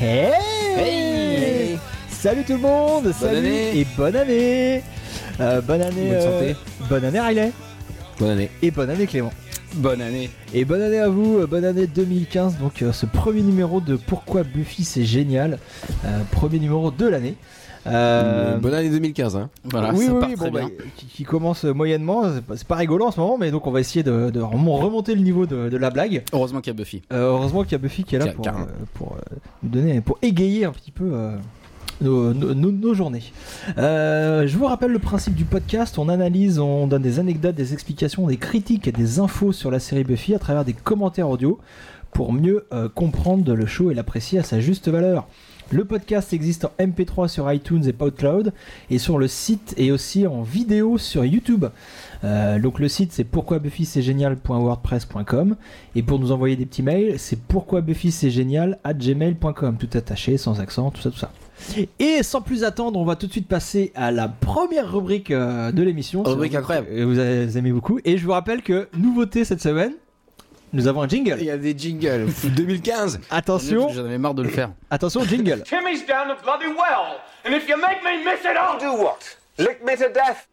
Hey, Hey Salut tout le monde Salut année. Et bonne année Euh, Bonne année Bonne euh, santé. Bonne année Riley Bonne année. Et bonne année Clément Bonne année. Et bonne année à vous, euh, bonne année 2015, donc euh, ce premier numéro de Pourquoi Buffy c'est génial, Euh, premier numéro de l'année. Euh, Bonne année 2015. Hein. Voilà, oui, ça oui, part oui, très bon, bien. bah, qui, qui commence euh, moyennement, c'est pas, c'est pas rigolo en ce moment, mais donc on va essayer de, de remon- remonter le niveau de, de la blague. Heureusement qu'il y a Buffy. Euh, heureusement qu'il y a Buffy qui est là Tiens, pour, carrément. euh, pour, euh, nous donner, pour égayer un petit peu euh, nos, nos- nos- nos journées. Euh, je vous rappelle le principe du podcast, on analyse, on donne des anecdotes, des explications, des critiques et des infos sur la série Buffy à travers des commentaires audio pour mieux euh, comprendre le show et l'apprécier à sa juste valeur. Le podcast existe en MP3 sur iTunes et PodCloud et sur le site et aussi en vidéo sur YouTube. Euh, donc le site c'est pourquoi Buffy c'est génial.wordpress.com et pour nous envoyer des petits mails c'est pourquoi Buffy c'est génial at gmail.com tout attaché sans accent tout ça tout ça. Et sans plus attendre on va tout de suite passer à la première rubrique euh, de l'émission. Rubrique C'est- incroyable. euh, Vous avez aimé beaucoup et je vous rappelle que nouveauté cette semaine nous avons un jingle. y a des jingles. 2015. Attention, J'en avais marre de le faire. attention jingle. Timmy's down the bloody well, and if you make me miss it, I'll do what? Lick me to death.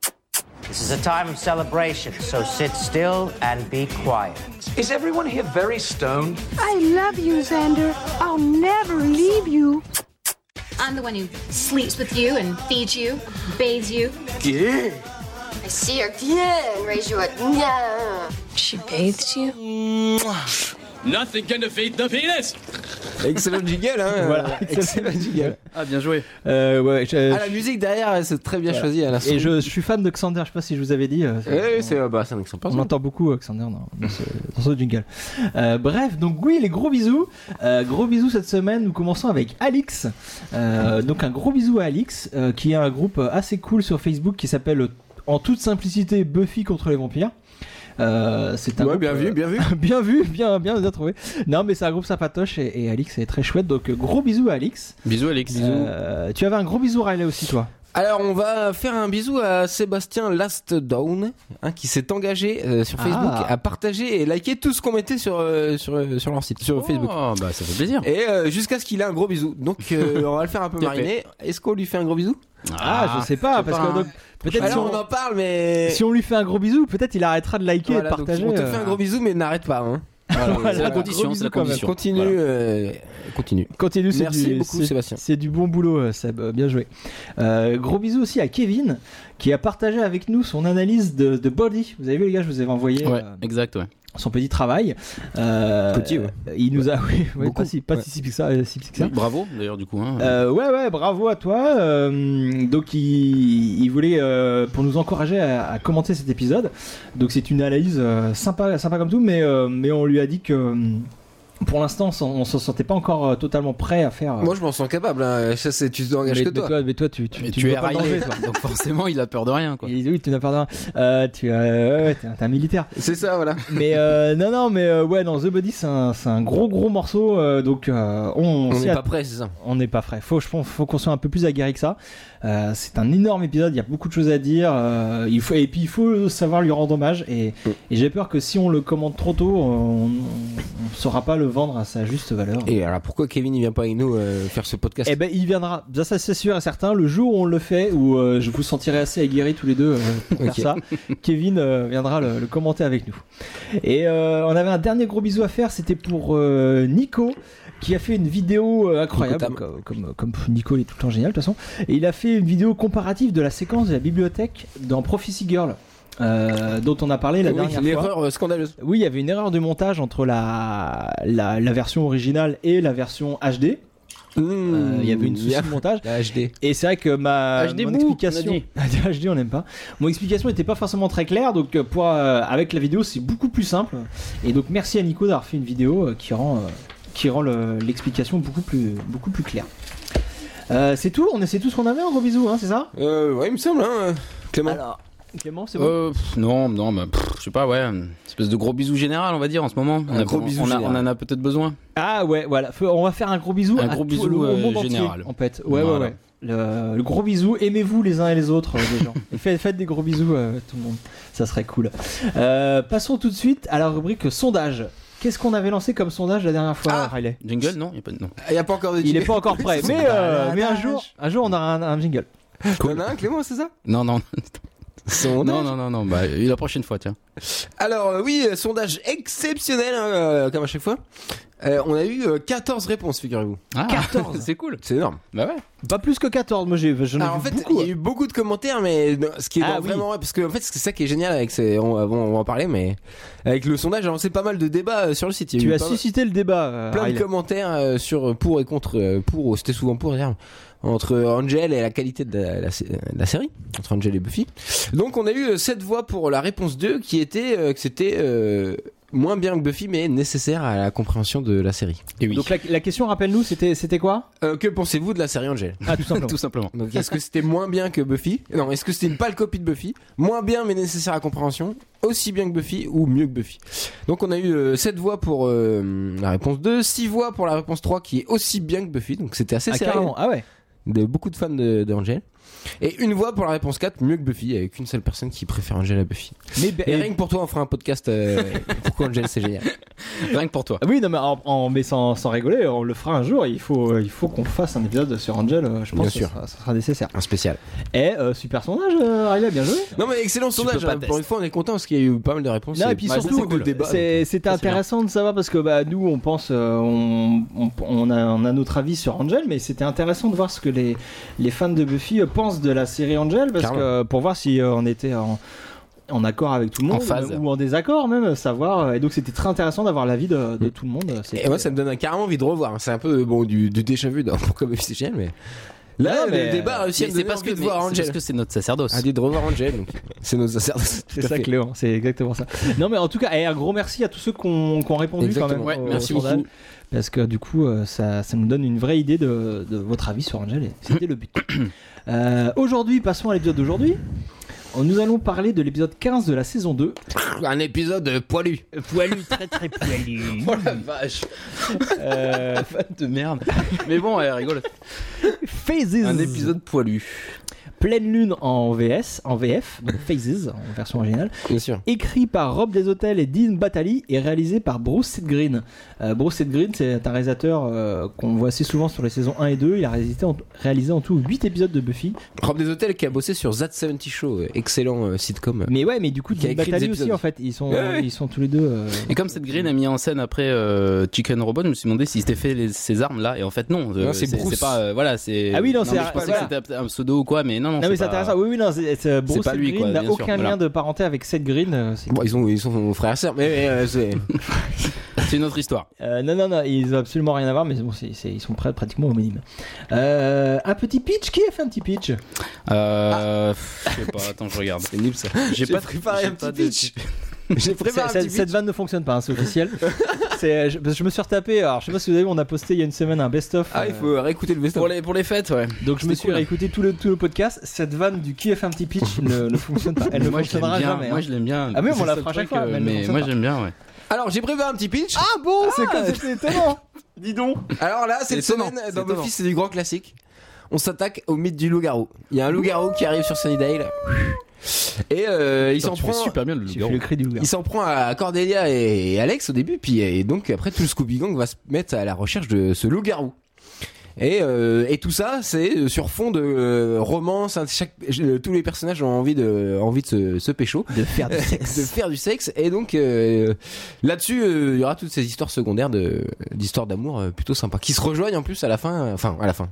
This is a time of celebration, so sit still and be quiet. Is everyone here very stoned? I love you, Xander. I'll never leave you. I'm the one who sleeps with you and feeds you, bathes you. I see her yeah, and raise you a yeah. She bathes you? Excellent jingle. Hein. Voilà. Euh, Excellent jingle. Ah, bien joué. Euh, ouais, je- Ah, la musique derrière, c'est très bien choisi. À la et je, je suis fan de Xander, je sais pas si je vous avais dit. euh, Eh, c'est bah, c'est un accent on entend beaucoup euh, Xander dans, dans ce, dans ce jingle. Euh, bref, donc oui, les gros bisous. Euh, gros bisous cette semaine. Nous commençons avec Alix. Euh, donc un gros bisou à Alix, euh, qui est un groupe assez cool sur Facebook qui s'appelle euh, en toute simplicité Buffy contre les vampires. Euh, c'est un Ah, Ouais, groupe, bien euh, vu, bien vu. bien vu, bien, bien, bien trouvé. Non, mais c'est un groupe sympatoche et, et Alix est très chouette. Donc, euh, gros bisous à Alix. Bisous, Alex. Euh, tu avais un gros bisou Riley aussi, toi. Alors, on va faire un bisou à Sébastien Last Down, hein, qui s'est engagé euh, sur Facebook Ah. à partager et liker tout ce qu'on mettait sur, euh, sur, euh, sur leur site, sur Facebook. Oh, bah, ça fait plaisir. Et euh, jusqu'à ce qu'il ait un gros bisou. Donc, euh, on va le faire un peu Tout à mariner. Est-ce qu'on lui fait un gros bisou Ah, je sais pas, je sais parce que pas, hein. donc, peut-être si, Alors, on- on en parle, mais. si on lui fait un gros bisou, peut-être il arrêtera de liker Voilà, et de donc, partager. on te euh, fait un gros bisou, mais n'arrête pas. Hein. Voilà, C'est la Voilà. Gros condition, bisous c'est la quand même. condition. Continue, Voilà. euh, continue. Continue, c'est Merci du, beaucoup, c'est- Sébastien. C'est du bon boulot, euh, Seb, euh, bien joué. Euh, gros bisous aussi à Kevin, qui a partagé avec nous son analyse de, de Body. Vous avez vu les gars, je vous avais envoyé Ouais, euh, exact, ouais. son petit travail. Euh, Petit, ouais. Il nous a, oui, oui, Beaucoup. pas si, pas Ouais. si, si- si- ça- euh, si- si- ça. Bravo, d'ailleurs, du coup. hein. Euh, ouais, ouais, bravo à toi. Euh, donc, il, il voulait, euh, pour nous encourager à, à commenter cet épisode. Donc, c'est une analyse euh, sympa, sympa comme tout, mais, euh, mais on lui a dit que hum, pour l'instant, on s'en- on se sentait pas encore euh, totalement prêt à faire. euh, Moi, je m'en sens capable. hein. Ça, c'est tu mais, t'engages que mais toi. mais toi, tu, tu, Mais tu tu vois es pas le danger, raillé, toi. donc forcément, il a peur de rien, quoi. Il dit, oui, tu n'as pas de- euh, tu euh, ouais, t'es un- t'es un militaire. C'est ça, voilà. Mais euh, non, non, mais euh, ouais, dans The Body, c'est un, c'est un gros, gros morceau. euh, donc, euh, on, On s'y n'est attend. pas prêt, c'est ça. On n'est pas frais. Faut, je pense, faut qu'on soit un peu plus aguerri que ça. Euh, c'est un énorme épisode. Il y a beaucoup de choses à dire. euh, il faut, et puis il faut savoir lui rendre hommage. Et, et j'ai peur que si on le commande trop tôt, on ne saura pas le vendre à sa juste valeur. Et alors, pourquoi Kevin, il vient pas avec nous euh, faire ce podcast Eh ben, il viendra. Ça, ça, c'est sûr et certain. Le jour où on le fait, où euh, je vous sentirai assez aguerris tous les deux euh, pour Ok. faire ça, Kevin euh, viendra le, le commenter avec nous. Et euh, on avait un dernier gros bisou à faire. C'était pour euh, Nico qui a fait une vidéo euh, incroyable. Nico Comme, comme, comme Nico, il est tout le temps génial de toute façon. Et il a fait une vidéo comparative de la séquence de la bibliothèque dans Prophecy Girl. euh, dont on a parlé la Oui, dernière fois. une erreur euh, scandaleuse. Oui, il y avait une erreur de montage entre la, la, la version originale et la version HD. Mmh. Euh, Il y avait une souci de montage. La HD. Et c'est vrai que ma HD mon mou, explication on a dit. HD on n'aime pas. Mon explication n'était pas forcément très claire donc euh, pour euh, avec la vidéo c'est beaucoup plus simple. Et donc merci à Nico d'avoir fait une vidéo euh, qui rend euh, qui rend le- l'explication beaucoup plus beaucoup plus claire. Euh, c'est tout, on c'est tout ce qu'on avait en gros bisous hein, c'est ça Euh, ouais, il me semble, hein, Clément. Alors Clément, c'est bon. Euh, pff, non, non, bah, pff, je sais pas, ouais, une espèce de gros bisou général, on va dire en ce moment. On, Un a- gros on- bisou on a- général. on en a peut-être besoin. Ah ouais, voilà, Faut- on va faire un gros bisou Un à gros tout bisou, le au euh, monde entier, général. en fait. Ouais ouais Voilà. ouais. Le, le gros bisou, aimez-vous les uns et les autres, euh, les gens. faites, faites des gros bisous euh, tout le monde, ça serait cool. Euh, passons tout de suite à la rubrique sondage. Qu'est-ce qu'on avait lancé comme sondage la dernière fois, Ah. Riley Jingle, non, y a pas de- non. Il n'y a pas encore de Il est jingle. pas encore prêt, mais, euh, mais un jour, un jour on aura un, un jingle. On a un Clément, c'est ça Non, non, Son non, non, non, non, bah, euh, la prochaine fois, tiens. Alors euh, oui, euh, sondage exceptionnel hein, euh, comme à chaque fois. Euh, on a eu euh, 14 réponses, figurez-vous. Ah, 14. C'est cool. C'est énorme. Bah ouais. Pas plus que 14, moi j'ai, j'en ai Alors, en vu fait, beaucoup. hein. il y a eu beaucoup de commentaires, mais non, ce qui est Ah, dans- oui. vraiment parce que en fait, c'est ça qui est génial avec ces. On, va- bon, on va en parler, mais avec le sondage, alors, c'est pas mal de débats euh, sur le site. Il y a Tu eu as pas- suscité le débat. euh, plein de Riley. commentaires euh, sur euh, pour et contre. euh, Pour, euh, c'était souvent pour d'ailleurs. Entre euh, Angel et la qualité de la, la sé- de la série, entre Angel et Buffy. Donc on a eu euh, cette voix pour la réponse 2 qui était euh, que c'était euh, moins bien que Buffy mais nécessaire à la compréhension de la série. Et oui. Donc la, la question, rappelle-nous, c'était, c'était quoi Euh, que pensez-vous de la série Angel Ah, tout simplement. tout simplement. Donc est-ce que c'était moins bien que Buffy Non, est-ce que c'était une pâle copie de Buffy Moins bien mais nécessaire à compréhension Aussi bien que Buffy ou mieux que Buffy Donc on a eu 7 voix pour euh, la réponse 2, 6 voix pour la réponse 3 qui est aussi bien que Buffy, donc c'était assez ah, serré. carrément. Ah ouais. De, beaucoup de fans de- d'Angel. Et une voix pour la réponse 4, mieux que Buffy, avec une seule personne qui préfère Angel à Buffy. Mais, Et, rien que pour toi, on fera un podcast euh, pourquoi Angel c'est génial. Rien que pour toi. Ah Oui, non, mais, en, en- mais sans, sans rigoler, on le fera un jour. Il faut, euh, il faut qu'on fasse un épisode sur Angel. euh, Je pense Bien que sûr. Ça, sera, ça sera nécessaire. Un spécial. Et euh, super sondage, euh, Riley, bien joué. Non mais excellent sondage, peux pas hein. pour une fois on est content parce qu'il y a eu pas mal de réponses. Non, et puis bah, surtout, beaucoup de débats. c'est- c'était c'est euh, bien. intéressant de savoir parce que bah, nous, on pense, euh, on, on- on a, on a notre avis sur Angel, mais c'était intéressant de voir ce que les, les fans de Buffy euh, pensent de la série Angel parce Carrément. que euh, pour voir si euh, on était en, en accord avec tout le En monde phase. ou en désaccord même, savoir. euh, Et donc, c'était très intéressant d'avoir l'avis de, de tout le monde. Mm. euh, Et moi, ça me donne carrément envie de revoir. C'est un peu bon du, du déjà vu dans Pourquoi Buffy c'est génial, mais là, Non, mais- le débat a réussi à Mais me c'est donner parce que envie de mais voir c'est parce Angel. que c'est notre sacerdoce. Ah, dit de revoir Angel, donc c'est nos sacerdotes. C'est Tout à ça, fait. Clément, c'est exactement ça. Non, mais en tout cas, et un gros merci à tous ceux qui ont, qui ont répondu Exactement. quand Ouais, même. au- merci au sondage, beaucoup. Parce que du coup, euh, ça, ça nous donne une vraie idée de, de votre avis sur Angel, et c'était le but. Euh, aujourd'hui, passons à l'épisode d'aujourd'hui. Euh, Nous allons parler de l'épisode 15 de la saison 2. Un épisode euh, poilu. Poilu, très très poilu. Oh la vache. Fan Euh, de merde. Mais bon, elle rigole. Phases. Un épisode poilu. Pleine Lune en VS, en VF, donc Phases en version originale. Bien sûr. écrit par Rob Desautels et Dean Batali et réalisé par Bruce Sidgreen. Euh, Bruce Sidgreen, c'est un réalisateur euh, qu'on voit assez souvent sur les saisons 1 et 2. Il a réalisé en, réalisé en tout 8 épisodes de Buffy. Rob des hôtels qui a bossé sur That 70 Show, euh, excellent euh, sitcom. Mais ouais, mais du coup, Qui Dean a écrit des Batali épisodes. aussi, en fait. Ils sont, Ouais, ouais. ils sont tous les deux. euh, Et comme cette green a mis en scène après euh, Chicken Robot, je me suis demandé s'il s'était fait les- ces armes là. Et en fait, non. euh, Non, c'est Bruce. pas. euh, voilà, c'est. Ah oui, non, c'est- mais Je pensais voilà. que c'était un pseudo ou quoi, mais non, non. Non, mais c'est pas- intéressant. Oui, oui, non, c'est- c'est- Bruce pas lui, Sidgreen quoi, n'a bien sûr, aucun voilà. lien de parenté avec Seth Green. euh, c'est- Bon, ils, ont, ils sont frères et sœurs, mais mais, euh, c'est- C'est une autre histoire. Euh, non, non, non, ils ont absolument rien à voir, mais bon, c'est- c'est- ils sont prêts pratiquement homonymes. Euh, un petit pitch Qui a fait un petit pitch Ah. Euh, pff, Je sais pas, attends, je regarde. c'est nul ça. J'ai pas de- préparé j'ai un pas petit de- pitch. J'ai préparé C'est- un cette- petit Cette pitch. vanne ne fonctionne pas, hein, c'est officiel. C'est- euh, je, parce que je me suis retapé, alors je sais pas si vous avez vu, on a posté il y a une semaine un best-of. Ah, il euh, faut hein. réécouter le best Pour les, pour les fêtes, ouais. donc je me c'était suis cool. réécouté tout le, tout le podcast. Cette vanne du qui a fait un petit pitch ne, ne fonctionne pas. Elle ne moi, je l'aime fonctionnera bien. jamais. Moi, hein. je l'aime bien. Ah, mais on C'est la le fera à chaque truc, fois, euh, mais elle ne Mais fonctionne moi, pas. j'aime bien, ouais. Alors, j'ai préparé un petit pitch. Ah bon, c'est comme si c'était étonnant. Dis donc. Alors là, C'est cette étonnant, semaine, c'est dans étonnant. Buffy, c'est du grand classique. On s'attaque au mythe du loup-garou. Il y a un loup-garou qui arrive sur Sunnydale. Et euh, il Putain, s'en tu fais prend. super bien le J'ai fait loup-garou. le cri du loup Il s'en prend à Cordelia et Alex au début, puis et donc après tout le Scooby Gang va se mettre à la recherche de ce loup-garou. Et, euh, et tout ça, c'est sur fond de euh, romance. hein, chaque- euh, tous les personnages ont envie de, envie de se, se pécho, de faire du sexe. de faire du sexe. Et donc euh, là-dessus, euh, il y aura toutes ces histoires secondaires de d'histoires d'amour euh, plutôt sympa qui se rejoignent en plus à la fin. euh, Enfin, à la fin,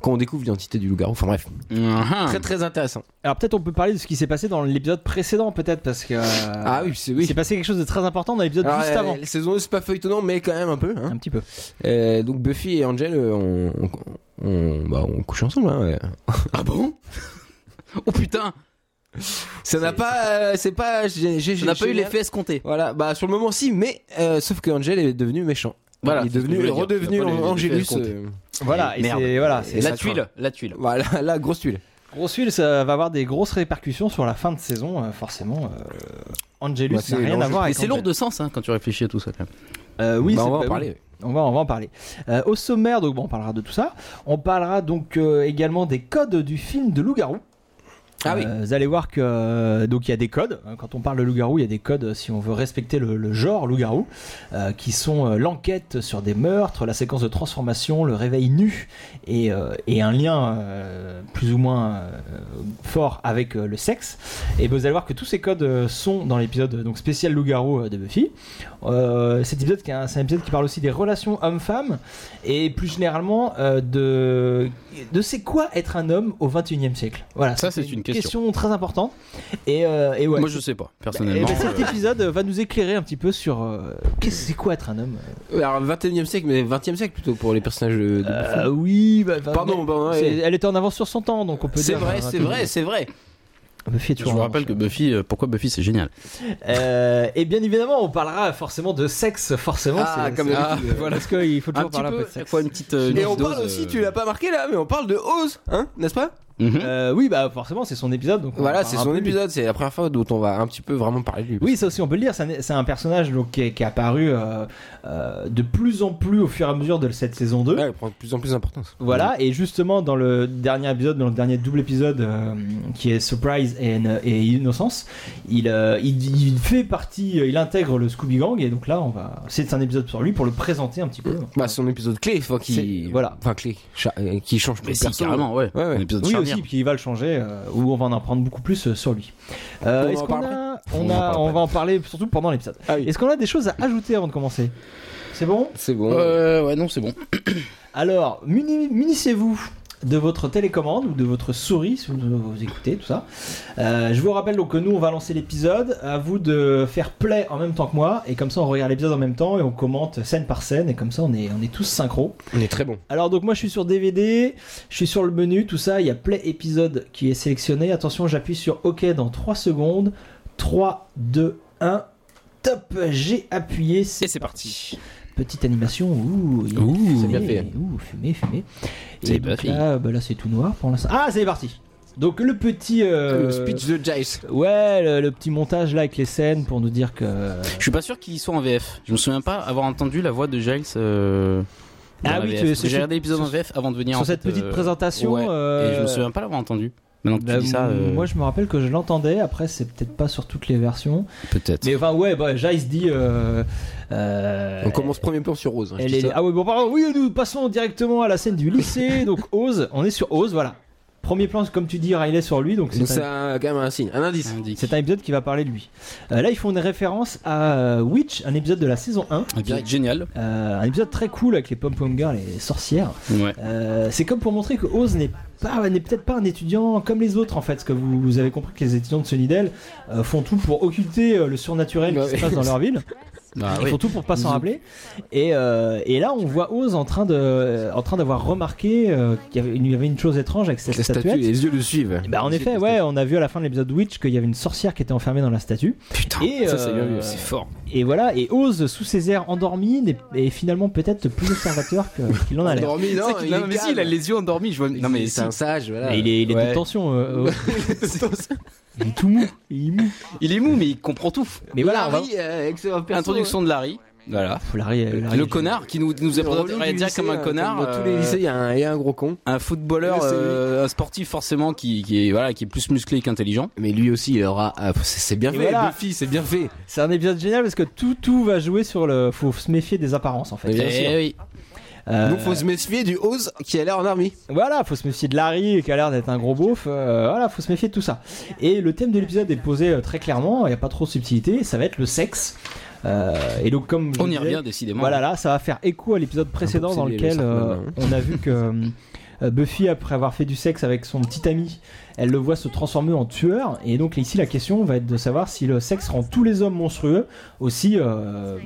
quand on découvre l'identité du loup-garou. Enfin bref, Ah, très très intéressant. Alors peut-être on peut parler de ce qui s'est passé dans l'épisode précédent, peut-être parce que. euh, Ah oui, c'est Il oui. s'est passé quelque chose de très important dans l'épisode Alors, juste euh, avant. La saison 2, c'est pas feuilletonnant, mais quand même un peu. Hein. Un petit peu. Euh, donc Buffy et Angel, euh, on, on- on- bah, on couche ensemble. hein, ouais. Ah bon Oh putain Ça n'a pas, euh, c'est pas, j'ai- j'ai- Ça n'a j'ai- pas eu génial. l'effet escompté. Voilà, bah sur le moment si, mais euh, sauf que Angel est devenu méchant. Voilà, il est c'est ce que je devenu, voulais dire. redevenu Ça n'a pas les- Angelus. les effets euh, Voilà, et merde. c'est. Voilà, Et c'est. là- La ça craint. tuile, la tuile. voilà, là grosse tuile. Grosse huile, ça euh, va avoir des grosses répercussions sur la fin de saison, euh, forcément. euh, Angelus Bah, c'est n'a rien à l'enjeu. voir Et avec. c'est Angel. lourd de sens hein, quand tu réfléchis à tout ça quand même. Euh, oui, Bah, c'est- on va en bah, oui. parler. On va, on va en parler. Euh, au sommaire, donc bon, on parlera de tout ça. On parlera donc euh, également des codes du film de loup-garou. Ah oui. Euh, vous allez voir que euh, donc il y a des codes. hein, Quand on parle de loup-garou, il y a des codes euh, si on veut respecter le, le genre loup-garou, euh, qui sont euh, l'enquête sur des meurtres, la séquence de transformation, le réveil nu et, euh, et un lien euh, plus ou moins euh, fort avec euh, le sexe. Et ben, vous allez voir que tous ces codes euh, sont dans l'épisode euh, donc spécial loup-garou euh, de Buffy. Euh, cet épisode, qui est un- c'est un épisode qui parle aussi des relations hommes-femmes et plus généralement euh, de de c'est quoi être un homme au 21e siècle. Voilà, Ça, c'était c'est une question. très importante. Et, euh, et ouais. Moi, je sais pas, Et personnellement. ben, cet euh, épisode va nous éclairer un petit peu sur euh, qu'est-ce- c'est quoi être un homme. Euh, Alors 21 e siècle, mais 20 e siècle plutôt pour les personnages de. de Buffy. Euh, oui, bah, bah, Pardon, mais- bah, ouais. c'est- elle était en avance sur son temps, donc on peut C'est dire. vrai, euh, c'est 21e. vrai, c'est vrai. Buffy est je toujours vous en rappelle avance. que Buffy, euh, pourquoi Buffy c'est génial. Euh, et bien évidemment, on parlera forcément de sexe, forcément. Ah, c'est- comme c'est- d'habitude. euh, Parce qu'il faut Un toujours petit parler un peu de peu, sexe. quoi, une petite. euh, une Et on petite parle dose, aussi, euh, tu l'as pas marqué là, mais on parle de Oz, hein, n'est-ce pas mhm. Euh, oui, bah forcément, c'est son épisode. Donc on en Voilà, c'est parlera son plus. épisode, c'est la première fois dont on va un petit peu vraiment parler de lui. Oui, ça aussi, on peut le dire. c'est un- C'est un personnage donc, qui, est, qui est apparu euh, euh, de plus en plus au fur et à mesure de cette saison 2. Ouais, elle prend de plus en plus d'importance. Voilà, et justement dans le dernier épisode, dans le dernier double épisode euh, qui est Surprise and- et Innocence, il, euh, il, il fait partie, euh, il intègre le Scooby Gang et donc là on va, c'est un épisode sur lui pour le présenter un petit peu. Bah, son épisode clé, enfin, qui. C'est- voilà. Enfin, clé, cha- euh, qui change Mais plus si, carrément, ouais. Ouais, ouais. Un épisode Oui charnière. aussi, puis il va le changer, euh, ou on va en apprendre beaucoup plus euh, sur lui. Euh, On en Est-ce qu'on parle a, On on en a, parle on après. va en parler surtout pendant l'épisode. Ah oui. Est-ce qu'on a des choses à ajouter avant de commencer C'est bon C'est bon. Euh, ouais, non, c'est bon. Alors, muni- munissez-vous de votre télécommande ou de votre souris si vous, vous écoutez tout ça. Euh, je vous rappelle donc que nous on va lancer l'épisode, à vous de faire play en même temps que moi et comme ça on regarde l'épisode en même temps et on commente scène par scène et comme ça on est on est tous synchro. On est très bon. Alors donc moi je suis sur DVD, je suis sur le menu, tout ça, il y a play épisode qui est sélectionné. Attention, j'appuie sur OK dans 3 secondes. 3 2 1 Top, j'ai appuyé, c'est Et c'est parti. Petite animation, ouh, il y a Ouh, du c'est bien fumé, fait. ouh, fumé, fumé. C'est Et donc Buffy. là, bah là c'est tout noir pour l'instant. Ah, c'est parti. Donc le petit, euh, Le speech de Jace. ouais, le, le petit montage là avec les scènes pour nous dire que. Je suis pas sûr qu'il soit en VF. Je me souviens pas avoir entendu la voix de Giles. euh, dans Ah la oui, VF. tu- Parce que sur- j'ai regardé l'épisode sur- en VF avant de venir. en Sur cette fait, petite euh, présentation, ouais. euh, Et je me souviens pas l'avoir entendu. Maintenant que bah, tu dis ça, euh, Moi je me rappelle que je l'entendais. Après c'est peut-être pas sur toutes les versions. peut-être. Mais enfin ouais, bah Jace dit. euh, euh, On commence premier plan sur Rose. hein, je Elle dis est- ça. Ah oui, bon, pardon, oui, nous passons directement à la scène du lycée. donc, Oz, on est sur Oz, voilà. Premier plan, comme tu dis, Riley sur lui, donc c'est Donc, un- c'est un- quand même un signe, un indice. Indique. c'est un épisode qui va parler de lui. Euh, là, ils font une référence à euh, Witch, un épisode de la saison 1. Un épisode génial. euh, un épisode très cool avec les pom-pom girls et les sorcières. Ouais. Euh, c'est comme pour montrer que Oz n'est pas n'est peut-être pas un étudiant comme les autres en fait, parce que vous, vous avez compris que les étudiants de Sunnydale euh, font tout pour occulter euh, le surnaturel Bah qui oui. se passe dans leur ville. Bah Ils oui. font tout pour pas s'en rappeler. Et, euh, et là, on voit Oz en train de, en train d'avoir remarqué euh, qu'il y avait, il y avait une chose étrange avec cette La statue, statuette. les yeux le suivent. Bah, en Les yeux de effet, la ouais, on a vu à la fin de l'épisode Witch qu'il y avait une sorcière qui était enfermée dans la statue. Putain. Et, ça, c'est bien euh, vu, C'est fort. et voilà, et Oz, sous ses airs endormis, n'est- est finalement peut-être plus observateur que- qu'il en a statue. l'air. Endormi, C'est non, vrai qu'il- il non, est mais si, calme. il a les yeux endormis. Je vois... Non, mais c'est un sage, voilà. Mais il est, il est Ouais. de tension, euh, Oz. c'est- il est tout mou, il est mou. il est mou, mais il comprend tout. Mais voilà, on va- Larry, euh, excellent perso, Introduction de Larry. Voilà. Faut Larry- Larry- Le connard qui nous, nous Le est présenté relou Riley du Jack lycée, comme un hein, connard. Dans tous les euh, lycées, il y, a un- il y a un gros con. un footballeur, Là, c'est lui. euh, un sportif forcément qui, qui est voilà qui est plus musclé qu'intelligent. Mais lui aussi, il aura. ah, c'est c'est bien Et fait, voilà. Buffy, c'est bien fait. C'est un épisode génial parce que tout, tout va jouer sur le. Faut se méfier des apparences en fait. Bien Eh sûr. oui. Euh, Donc, faut se méfier du Oz qui a l'air en armée. Voilà, faut se méfier de Larry qui a l'air d'être un gros beauf. euh, voilà, faut se méfier de tout ça. Et le thème de l'épisode est posé euh, très clairement, il n'y a pas trop de subtilité, ça va être le sexe. Euh, et donc, comme je On y disais, revient décidément. Voilà, là, ça va faire écho à l'épisode précédent dans obsédé, le lequel euh, Sartman, hein. on a vu que euh, Buffy, après avoir fait du sexe avec son petit ami, elle le voit se transformer en tueur. Et donc, ici, la question va être de savoir si le sexe rend tous les hommes monstrueux, aussi. euh,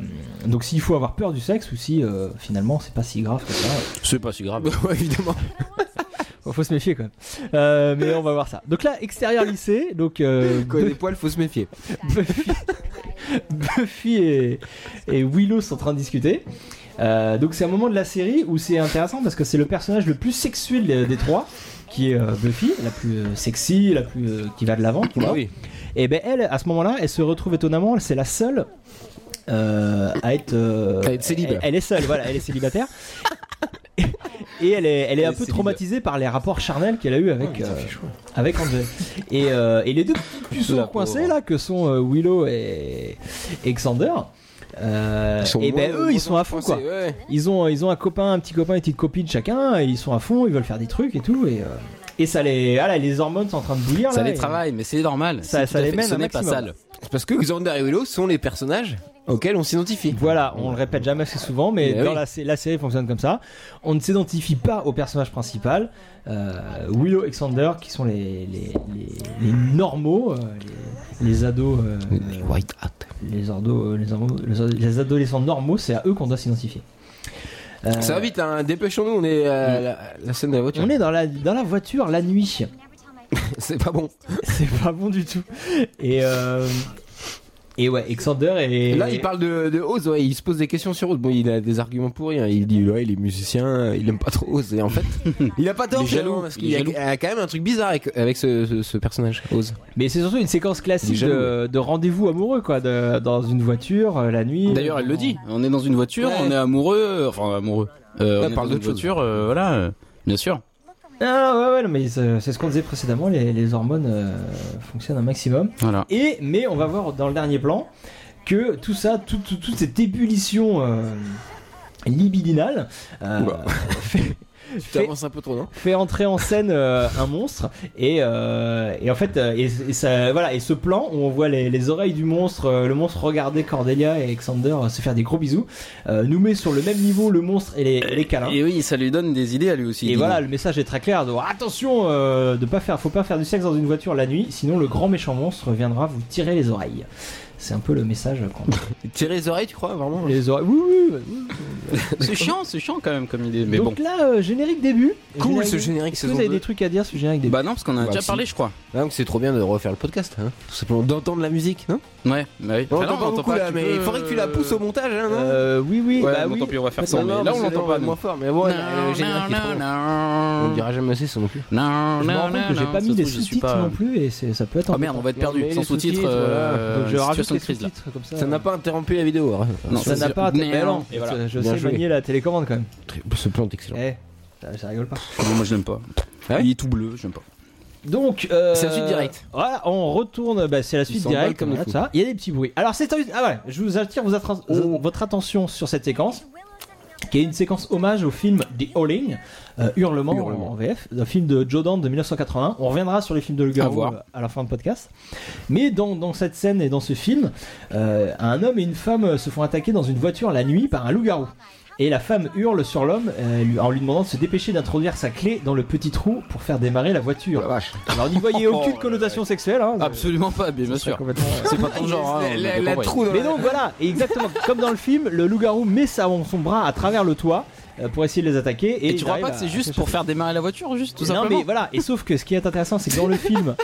donc, s'il faut avoir peur du sexe ou si euh, finalement, c'est pas si grave que ça. C'est pas si grave. ouais, évidemment. Bon, faut se méfier quand même. Euh, mais on va voir ça. Donc là, extérieur lycée, donc euh, Quand il y a des poils, faut se méfier. Buffy, Buffy et, et Willow sont en train de discuter. Euh, donc c'est un moment de la série où c'est intéressant parce que c'est le personnage le plus sexuel des, des trois qui est euh, Buffy, la plus euh, sexy, la plus euh, qui va de l'avant. tu vois. Ah oui. Et ben elle, à ce moment-là, elle se retrouve étonnamment, c'est la seule euh, à être, euh, À être célib. Elle, elle est seule, voilà, elle est célibataire. et elle est, elle est un Et peu c'est traumatisée par les rapports charnels qu'elle a eu avec euh, avec Angel. Et, euh, et les deux petits puceaux La coincés pauvre. là que sont euh, Willow et, et Xander. euh, et ben eux ils sont à fond quoi. Ils ont ils ont un copain, un petit copain, une petite copine chacun. Et ils sont à fond, ils veulent faire des trucs et tout et euh, et ça les ah là, les hormones sont en train de bouillir Ça là, les et- travaille, mais c'est normal. Ça- C'est ça tout à les fait- mène Ce un n'est pas maximum. sale. C'est parce que Xander et Willow sont les personnages auxquels on s'identifie. Voilà, on le répète jamais assez souvent, mais Mais dans Eh oui. la, sé- la série fonctionne comme ça. On ne s'identifie pas au personnage principal, euh, Willow et Xander, qui sont les, les, les- les normaux, euh, les, les ados, euh, Les White Hat. les, ordos- les, ordos- les ordos- les adolescents normaux, c'est à eux qu'on doit s'identifier. Euh, Ça va vite, hein. dépêchons-nous, on est à Mm. la, la scène de la voiture. on est dans la, dans la voiture la nuit. C'est pas bon. C'est pas bon du tout. Et, euh, et ouais, et Xander et. Et là, il parle de, de Oz, ouais, il se pose des questions sur Oz. Bon, il a des arguments pourris. hein. Il dit, ouais, il est musicien, il aime pas trop Oz. Et en fait, il a pas tort. Il est jaloux, finalement, parce il qu'il est y a, jaloux. a quand même un truc bizarre avec, avec ce, ce- ce personnage, Oz. Mais c'est surtout une séquence classique Il est jaloux. de, de rendez-vous amoureux, quoi, de- dans une voiture euh, la nuit. D'ailleurs, elle le dit. On est dans une voiture, Ouais. on est amoureux, enfin amoureux. Euh, Ouais, on est parle dans une d'autre chose. voiture, euh, voilà, euh, bien sûr. Ah ouais, ouais, non, mais c'est c'est ce qu'on disait précédemment, les, les hormones euh, fonctionnent un maximum. Voilà. Et mais on va voir dans le dernier plan que tout ça, tout- tout- toute cette ébullition euh, libidinale euh, Oula. fait, Tu fait- avances un peu trop, non fait entrer en scène euh, un monstre et, euh, et en fait euh, et, et ça, voilà et ce plan où on voit les, les oreilles du monstre, euh, le monstre regarder Cordelia et Alexander euh, se faire des gros bisous, euh, nous met sur le même niveau le monstre et les, et les câlins. Et oui, ça lui donne des idées à lui aussi. Et Dino. voilà, le message est très clair. de- attention, euh, de pas faire, faut pas faire du sexe dans une voiture la nuit, sinon le grand méchant monstre viendra vous tirer les oreilles. C'est un peu le message qu'on Tirer les oreilles, tu crois, vraiment les oreilles. Oui, oui, oui, oui. C'est chiant, c'est chiant quand même comme idée. Mais Donc bon. là, euh, générique début. Cool Générique- ce générique Est-ce que saison vous avez 2. des trucs à dire sur le générique début Bah non, parce qu'on en a Bah, déjà si. parlé, je crois. Ah, donc c'est trop bien de refaire le podcast, hein. Tout simplement d'entendre la musique, non Ouais, bah oui. On Ah non, l'entend pas beaucoup là, tu mais peux, euh, il faudrait que tu la pousses au montage, hein, non Euh, oui, oui. Ouais, bah bon, oui. tant pis, on va faire ça. Non, mais là, non, mais on c'est l'entend pas. vraiment nous. moins fort, mais euh, bon, le générique est trop bon. On le non, dira jamais assez, ça non plus. non, Je me non, rends compte que j'ai non, pas ça mis se les trouve, je suis sous-titres pas- non plus et c'est- ça peut être. un Oh peu merde, on va être Non, mais perdu. Sans les sous-titres, sous-titres, euh, Donc je rajoute situation les de crise là. sous-titres comme ça. Ça n'a pas interrompu la vidéo. hein. Non, Ça n'a pas. Mais Mais non. non, Et voilà. je Bien sais joué. manier la télécommande quand même. Ce plan est excellent. Eh, ça ça rigole pas. Moi, je l'aime pas. Ah ouais Il est tout bleu, j'aime pas. Donc, euh, C'est la suite directe. Voilà, on retourne. bah, c'est la Ils suite s'emballent directe. comme des voilà, fous. ça. Il y a des petits bruits. Alors, c'est un- ah voilà, je vous attire vous attra- votre attention sur cette séquence, qui est une séquence hommage au film The Howling, euh, Hurlement, Hurlement. en VF, un film de Joe Dante de 1981. On reviendra sur les films de Le À Garou voir. euh, à la fin de podcast. Mais dans, dans cette scène et dans ce film, euh, un homme et une femme euh, se font attaquer dans une voiture la nuit par un loup-garou. Et la femme hurle sur l'homme euh, lui- en lui demandant de se dépêcher d'introduire sa clé dans le petit trou pour faire démarrer la voiture. Oh Alors n'y voyez aucune connotation sexuelle. Hein, Absolument pas, oh, Ah, bien sûr. Complètement. C'est pas ton genre. hein, on La- l'a la compris. trou dans Mais la- donc voilà, et exactement comme dans le film, le loup-garou met sa- son bras à travers le toit euh, pour essayer de les attaquer. Et, Et il tu crois arrive pas à- que c'est juste pour faire démarrer la voiture, juste tout non simplement mais voilà, et sauf que ce qui est intéressant, c'est que dans le film,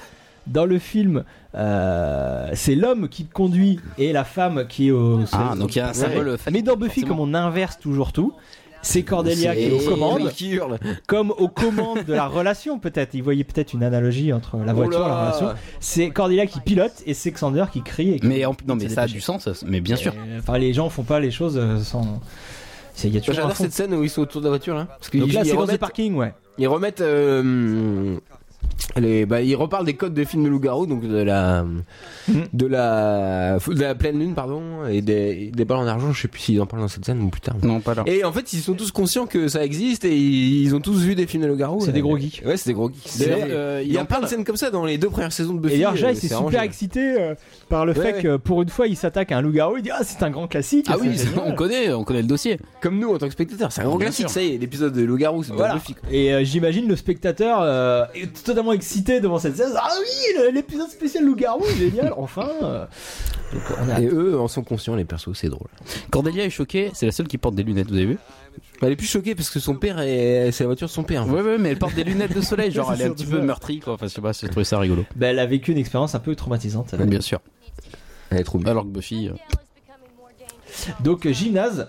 dans le film, euh, c'est l'homme qui conduit et la femme qui est au. Ah, donc il y a un symbole Mais familial. dans Buffy, forcément. comme on inverse toujours tout, c'est Cordelia qui est aux Et- commandes, Qui hurle. comme aux commandes de la relation peut-être. Il voyait peut-être une analogie entre la voiture et la Oula. relation. C'est Cordelia qui pilote et c'est Xander qui crie. Et qui- Mais en- non, mais C'est ça a dépêché. du sens, ça, mais bien sûr. Euh, Enfin, les gens font pas les choses euh, sans. c'est- Il y a toujours un J'adore fond. cette scène où ils sont autour de la voiture là. Parce qu'ils Donc là, ils c'est dans le remettent, parking, ouais. ils remettent, euh, les, bah, ils reparlent des codes de films de loup-garou, donc de la, de la, de la pleine lune pardon, et des, des balles en argent. Je sais plus s'ils en parlent dans cette scène ou plus tard. Non, pas là. Et en fait, ils sont tous conscients que ça existe et ils ils ont tous vu des films de loup-garou. C'est des gros geeks. Ouais, c'est des gros geeks. D'ailleurs, C'est- euh, il y a plein de scènes comme ça dans les deux premières saisons de Et Buffy. d'ailleurs, Jay, euh, c'est c'est super arrangé. excité euh, par le Ouais, fait ouais. que pour une fois, il s'attaque à un loup-garou. Il dit Ah, c'est un grand classique. Ah c'est oui, génial. on connaît, on connaît le dossier. Comme nous en tant que spectateurs, c'est un grand Bien classique. sûr. Ça y est, l'épisode de loup-garou, c'est Voilà. pas Buffy. Et euh, j'imagine le spectateur euh, est totalement excité devant cette scène. Ah oui, le- l'épisode spécial loup-garou, génial, enfin. euh. Donc, on a- Et eux en sont conscients, les persos, c'est drôle. Cordelia est choquée, c'est la seule qui porte des lunettes, vous avez vu Bah, Elle est plus choquée parce que son père est. C'est la voiture de son père. en fait. Ouais, ouais, mais elle porte des lunettes de soleil, genre C'est elle est un sûr, petit c'est peu ça. meurtrie, quoi. Enfin, je sais pas, j'ai trouvé ça rigolo. Ben, elle a vécu une expérience un peu traumatisante. Bien sûr. Elle est trop bien. Alors que Buffy. euh, Donc euh, gymnase,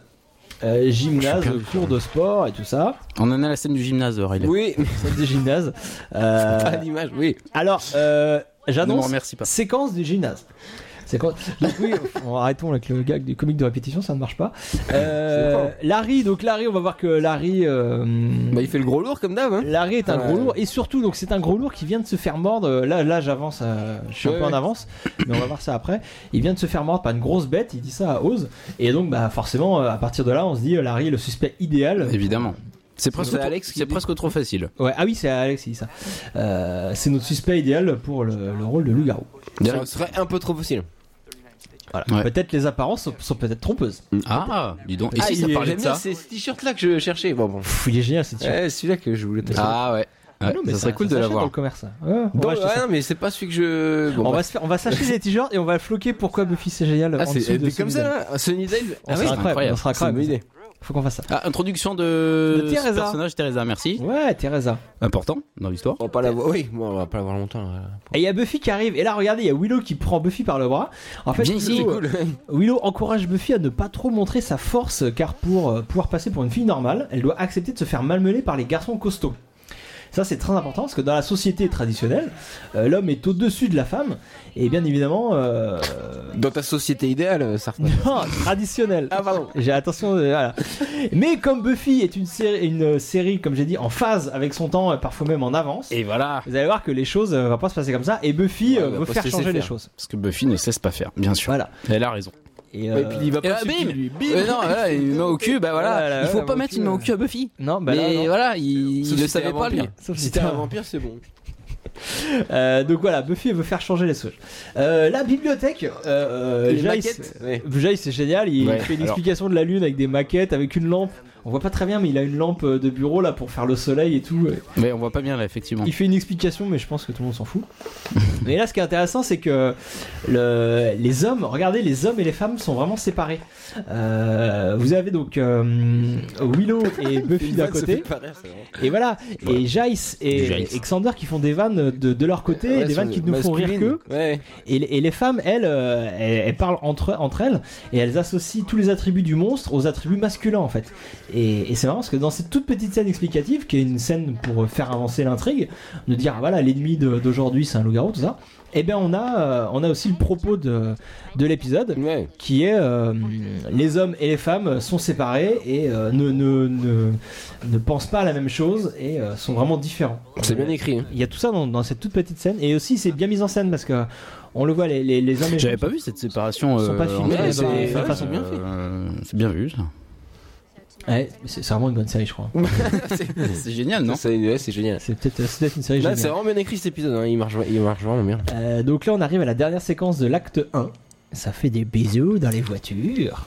Euh, gymnase, Je suis cours de sport et tout ça. On en a la scène du gymnase, Riley. Oui, Salle de gymnase. Euh, à l'image, oui. alors, euh, Ne me j'annonce remercie pas. séquence du gymnase. C'est quand- Donc oui, on- arrêtons avec le gag du comique de répétition, ça ne marche pas. Euh, Larry, donc Larry, on va voir que Larry. euh, Bah, il fait le gros lourd comme d'hab, hein. Larry est un Ouais. gros lourd et surtout donc c'est un gros lourd qui vient de se faire mordre. Là là j'avance, euh, je suis un Ouais, peu en ouais. avance, mais on va voir ça après. Il vient de se faire mordre par une grosse bête. Il dit ça à Oz et donc bah forcément euh, à partir de là on se dit euh, Larry est le suspect idéal. Évidemment. C'est presque, C'est trop- Alex qui c'est dit- presque trop facile. Ouais ah oui c'est Alex qui dit ça. Euh, c'est notre suspect idéal pour le, le rôle de loup garou. Ça serait un peu trop facile. Ouais. Peut-être les apparences sont, sont peut-être trompeuses. Ah, dis donc. Et Ah, si ça il- parlait j'aime de bien, ça C'est ce t-shirt là que je cherchais. Bon, bon. Pff, il est génial cette Ouais, celui-là que je voulais te Ah ouais. Ouais, Non, mais ça serait cool de s'achète Dans l'avoir. le commerce. ça. Ouais, on Dans- va ouais, acheter ça. non, mais c'est pas celui que je. Bon, On va bah. se faire- on va s'acheter des t-shirts et on va floquer pourquoi Buffy c'est génial. Ah, en dessous c'est de c'est comme ça Sunnydale. là Sunnydale On Ah sera oui incroyable, incroyable. on sera C'est une incroyable. bonne idée. Faut qu'on fasse ça. Ah, introduction de, De ce Teresa. personnage Teresa, merci. Ouais, Teresa. Important dans l'histoire. On va pas l'avoir. Oui, bon, on va pas l'avoir longtemps. euh. là. Et il y a Buffy qui arrive. Et là, regardez, il y a Willow qui prend Buffy par le bras. En fait, Bien Willow, ici, c'est cool. Willow encourage Buffy à ne pas trop montrer sa force, car pour euh, pouvoir passer pour une fille normale, elle doit accepter de se faire malmener par les garçons costauds. Ça, c'est très important parce que dans la société traditionnelle, euh, l'homme est au-dessus de la femme. Et bien évidemment, euh, Dans ta société idéale, euh, Sartre. Non, traditionnel. Ah, pardon. J'ai attention, euh, voilà. Mais comme Buffy est une série, une euh, série, comme j'ai dit, en phase avec son temps, euh, parfois même en avance, Et voilà. vous allez voir que les choses ne vont pas se passer comme ça. Et Buffy Ouais, bah, euh, on va veut pas se faire laisser changer les faire. choses. Parce que Buffy ne sait pas faire, bien sûr. Voilà. Elle a raison. Et, Et euh, puis il va Et pas là, se- bim lui- Et non, voilà, une main au cul, bah voilà. Voilà, il faut ouais, pas main au mettre cul, une main au ouais. cul à Buffy. non, bah là, mais non. voilà, il, il le Sauf si t'es savait un pas lui. vampire. Sauf si Si t'es t'es un- un vampire, c'est bon. Euh, donc voilà, Buffy elle veut faire changer les choses. Euh, la bibliothèque, euh, euh, Les Jace- maquettes, ouais. Jace, c'est génial. Il Ouais, fait une alors. explication de la lune avec des maquettes, avec une lampe. On voit pas très bien, mais il a une lampe euh, de bureau là pour faire le soleil et tout. euh. Mais on voit pas bien là, effectivement. Il fait une explication, mais je pense que tout le monde s'en fout. mais là, ce qui est intéressant, c'est que le- les hommes, regardez, les hommes et les femmes sont vraiment séparés. Euh, vous avez donc euh, Willow et Buffy Une d'un vanne, ça côté, fait pas rire, c'est vrai. et voilà, et Jace et, Du Jace. et Xander qui font des vannes de, de leur côté, Ouais, des vannes qui sur- nous font rire masculine. qu'eux. Ouais. Et, les- et les femmes, elles, euh, elles, elles parlent entre, entre elles et elles associent tous les attributs du monstre aux attributs masculins en fait. Et, et c'est marrant parce que dans cette toute petite scène explicative, qui est une scène pour faire avancer l'intrigue, de dire ah, voilà l'ennemi de- d'aujourd'hui c'est un loup-garou, tout ça, et bien on a, euh, on a aussi le propos de, de l'épisode Ouais. qui est euh, les hommes et les femmes sont séparés et euh, ne, ne, ne, ne pensent pas à la même chose et euh, sont vraiment différents. C'est bien écrit. hein. Il y a tout ça dans, dans cette toute petite scène et aussi c'est bien mis en scène parce que on le voit les, les, les hommes et les J'avais femmes pas vu cette séparation. Ils sont euh, pas filmés, entre mais les c'est- hommes et les ouais, femmes. c'est bien fait. Euh, C'est bien vu, ça. Ouais, c'est c'est vraiment une bonne série, je crois. C'est génial, non Ça, ouais, c'est génial. C'est peut-être c'est peut-être une série Là, géniale. c'est vraiment bien écrit cet épisode. hein. Il marche, il marche vraiment bien. Euh, donc là, on arrive à la dernière séquence de l'acte 1. Ça fait des bisous dans les voitures.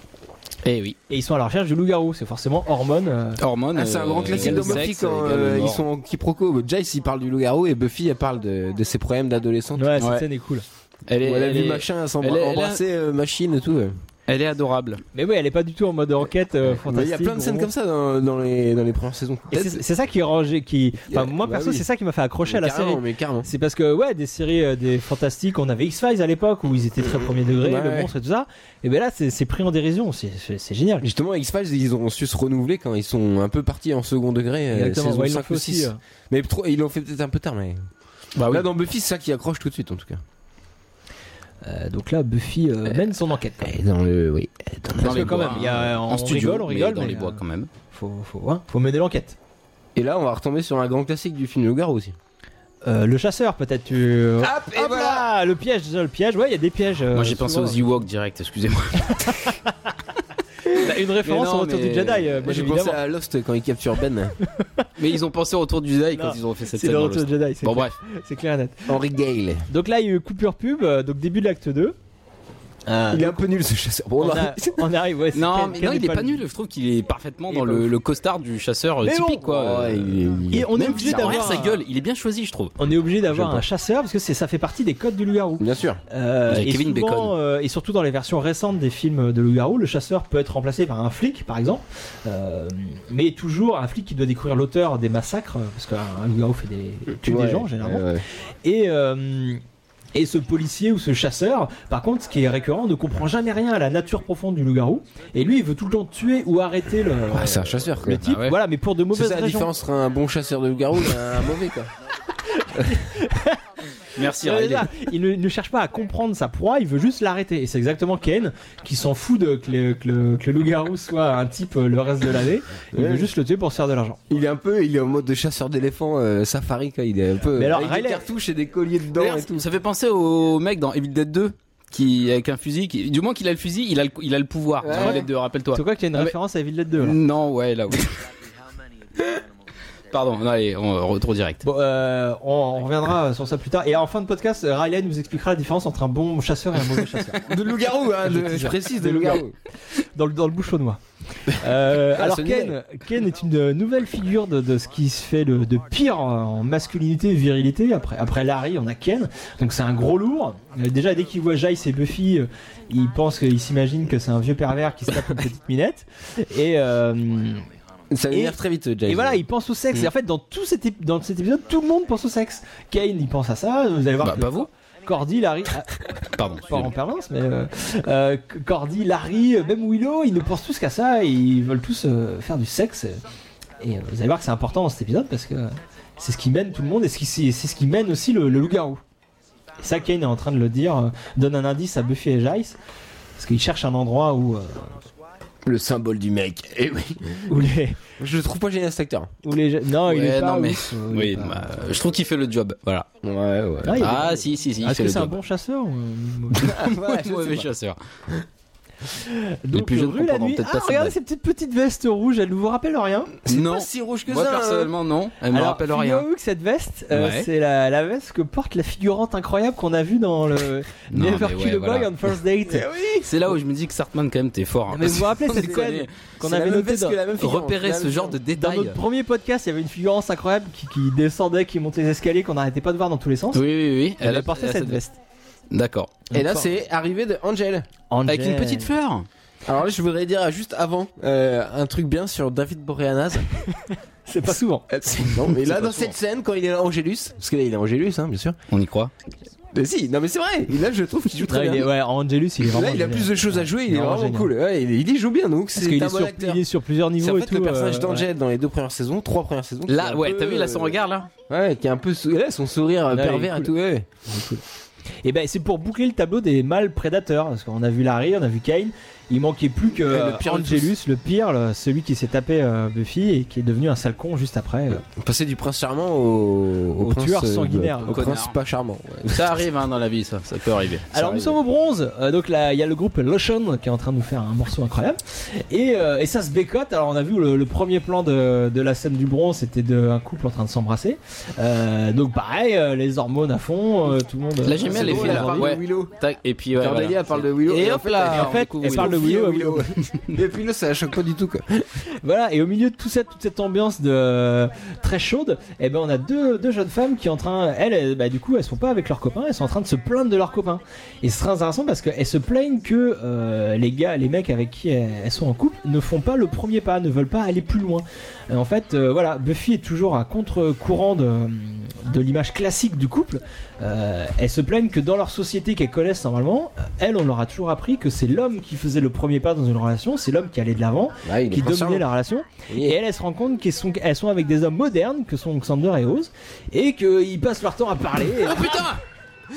Eh oui. Et ils sont à la recherche du loup-garou, c'est forcément hormone. euh, Hormones. Ah, c'est un grand euh, classique de Buffy sexe, quand égal euh, au ils mort. sont en quiproquo. Jace il parle du loup-garou et Buffy elle parle de, de ses problèmes d'adolescente. Ouais, cette Ouais. scène est cool. Elle Où est, elle a elle vu est- machin elle est- elle a- s'embrasser machine et tout. ouais. elle est adorable. Mais oui, elle est pas du tout en mode enquête euh, Mais fantastique. Il y a plein de scènes bon. comme ça dans, dans les, dans les premières saisons. Et c'est c'est ça qui est rangé, qui. Enfin, moi Bah perso, oui. c'est ça qui m'a fait accrocher à la Carrément, série. Mais carrément. C'est parce que ouais, des séries euh, des fantastiques, on avait X-Files à l'époque où ils étaient très premier degré, Ouais, le ouais. monstre et tout ça. Et ben là, c'est c'est pris en dérision, c'est- c'est c'est génial. Justement, X-Files, ils ont su se renouveler quand ils sont un peu partis en second degré. euh, saison ouais, ils l'ont 5 fait ou aussi, 6. euh. Bah Mais trop- ils l'ont fait peut-être un peu tard, mais. oui. Là, dans Buffy, c'est ça qui accroche tout de suite en tout cas. Euh, donc là, Buffy euh, mène son enquête. quoi. dans le. Oui. Parce que quand même, il y a- hein, on en studio, rigole, on mais rigole, dans mais, les euh, bois quand même. Faut, faut, hein, faut mener l'enquête. Et là, on va retomber sur un grand classique du film Loup-garou aussi. Euh, le chasseur, peut-être. Tu... euh, Hop, et voilà. là, le piège, déjà, le piège. Ouais, il y a des pièges. euh, Moi j'ai pensé souvent. aux Ewoks direct, excusez-moi. T'as Une référence Mais non, au retour mais- du Jedi. euh, bien Moi, j'ai évidemment. pensé à Lost quand il capture Ben. mais ils ont pensé au retour du Jedi Non, quand ils ont fait cette C'est scène. le dans retour Lost. du Jedi. C'est Bon clair, bref, c'est clair et net. Henry Gale. Donc là, il y a eu coupure pub. euh, donc début de l'acte 2. Il est un peu nul ce chasseur. Bon, On, bah, a- on arrive. Ouais, c'est Euh, Non, quel- mais quel non, il est pas le- nul. Je trouve qu'il est parfaitement Il est dans pas le, ouf. le costard du chasseur euh, Mais typique, bon. quoi. ouais, il est- Et on est Même obligé si ça d'avoir regarde sa un- gueule. Il est bien choisi, je trouve. On est obligé d'avoir Je un chasseur parce que c'est ça fait partie des codes du loup-garou. Bien sûr. Euh, Il y a et Kevin souvent, Bacon. euh, et surtout dans les versions récentes des films de loup-garou, le chasseur peut être remplacé par un flic, par exemple, Euh, mais toujours un flic qui doit découvrir l'auteur des massacres, euh, parce qu'un un loup-garou fait des, tue Ouais, des gens généralement. ouais, ouais. Et, euh, et ce policier ou ce chasseur, par contre, ce qui est récurrent, ne comprend jamais rien à la nature profonde du loup-garou, et lui, il veut tout le temps tuer ou arrêter le, Ah, c'est un chasseur quoi. le type, Ah ouais. voilà, mais pour de C'est mauvaises ça la raisons. différence entre un bon chasseur de loup-garou et un mauvais quoi. Merci Ouais, Riley. là, il, ne, il ne cherche pas à comprendre sa proie, il veut juste l'arrêter. Et c'est exactement Ken qui s'en fout de que le, que le- que le loup-garou soit un type euh, le reste de l'année. Il Ouais. veut juste le tuer pour se faire de l'argent. Il est un peu, il est en mode de chasseur d'éléphants euh, safari quoi. Il est un peu Mais alors, avec Riley- des cartouches et des colliers dedans D'ailleurs, et tout. Ça fait penser au mec dans Evil Dead 2 qui avec un fusil qui- du moins qu'il a le fusil il a le, il a le pouvoir dans Ouais. Evil Dead 2 rappelle-toi C'est quoi qu'il y a une Ah, mais- référence à Evil Dead 2 là non ouais là oui pardon non, allez on euh, retour direct Bon, euh, on, on reviendra sur ça plus tard. Et en fin de podcast, Riley nous expliquera la différence entre un bon chasseur et un mauvais chasseur. De loup-garou, hein, de- je précise, de loup-garou. dans le, dans le bouchonnois. Euh, Ah, alors c'est Ken, nouvelle. Ken est une euh, nouvelle figure de, de ce qui se fait de, de pire en masculinité et virilité. Après, après Larry, on a Ken. Donc c'est un gros lourd. Euh, déjà, dès qu'il voit Jace et Buffy, euh, il pense qu'il s'imagine que c'est un vieux pervers qui se tape une petite minette. Et, euh, Ça m'énerve très vite, James. et voilà, il pense au sexe. Et en fait, dans tout cet, ép- dans cet épisode, tout le monde pense au sexe. Kane, il pense à ça. Vous allez voir bah que pas vous Cordy, Larry... Ah, pardon pas en excusez-moi. permanence, mais euh, euh, Cordy, Larry, euh, même Willow, ils ne pensent tous qu'à ça, et ils veulent tous euh, faire du sexe. Et euh, vous allez voir que c'est important dans cet épisode parce que c'est ce qui mène tout le monde et ce qui- c'est c'est ce qui mène aussi le, le loup-garou. Et ça, Kane est en train de le dire, euh, donne un indice à Buffy et Jace parce qu'ils cherchent un endroit où, euh, Le symbole du mec. Et Eh oui. où les. Je le trouve pas génial cet acteur. Où les non, Ah, il Ouais, est pas. non, mais- ouf, euh, il est oui pas- bah, je trouve qu'il fait le job voilà Ouais, ouais. Ah, il est- ah si si si il Est-ce fait que le c'est un job bon chasseur ou euh, un mauvais Ah, Ouais, je sais mauvais pas. chasseur Donc, plus jeunes rue la comprendront nuit. peut-être Ah, pas cette regardez blague. cette petite petite veste rouge, elle ne vous rappelle rien C'est non pas si rouge que moi ça. hein. personnellement non elle me Alors, rappelle figurez-vous rien que cette veste, euh, Ouais. c'est la, la veste que porte la figurante incroyable qu'on a vue dans le Non, Never mais Kill ouais, a Boy voilà. on First Date. c'est là où je me dis que Sartman quand même t'es fort hein, mais vous vous rappelez Sans cette déconner. scène qu'on C'est la avait même notée veste dans, que la même figurante. repérer La même ce genre de figurante. dans détails notre premier podcast, il y avait une figurante incroyable qui, qui descendait, qui montait les escaliers, qu'on n'arrêtait pas de voir dans tous les sens. oui oui oui Elle, a porté cette veste. d'accord Et là, c'est arrivé de Angel. avec une Angel. petite fleur Alors là, je voudrais dire juste avant euh, un truc bien sur David Boreanaz. C'est pas souvent. non, mais C'est là, pas dans souvent. cette scène, quand il est Angelus, parce que là, il est Angelus, hein, bien sûr. on y croit Mais si, non, mais c'est vrai. Et là, je trouve qu'il joue Non, très il est- bien. ouais, Angelus, il est vraiment. Là, il a génial. plus de choses à jouer. Il Il est est vraiment vraiment génial. cool. Ouais, il il joue bien, donc Parce qu'il c'est est, un sur- bon acteur. il est sur plusieurs C'est niveaux en et fait tout. le personnage euh, d'Angel dans les deux premières saisons, trois premières saisons. qui est Là, un ouais, peu, t'as vu, là, son euh, regard, là Ouais, qui a un peu. sou- Là, son sourire euh, Là, il est pervers cool. et tout, ouais. Et ben c'est pour boucler le tableau des mâles prédateurs parce qu'on a vu Larry, on a vu Kane. Il manquait plus que le euh, pire de Angelus, le pire, le- celui qui s'est tapé euh, Buffy et qui est devenu un sale con juste après. euh. Passer du prince charmant au, Au prince, tueur euh, sanguinaire. Au prince Connard. pas charmant. ouais. Ça arrive hein, dans la vie, ça, ça peut arriver. Alors nous sommes au bronze. euh, donc là, il y a le groupe Lotion qui est en train de nous faire un morceau incroyable. Et, euh, et ça se bécote. Alors on a vu le, le premier plan de, de la scène du bronze, c'était de- un couple en train de s'embrasser. Euh, donc pareil, euh, les hormones à fond, euh, tout le monde. La euh, gemelle c'est est drôle, faite, elle là. parle de Ouais. Willow. Tac, et puis ouais, Cordelia voilà. parle de Willow. Et hop là, elle- en fait, découvre elle parle de Willow à Willow. Depuis là, ça la choque pas du tout. Quoi. Voilà, et au milieu de tout ça, toute cette ambiance de très chaude, eh ben on a deux, deux jeunes femmes qui en train, elles, elles, bah, du coup, elles sont pas avec leurs copains, elles sont en train de se plaindre de leurs copains. Et c'est très intéressant parce qu'elles se plaignent que euh, les gars, les mecs avec qui elles, elles sont en couple, ne font pas le premier pas, ne veulent pas aller plus loin. Et en fait, euh, voilà, Buffy est toujours à contre-courant de, de l'image classique du couple. Euh, elles se plaignent que dans leur société qu'elles connaissent normalement, euh, elles, on leur a toujours appris que c'est l'homme qui faisait le premier pas dans une relation, c'est l'homme qui allait de l'avant qui dominait la relation. Et elles, elles se rendent compte qu'elles sont, elles sont avec des hommes modernes, que sont Xander et Oz, et qu'ils passent leur temps à parler. Oh putain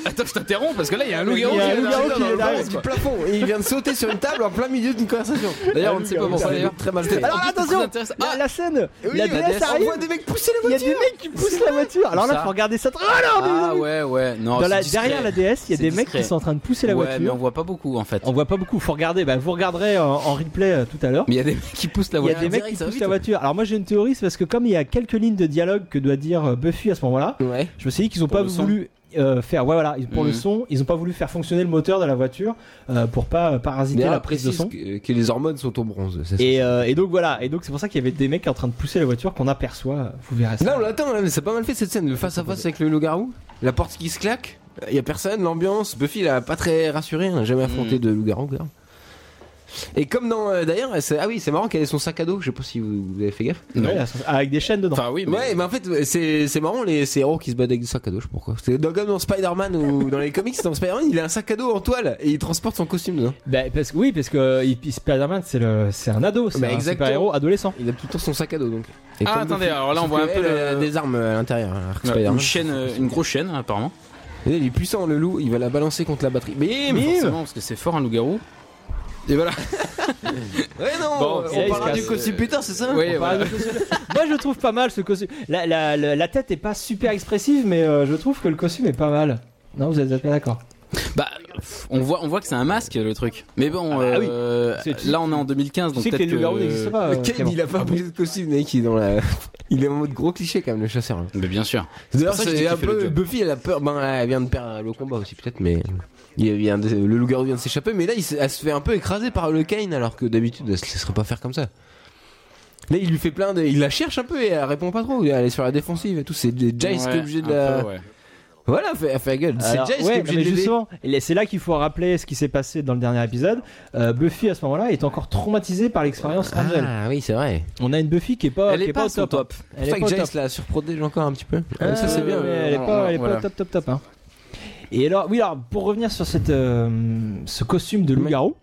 Attends, je t'interromps parce que là, il y a un Il loup-garou y a qui un est loup-garou dans- qui dans est le là, bronze, il quoi. plafond et il vient de sauter sur une table en plein milieu d'une conversation. D'ailleurs, on ne sait pas pourquoi d'ailleurs. Très mal fait. Alors là, attention, Très intéressant. la- Ah la scène, la la DS DS, arrive, des mecs pousser il y a des mecs qui poussent la voiture. Alors là, Ça. faut regarder ça. Oh non, mais- Ah ouais, ouais, non. Dans c'est la- discret. derrière la DS, il y a C'est des mecs discret. qui sont en train de pousser la Ouais, mais on voiture. voit pas beaucoup en fait. On voit pas beaucoup. Faut regarder. Bah, vous regarderez en, en replay euh, tout à l'heure. Mais il y a des mecs qui poussent la Il y a voiture. des mecs direct, qui ça va poussent vite. hein. la voiture. Alors moi j'ai une théorie, c'est parce que comme il y a quelques lignes de dialogue que doit dire euh, Buffy à ce moment-là, Ouais. Je me suis dit qu'ils ont Pour pas le son. voulu euh, faire. Ouais, voilà, pour Mhm. le son, ils ont pas voulu faire fonctionner le moteur de la voiture euh, pour pas euh, parasiter la prise de son. que, que les hormones sont au bronze. c'est ça. Et, euh, et donc voilà, et donc c'est pour ça qu'il y avait des mecs en train de pousser la voiture qu'on aperçoit. Vous verrez ça. Là, on l'attend, là, mais c'est pas mal fait cette scène, le face à face avec le loup-garou. La porte qui se claque, il y a personne, l'ambiance. Buffy, elle a pas très rassuré, elle n'a jamais affronté de loup-garou. quoi. Et comme dans. euh, D'ailleurs, c'est- ah oui, c'est marrant qu'elle ait son sac à dos, je sais pas si vous, vous avez fait gaffe. Ouais, là, ça- avec des chaînes dedans. Enfin, oui, mais. Ouais, mais en fait, c'est c'est marrant les ces héros qui se battent avec des sacs à dos, je sais pas pourquoi. C'est dans- comme dans Spider-Man ou dans les comics, dans Spider-Man, il a un sac à dos en toile et il transporte son costume dedans. Bah, parce que oui, parce que euh, il- Spider-Man c'est le, c'est un ado, c'est Bah, un exactement. super héros adolescent. Il a tout le temps son sac à dos donc. Et Ah, comme attendez, Buffy, alors là, on sauf voit un que peu elle, euh, le- elle a des armes à l'intérieur. alors que Ouais, Spider-Man, Une chaîne, euh, une grosse chaîne apparemment. Et Il est puissant, le loup, il va la balancer contre la batterie. Bim Forcément, parce que c'est fort un loup-garou. Et voilà Ouais, non Bon, On et là, il se parlera du casse. costume plus tard, c'est ça Oui, On parlera voilà. du costume. Moi, je trouve pas mal ce costume. La, la, la, la tête est pas super expressive, mais euh, je trouve que le costume est pas mal. Non, vous êtes pas d'accord Bah, pff, on voit, on voit que c'est un masque le truc. Mais bon, Ah bah oui. euh, C'est- tu- là on est en 2015, Tu donc sais que peut-être les loups-garous n'existent Ah, pas. euh, Ken, Clément. il a pas pris de costume, mec, il est dans la. Il est en mode gros cliché quand même, le chasseur. là. Mais bien sûr. D'ailleurs, pour ça que je c'est dis un qu'il fait le peu. job. Buffy, elle a peur. Ben, elle vient de perdre le combat aussi, peut-être, mais. Il vient de- Le loup-garou vient de s'échapper, mais là, il se- elle se fait un peu écraser par le Kane, alors que d'habitude, elle se laisserait pas faire comme ça. Là, il lui fait plein de. Il la cherche un peu et elle répond pas trop. Elle est sur la défensive et tout. C'est Jace qui est Ouais, obligé un de la. peu, ouais. Voilà, elle fait, elle fait la gueule. C'est Alors, Jace qui est ouais, obligé mais de l'aider. justement, et c'est là qu'il faut rappeler ce qui s'est passé dans le dernier épisode. Euh, Buffy à ce moment-là est encore traumatisée par l'expérience Angel. Ah oui, c'est vrai. On a une Buffy qui est pas, Elle qui est est pas, pas au son top. top. Elle C'est est pour pas au ça que top. Jace la surprotège encore un petit peu. Ah, ça, c'est ouais, bien. ouais, elle est on- pas, elle est voilà. pas au top, top, top. hein. Et alors, oui, alors pour revenir sur cette, euh, ce costume de loup-garou,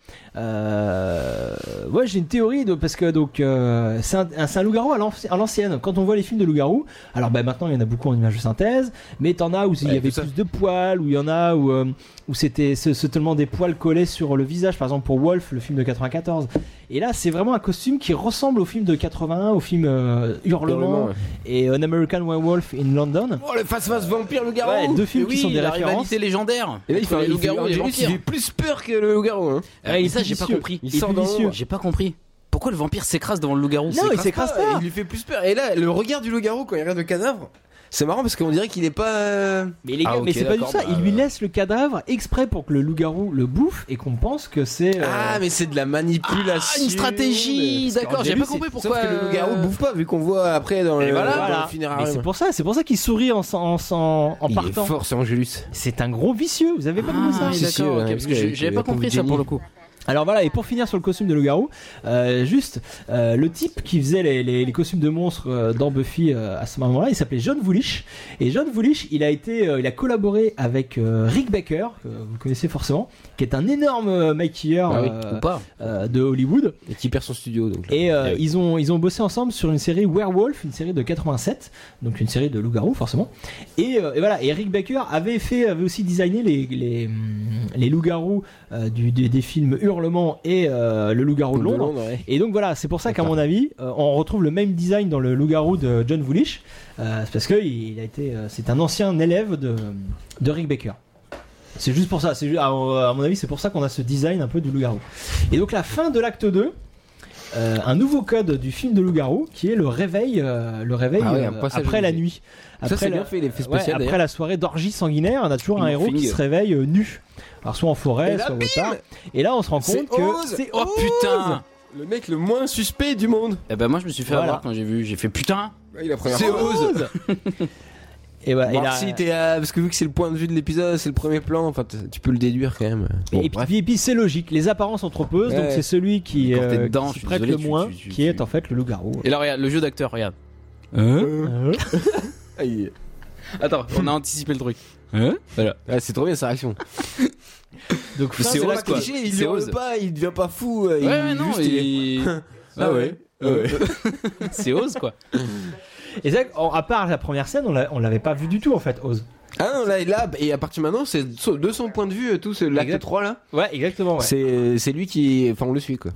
euh, ouais, j'ai une théorie de, parce que donc euh, c'est un, un- c'est un loup-garou à l'anci- à l'ancienne. Quand on voit les films de loup-garou, alors bah, maintenant il y en a beaucoup en image de synthèse, mais t'en as où il y Ouais, avait tout ça. plus de poils, où il y en a où, euh, où c'était c'est- c'est seulement des poils collés sur le visage, par exemple pour Wolf, le film de 94. Et là, c'est vraiment un costume qui ressemble au film de 81, au film euh, Hurlement, Hurlement, ouais. et An American Werewolf in London. Oh, le face-face vampire, le garou Ouais, deux films Mais oui, qui sont des la références. rivalité légendaire. Et là, il entre fait un les loups-garous et les il fait- il vampires. fait plus peur que le loup-garou. Hein. Ouais, Ah, il Et est ça, j'ai pas vicieux. compris. Il Il sort sort dans vicieux. J'ai pas compris. Pourquoi le vampire s'écrase devant le loup-garou Non, il s'écrase et pas. Il lui fait plus peur. Et là, le regard du loup-garou quand il regarde le cadavre, c'est marrant parce qu'on dirait qu'il est pas. euh, Mais les Ah, gars, ok, mais c'est pas du d'accord, ça. bah, il lui euh. laisse le cadavre exprès pour que le loup-garou le bouffe et qu'on pense que c'est. euh, Ah, mais c'est de la manipulation. Ah, une stratégie, Parce qu'en d'accord, j'ai début, pas compris c'est- pourquoi, Sauf que le loup-garou euh, bouffe pas, vu qu'on voit après dans le, voilà, dans le voilà. ah, Mais funérarium. c'est pour ça, c'est pour ça qu'il sourit en, s'en- en, s'en- en Il est partant. fort, c'est Angelus. C'est un gros vicieux. Vous avez pas vu ça Ah, Si, oui, si, d'accord, ouais, ok, parce parce que qu'avec j'ai- j'avais pas Tom compris ça Jenny. pour le coup. Alors voilà, et pour finir sur le costume de loup-garou, euh, juste euh, le type qui faisait les, les- les costumes de monstres euh, dans Buffy euh, à ce moment-là, il s'appelait John Voulish. Et John Voulish, il a été, euh, il a collaboré avec euh, Rick Baker, que vous connaissez forcément, qui est un énorme euh, maquilleur Ah oui, euh, Bah Ou pas euh, de Hollywood. Et qui perd son studio donc. Et euh, ils, ont, ils ont bossé ensemble sur une série Werewolf, une série de 87, donc une série de loup-garou forcément. Et, euh, et voilà, et Rick Baker avait, fait, avait aussi designé les, les, hum, les loups-garous euh, du- des, des films Hurlement et euh, le loup-garou de Londres. ouais. Et donc voilà, c'est pour ça qu'à mon avis, euh, on retrouve le même design dans le loup-garou de John Voulish, euh, c'est parce que il a été, euh, c'est un ancien élève de, de Rick Baker. C'est juste pour ça, c'est ju- à, à mon avis, c'est pour ça qu'on a ce design un peu du loup-garou. Et donc la fin de l'acte 2, euh, un nouveau code du film de loup-garou qui est le réveil, euh, le réveil Ah ouais, euh, un passage après la obligé. nuit. Ça, c'est la- bien fait, l'effet ouais, spécial. après la soirée d'orgie sanguinaire, on a toujours un Ils héros l'ont qui fini. se réveille euh, nu. Alors soit en forêt, Et là, soit au bim tard. Et là, on se rend C'est compte que Oz c'est Oh putain Le mec le moins suspect du monde. Eh ben moi je me suis fait Voilà. avoir quand j'ai vu, j'ai fait putain Ouais, il a première C'est fois. Oz Et voilà, et Bon, là- si t'es, euh, parce que vu que c'est le point de vue de l'épisode, c'est le premier plan, enfin t- tu peux le déduire quand même. Mais- Bon, et, puis, bref. et puis c'est logique, les apparences trompeuses, donc Ouais. c'est celui qui, Quand t'es euh, dedans, qui je suis prête désolé, le tu- moins, tu- tu- qui est tu- en fait le loup-garou. Et là regarde, le jeu d'acteur, regarde. Euh, Aïe. Attends, on a anticipé le truc. Voilà. Ah, c'est trop bien sa réaction. donc fin Mais c'est de Oz, la- quoi. cliché, il C'est hurle Oz. pas, il devient pas fou. euh, Ouais, il- ouais, non, juste, il est- et... Ah ouais. Euh, c'est Oz quoi. Et c'est vrai qu'en- à part la première scène, on l'a- on l'avait pas vu du tout en fait, Oz. Ah non, là, là, et à partir de maintenant, c'est so- de son point de vue, euh, tout ce l'acte Exact. 3 là, Ouais, exactement. c'est c'est lui qui. Enfin, on le suit quoi.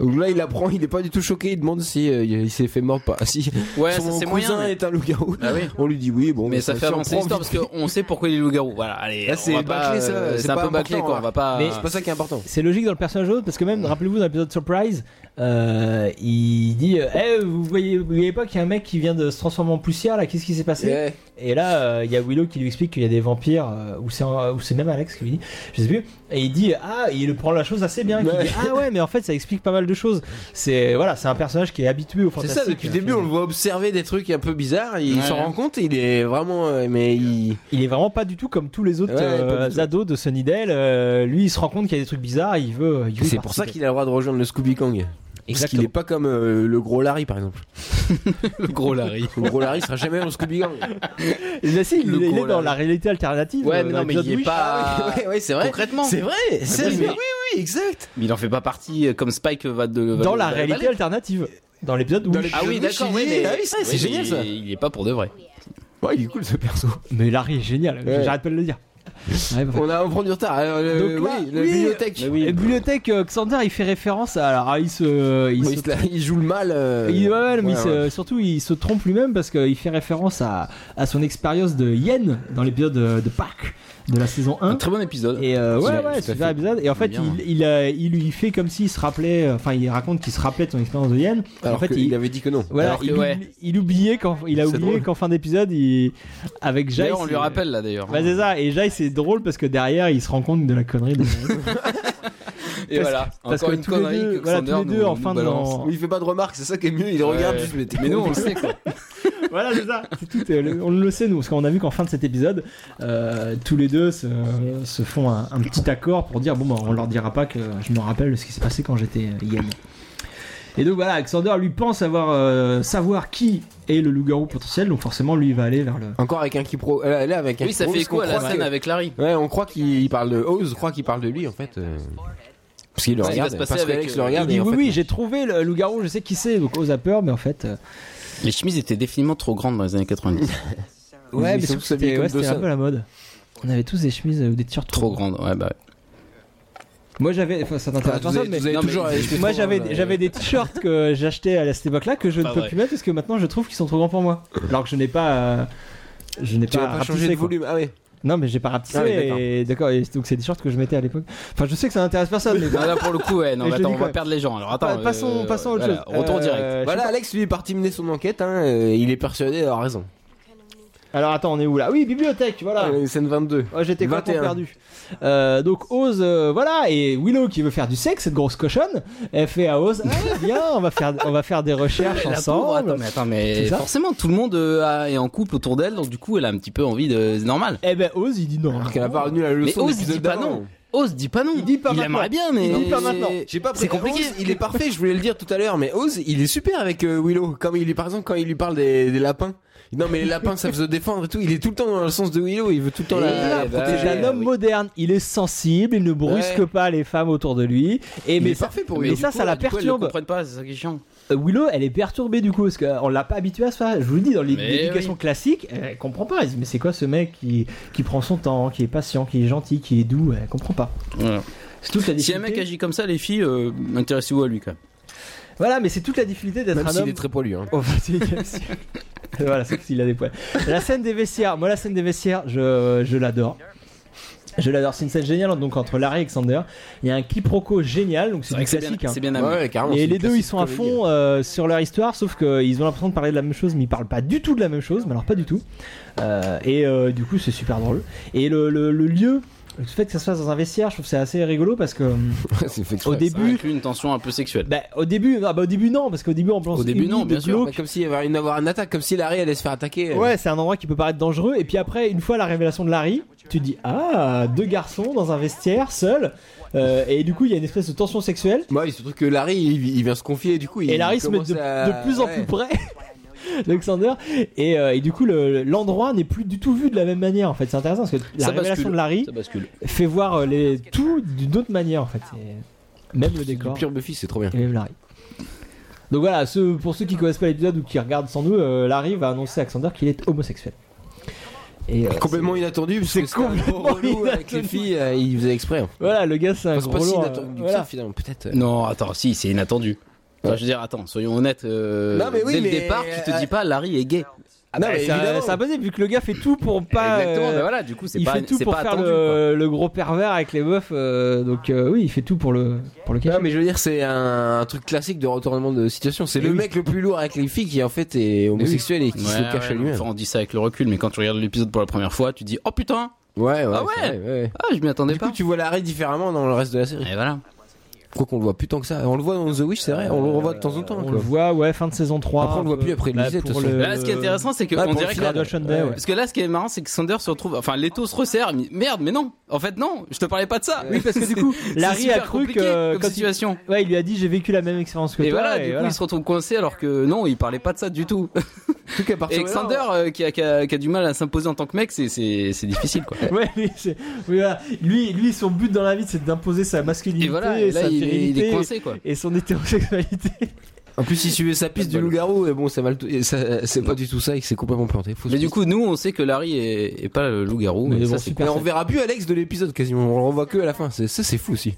Donc Là, il apprend, il est pas du tout choqué, il demande si euh, il s'est fait mort pas. Si Ouais, ça son c'est cousin moyen. mais- est un loup-garou. Ah oui. On lui dit oui, bon, Mais ça fait si on avancer prend l'histoire vite- parce qu'on sait pourquoi il est loup-garou. Voilà, allez, Là, on c'est va pas, bâclé, ça, euh, c'est C'est un pas peu bâclé important, quoi, hein. on va pas. Mais- C'est pas ça qui est important. C'est logique dans le personnage Oz, parce que même, rappelez-vous, dans l'épisode Surprise, euh, il dit euh, Eh, vous voyez, vous voyez pas qu'il y a un mec qui vient de se transformer en poussière là, qu'est-ce qui s'est passé Ouais. Et là, euh, il y a Willow qui lui explique qu'il y a des vampires, euh, ou c'est un- ou c'est même Alex qui lui dit, je sais plus. Et il dit ah, il prend la chose assez bien. qu'il Ouais. dit, ah ouais, mais en fait, ça explique pas mal de choses. C'est voilà, c'est un personnage qui est habitué au C'est fantastique. hein. ça, depuis le début, on le voit observer des trucs un peu bizarres, il Ouais. s'en rend compte, il est vraiment. euh, Mais il. Il est vraiment pas du tout comme tous les autres Ouais, euh, pas du tout. ados de Sunnydale. Euh, lui, il se rend compte qu'il y a des trucs bizarres. et Il veut. il veut y C'est pour ça participer. qu'il a le droit de rejoindre le Scooby Kang. Parce qu'il Exactement. est pas comme euh, le gros Larry par exemple. Le gros Larry. Le gros Larry sera jamais dans le Scooby Gang. Et là, si, il, le il est gros, dans là. la réalité alternative. Ouais, euh, mais dans non, mais l'épisode il est Wish. Ah pas. Ah ouais, ouais, c'est vrai. Concrètement. C'est vrai, bien c'est mais sûr. oui, oui, exact. Mais il en fait pas partie euh, comme Spike va Ah de. va Dans de- la va de- réalité alternative. Dans l'épisode où. Ah oui, l'épisode Wish, d'accord, il ouais, est- mais- ah oui, c'est- ouais, c'est génial, mais ça. Il est pas pour de vrai. Ouais, il est cool ce perso. Mais Larry est génial, Ouais. j'arrête pas de le dire. Ouais, bah, On, a, on prend du retard. Alors, le- Donc là, oui, la oui, bibliothèque. Et la bibliothèque, euh, Xander il fait référence à. Alors, ah, il se. Il Oui, se- il, se- il joue le mal. euh, il- ouais, ouais, mais ouais, il se- ouais. surtout il se trompe lui-même parce qu'il fait référence à, à son expérience de Yen dans l'épisode de, de Park de la saison 1. Un très bon épisode. Et euh, ouais, Ouais, ouais, tout à super fait. épisode. Et en fait, Bien. il, il, a- il lui fait comme s'il se rappelait, euh, enfin, il raconte qu'il se rappelait de son expérience de Yen. Alors en fait, qu'il avait dit que non. voilà, Alors que il, ouais. oublie- il oubliait qu'en- il a C'est oublié drôle. qu'en fin d'épisode, il, avec Jai. D'ailleurs, on lui c'est- rappelle là d'ailleurs. Bah, c'est ça. Et Jai, c'est drôle parce que derrière, il se rend compte de la connerie de Et voilà, parce encore que une tous les connerie deux- que voilà, Xander tous les nous- deux, en nous fin de- balance. en- Oui, il fait pas de remarques, c'est ça qui est mieux. Il regarde Ouais. juste, mais t'es Mais nous, con. on le sait quoi. voilà, c'est ça. C'est tout, euh, le- on le sait, nous, parce qu'on a vu qu'en fin de cet épisode, euh, tous les deux se, se font un, un petit accord pour dire bon, bah, on leur dira pas que je me rappelle ce qui s'est passé quand j'étais euh, Yen. Et donc voilà, Alexander lui pense avoir euh, savoir qui est le loup-garou potentiel, donc forcément lui il va aller vers le. Encore avec un qui pro. Là, là, avec un Oui, ça quiproquo, fait parce qu'on écho à la croit scène que- avec Larry. Ouais, on croit qu'il parle de Oz, croit qu'il parle de lui en fait. euh, Parce qu'il le Parce qu'il regarde, va se passer parce avec, qu'Alex euh, le Il regarde. dit et en oui, fait, oui, j'ai trouvé le loup-garou, je sais qui c'est, donc Oz a peur, mais en fait. euh, Les chemises étaient définitivement trop grandes dans les années 90. Ils ouais, mais sont surtout, tous habillés c'était comme ouais, c'était Dawson. un peu la mode. On avait tous des chemises euh, ou des t-shirts trop grandes, ouais, bah. ouais. Moi j'avais. Enfin, ça Ah, t'intéresse vous personne, avez- mais- vous avez non, toujours- mais- j'étais Moi trop- j'avais euh, j'avais des t-shirts que j'achetais à cette époque-là que je ne Pas peux vrai. plus mettre parce que maintenant je trouve qu'ils sont trop grands pour moi. Alors que je n'ai pas euh, je n'ai Tu pas, vas pas rapetissé, changer de quoi. volume. Ah ouais. Non mais j'ai pas rapetissé Ah oui, d'accord. et d'accord et donc c'est des t-shirts que je mettais à l'époque. Enfin je sais que ça n'intéresse personne mais Non, là pour le coup, ouais, non, Mais bah, je attends, dis on quoi va perdre les gens. Alors Pa- attends, passons euh, passons à autre voilà, chose. Retour Euh, direct. je sais Voilà, pas. Alex lui est parti mener son enquête. Hein, euh, il est persuadé d'avoir raison. Alors attends, on est où là Oui, bibliothèque, voilà. Euh, Scène 22. Oh, j'étais complètement 21. perdu. Euh, donc Oz, euh, voilà, et Willow qui veut faire du sexe, cette grosse cochonne, elle fait à Oz, ah, bien, on va faire, on va faire des recherches Ah, La pauvre, ensemble. attends, mais attends, C'est mais ça forcément tout le monde euh, a- est en couple autour d'elle, donc du coup elle a un petit peu envie de. C'est normal. Eh ben Oz, il dit non. Alors qu'elle a pas retenu la Mais leçon de Ose dit l'épisode pas d'avant. non. Ose dit pas non. Il dit pas maintenant. aimerait bien, mais. Il dit pas maintenant. J'ai pas C'est compliqué. Oz, il est parfait, je voulais le dire tout à l'heure, mais Oz, il est super avec euh, Willow. Comme il lui, par exemple, quand il lui parle des, des lapins. Non, mais les lapins, ça se défendre et tout. Il est tout le temps dans le sens de Willow, il veut tout le temps la, Et la bah, protéger. Eh ben, C'est un homme moderne, il est sensible, il ne brusque Ouais. pas les femmes autour de lui. Et mais est ça, parfait pour mais lui. ça, ça la Ils perturbe. comprennent pas, c'est ça qui est chiant. Euh, Willow, elle est perturbée du coup, parce qu'on l'a pas habituée à ça. Je vous le dis, dans l'é- Mais l'éducation classique, elle comprend pas. Elle se dit, mais c'est quoi ce mec qui, qui prend son temps, qui est patient, qui est gentil, qui est doux Elle comprend pas. Voilà. C'est toute la Si un mec difficulté. agit comme ça, les filles, euh, intéressez-vous à lui quand même. Voilà, mais c'est toute la difficulté d'être Même un s'il homme est très poilu. Hein. au 21e siècle. voilà, sauf s'il a des poils. La scène des vestiaires, moi la scène des vestiaires, je, je l'adore. Je l'adore, c'est une scène géniale donc entre Larry et Alexander. Il y a un quiproquo génial, donc c'est du C'est bien, classique. hein. c'est bien Ouais, amené. ouais, carrément, c'est Et une les deux ils classique sont à comédie. fond euh, sur leur histoire, sauf qu'ils ont l'impression de parler de la même chose, mais ils parlent pas du tout de la même chose, mais alors pas du tout. Euh, et euh, du coup c'est super drôle. Et le, le- le lieu, le fait que ça se passe dans un vestiaire, je trouve que c'est assez rigolo parce que hum, C'est fait exprès, au ça. Ça début, inclut une tension un peu sexuelle. bah, au début, ah, bah, au début non, parce qu'au début en plan Au début, non, humide, bien sûr. glauque, Ouais, Comme s'il y avait une, avoir une attaque, comme si Larry allait se faire attaquer. euh. Ouais, c'est un endroit qui peut paraître dangereux. Et puis après, une fois la révélation de Larry, tu te dis Ah, deux garçons dans un vestiaire, seuls. Euh, et du coup, il y a une espèce de tension sexuelle. Ouais, surtout que Larry, il, il vient se confier, et du coup, il. Et Larry se met commence de, à- de plus en ouais. plus près. d'Alexander et, euh, et du coup le- l'endroit n'est plus du tout vu de la même manière en fait c'est intéressant parce que la Ça révélation bascule. de Larry Ça bascule. fait voir euh, les, tout d'une autre manière en fait C'est- même le Du décor pire Buffy, c'est trop bien. et même Larry donc voilà ceux- pour ceux qui connaissent pas l'épisode ou qui regardent sans nous euh, Larry va annoncer à Alexander qu'il est homosexuel et euh, Complètement inattendu, parce c'est que c'était un gros complètement relou avec les inattendu. filles, euh, il faisait exprès. hein. Voilà, le gars, c'est un Enfin, c'est gros pas si lourd, inattendu euh, que ça, voilà. finalement, peut-être. euh. Non, attends, si, c'est inattendu. Enfin, je veux dire, attends, soyons honnêtes. euh, Non, mais oui, dès mais- le départ, tu te dis pas Larry est gay. Ah, non, Ouais, euh, mais bah, c'est un- évidemment. C'est impossible vu que le gars fait tout pour pas. Exactement, euh, bah voilà, du coup, c'est il pas, fait tout c'est pour pas faire attendu. quoi. le, le gros pervers avec les meufs. euh, donc euh, oui, il fait tout pour le pour le Non, cacher. mais je veux dire, c'est un, un truc classique de retournement de situation. C'est Et le oui. mec le plus lourd avec les filles qui en fait est homosexuel et qui Ouais, se cache ouais, à lui-même. enfin, on dit ça avec le recul, mais quand tu regardes l'épisode pour la première fois, tu dis Oh putain Ouais, ouais. Ah ouais c'est vrai, ouais. Ah, je m'y attendais Du pas. coup, tu vois l'arrêt différemment dans le reste de la série. Et voilà. Quoi qu'on le voit plus tant que ça. On le voit dans The Wish, c'est vrai. On le revoit de temps en temps. Euh, on quoi. le voit, ouais, fin de saison 3. Après, on le voit un peu. plus après le Bah, lycée, de pour toute façon. le- Là, ce qui est intéressant, c'est Euh, Ouais, qu'on pour dirait le que. final. Graduation Day, ouais. Parce que là, ce qui est marrant, c'est que Sander se retrouve. Enfin, l'étau se resserre. mais Merde, mais non En fait, non Je te parlais pas de ça Oui, parce que du coup, Larry a cru que Comme quand il- situation. Ouais, il lui a dit j'ai vécu la même expérience que Et toi. voilà, du coup, voilà. il se retrouve coincé alors que non, il parlait pas de ça du tout. Tout cas, à partir Et de là, Xander, euh, qui, a, qui a- qui a du mal à s'imposer en tant que mec, c'est- c'est c'est difficile quoi. Ouais, lui, c'est- oui, voilà. lui, lui, son but dans la vie, c'est d'imposer sa masculinité, Et voilà, et là, sa il, est- il virilité est coincé quoi. et son hétérosexualité. En plus, il suivait sa piste du loup-garou, et bon, ça va le- et ça- c'est pas du tout ça, et que c'est complètement planté. Faut se- Mais du coup, nous, on sait que Larry est, est pas le loup-garou. Mais et bon, ça, c'est super. cool. Mais on verra plus Alex de l'épisode quasiment, on le revoit que à la fin. C'est- Ça, c'est fou aussi.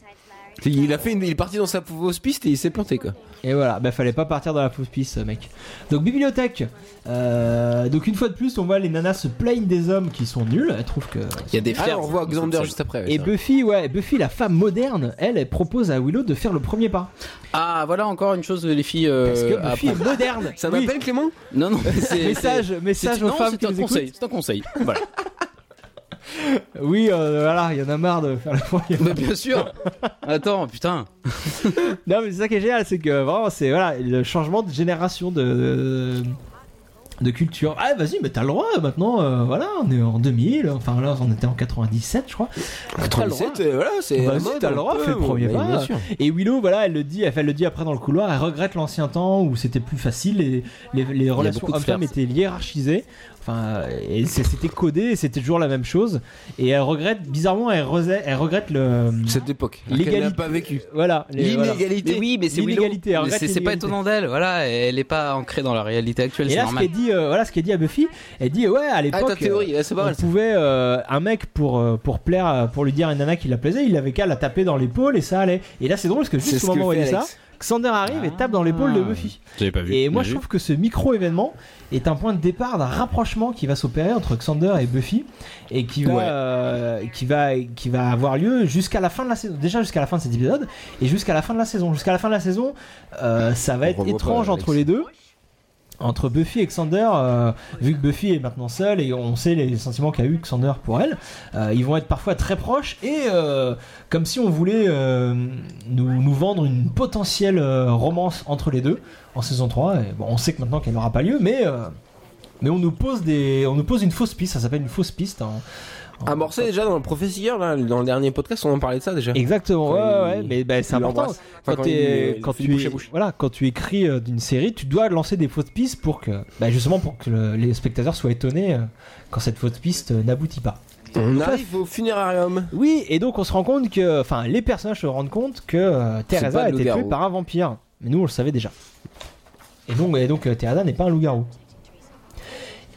C'est- Il a fait, une- il est parti dans sa fausse piste et il s'est planté quoi. Et voilà, bah fallait pas partir dans la fausse piste, ce mec. Donc bibliothèque. Euh, donc une fois de plus, on voit les nanas se plaignent des hommes qui sont nuls. Elles trouvent que. Il y a des Ah, frères. on revoit Xander juste après. ouais, Et c'est vrai. Buffy, ouais, Buffy, la femme moderne, elle, elle propose à Willow de faire le premier pas. Ah, voilà encore une chose, les filles. euh, Parce que à Buffy est moderne. Ça Oui. m'appelle Clément Non, non, c'est. Message, c'est- message c'est- aux non, femmes c'est qui un nous conseil. C'est un conseil. Voilà. écoutent. Oui, euh, voilà, il y en a marre de faire le premier. Bah, bien sûr. Attends, putain. Non, mais c'est ça qui est génial, c'est que vraiment, c'est voilà, le changement de génération de. de, de culture. Ah, vas-y, mais t'as le droit maintenant. euh, voilà, on est en 2000. Enfin, là, on était en 97, je crois. Ah, T'as le droit. 37, euh, voilà, c'est. Vas-y, la mode, Bah t'as le on droit, peut, fais le premier ouais, pas. bien sûr. Et Willow, voilà, elle le dit, elle, elle le dit après dans le couloir, elle regrette l'ancien temps où c'était plus facile et les, les relations beaucoup de hommes-femmes étaient hiérarchisées. Enfin, et c'est- c'était codé, et c'était toujours la même chose. Et elle regrette, bizarrement, elle, rese- elle regrette le. Cette époque. L'égalité. Qu'elle n'a pas vécu. Voilà. les- voilà. L'inégalité. Mais oui, mais c'est Willow. L'inégalité, Mais arrête C'est c'est pas l'inégalité. étonnant d'elle. Voilà, elle est pas ancrée dans la réalité actuelle. Et C'est là, ce normal. qu'elle dit, euh, voilà, ce qu'elle dit à Buffy, elle dit ouais, à Ah, l'époque, euh, ta théorie, là, c'est pas on mal. ça. pouvait euh, un mec pour euh, pour plaire, euh, pour lui dire à une nana qui la plaisait, il avait qu'à la taper dans l'épaule et ça allait. Et là, c'est drôle parce que C'est juste ce au moment que où elle fait dit ça, Alex. Xander arrive et tape dans l'épaule Ah. de Buffy. J'avais pas vu. Et moi, Bien je vu. trouve que ce micro-événement est un point de départ d'un rapprochement qui va s'opérer entre Xander et Buffy et qui va, Ouais. euh, qui va, qui va avoir lieu jusqu'à la fin de la saison. Déjà jusqu'à la fin de cet épisode et jusqu'à la fin de la saison. Jusqu'à la fin de la saison, euh, ça va On être revoit étrange pas entre Alex. les deux. Entre Buffy et Xander, euh, vu que Buffy est maintenant seule et on sait les sentiments qu'a eu Xander pour elle, euh, ils vont être parfois très proches et euh, comme si on voulait euh, nous, nous vendre une potentielle euh, romance entre les deux en saison 3. Et bon, on sait que maintenant qu'elle n'aura pas lieu, mais, euh, mais on, nous pose des, on nous pose une fausse piste, ça s'appelle une fausse piste. hein. en- en- Amorcé Ah, déjà dans le professeur, là, dans le dernier podcast, on en parlait de ça déjà. Exactement, Quand ouais, il- ouais, mais bah, c'est il important. l'embrasse. Quand, Enfin, quand t'es- il- il quand fait tu du bouche é- à bouche. voilà, quand tu écris euh, d'une série, tu dois lancer des fausses pistes pour que, bah, justement, pour que le- les spectateurs soient étonnés euh, quand cette fausse piste euh, n'aboutit pas. On arrive au funérarium. Oui, et donc on se rend compte que, enfin, les personnages se rendent compte que euh, C'est Teresa pas a le été tuée loup-garou. par un vampire. Mais nous, on le savait déjà. Et donc, et donc euh, Teresa n'est pas un loup-garou.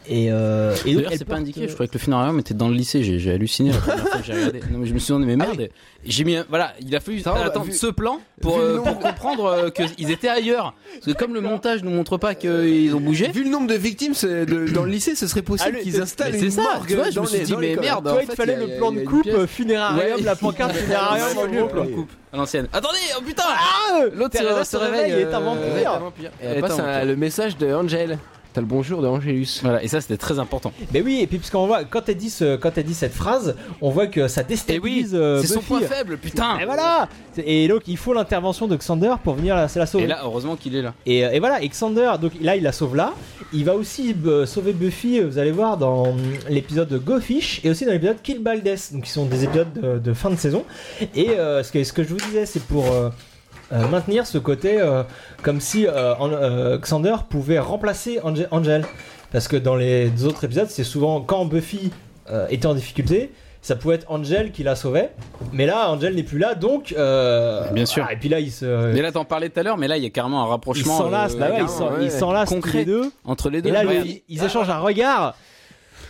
Et, euh, et donc, D'ailleurs, elle c'est pas porte- indiqué. Je croyais que le funérarium était dans le lycée. J'ai j'ai halluciné. la première fois que j'ai regardé. Non, mais je me suis dit, mais merde. J'ai mis. un- Voilà, il a fallu Ça va, attendre vu- ce plan pour, vu le euh, nombre- pour comprendre euh, qu'ils étaient ailleurs. Parce que comme le montage nous montre pas qu'ils ont bougé. Vu le nombre de victimes c'est- de- dans le lycée, ce serait possible Ah, qu'ils installent mais c'est une ça, morgue tu vois, je dans me suis les- dit, dans mais l'école. merde, Toi, en il te fait, fallait il y a- le plan il y de a une coupe pièce. euh, funérarium, Ouais. la pancarte funérarium en Ouais, gros. ouais. quoi. coupe à l'ancienne. Attendez, oh putain L'autre Teresa se, Ah, se se réveille, réveille. il est un vampire. ouais, il est un vampire. Et Et elle passe euh, attends, un- ok. le message de Angel. T'as le bonjour de Angelus. Voilà, et ça c'était très important. Mais oui, et puis parce qu'on voit quand elle dit ce, quand elle dit cette phrase, on voit que ça Et oui, déstabilise euh, Ah c'est son Buffy. point faible, putain. Et voilà. Et donc il faut l'intervention de Xander pour venir la, c'est la sauver. Et là, heureusement qu'il est là. Et, euh, et voilà, et Xander, donc là il la sauve là. Il va aussi euh, sauver Buffy, euh, vous allez voir, dans hum, l'épisode de Go Fish et aussi dans l'épisode Kill Baldes, donc qui sont des épisodes de, de fin de saison. Et euh, ce, que, ce que je vous disais, c'est pour euh, euh, maintenir ce côté euh, comme si euh, en- euh, Xander pouvait remplacer Ange- Angel. Parce que dans les autres épisodes, c'est souvent quand Buffy euh, était en difficulté. Ça pouvait être Angel qui la sauvait, mais là Angel n'est plus là, donc euh, Bien sûr. ah, et puis là il se, Mais là, t'en parlais tout à l'heure, mais là, il y a carrément un ils rapprochement s'enlacent, euh, bah ouais, ils carrément, s'en- ouais. ils s'enlacent tous Concret. les deux. entre les deux. Et là, Ouais. lui, ils échangent un regard.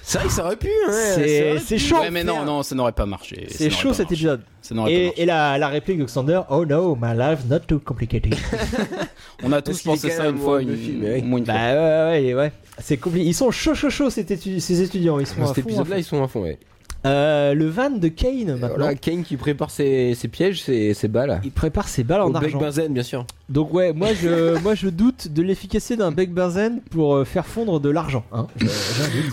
C'est vrai que ça aurait pu. hein, C'est c'est chaud. Ouais, mais non, non, ça n'aurait pas marché. C'est chaud cet épisode. épisode. Ça n'aurait pas Et, marché. et la, la réplique de Xander, oh no, my life's not too complicated. On a tous qu'il pensé est quand ça même une fois, amoureux de une- Buffy, mais oui. au moins une fois. bah ouais, ouais, ouais. C'est compliqué. Ils sont chauds, chauds, chauds, ces, étu- ces étudiants. Ils sont Dans à cet fond, épisode-là, à ils sont à fond, ouais. fond. Euh, le van de Kane Voilà, maintenant. Kane qui prépare ses, ses pièges, ses, ses balles. Il prépare ses balles Au en bec argent. benzène, bien sûr. Donc ouais, moi je, moi je doute de l'efficacité d'un bec benzène pour euh, faire fondre de l'argent. Hein.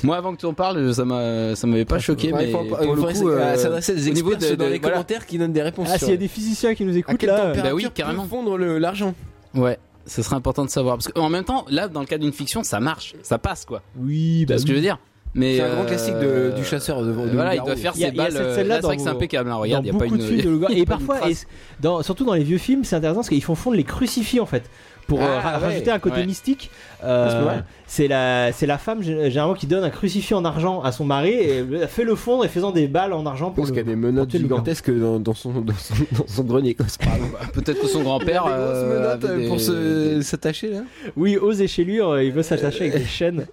Moi, avant que tu en parles, ça m'a, ça m'avait pas choqué, Ouais, mais il faut- pour il le faut coup, euh, s'adresser à des au niveau experts de, ceux dans de- les voilà. commentaires qui donnent des réponses. Ah, sur- s'il y a des physiciens qui nous à écoutent quelle là. température Bah oui, peut carrément. fondre le- l'argent. Ouais, ce serait important de savoir parce qu'en même temps, là, dans le cas d'une fiction, ça marche, ça passe quoi. Oui, Tu vois ce que je veux dire Mais C'est un grand euh, classique de- du chasseur de- de voilà, il loup-garou. dois faire Il y a- ses il y a balles. cette euh, scène-là là, C'est vrai que dans- c'est impeccable. Là, regarde, il dans y a pas beaucoup une. de films de Logan. il y a Et pas une parfois, trace. et dans- surtout dans les vieux films, c'est intéressant parce qu'ils font fondre les crucifix en fait. pour euh, Ah, ra- ouais. rajouter un côté Ouais. mystique. c'est Euh, pas mal. c'est la c'est la femme gé- généralement qui donne un crucifix en argent à son mari et le- fait le fondre et faisant des balles en argent Je pour pense qu'il y a le... des menottes pour le loup-garou. gigantesques dans, dans son, dans, son, dans son grenier. Quoi. C'est pas grave. Peut-être que son grand-père. Il a des grosses euh, menottes, avait euh, pour des- se- s'attacher là. Oui, aux échelures, euh, il veut s'attacher avec des chaînes.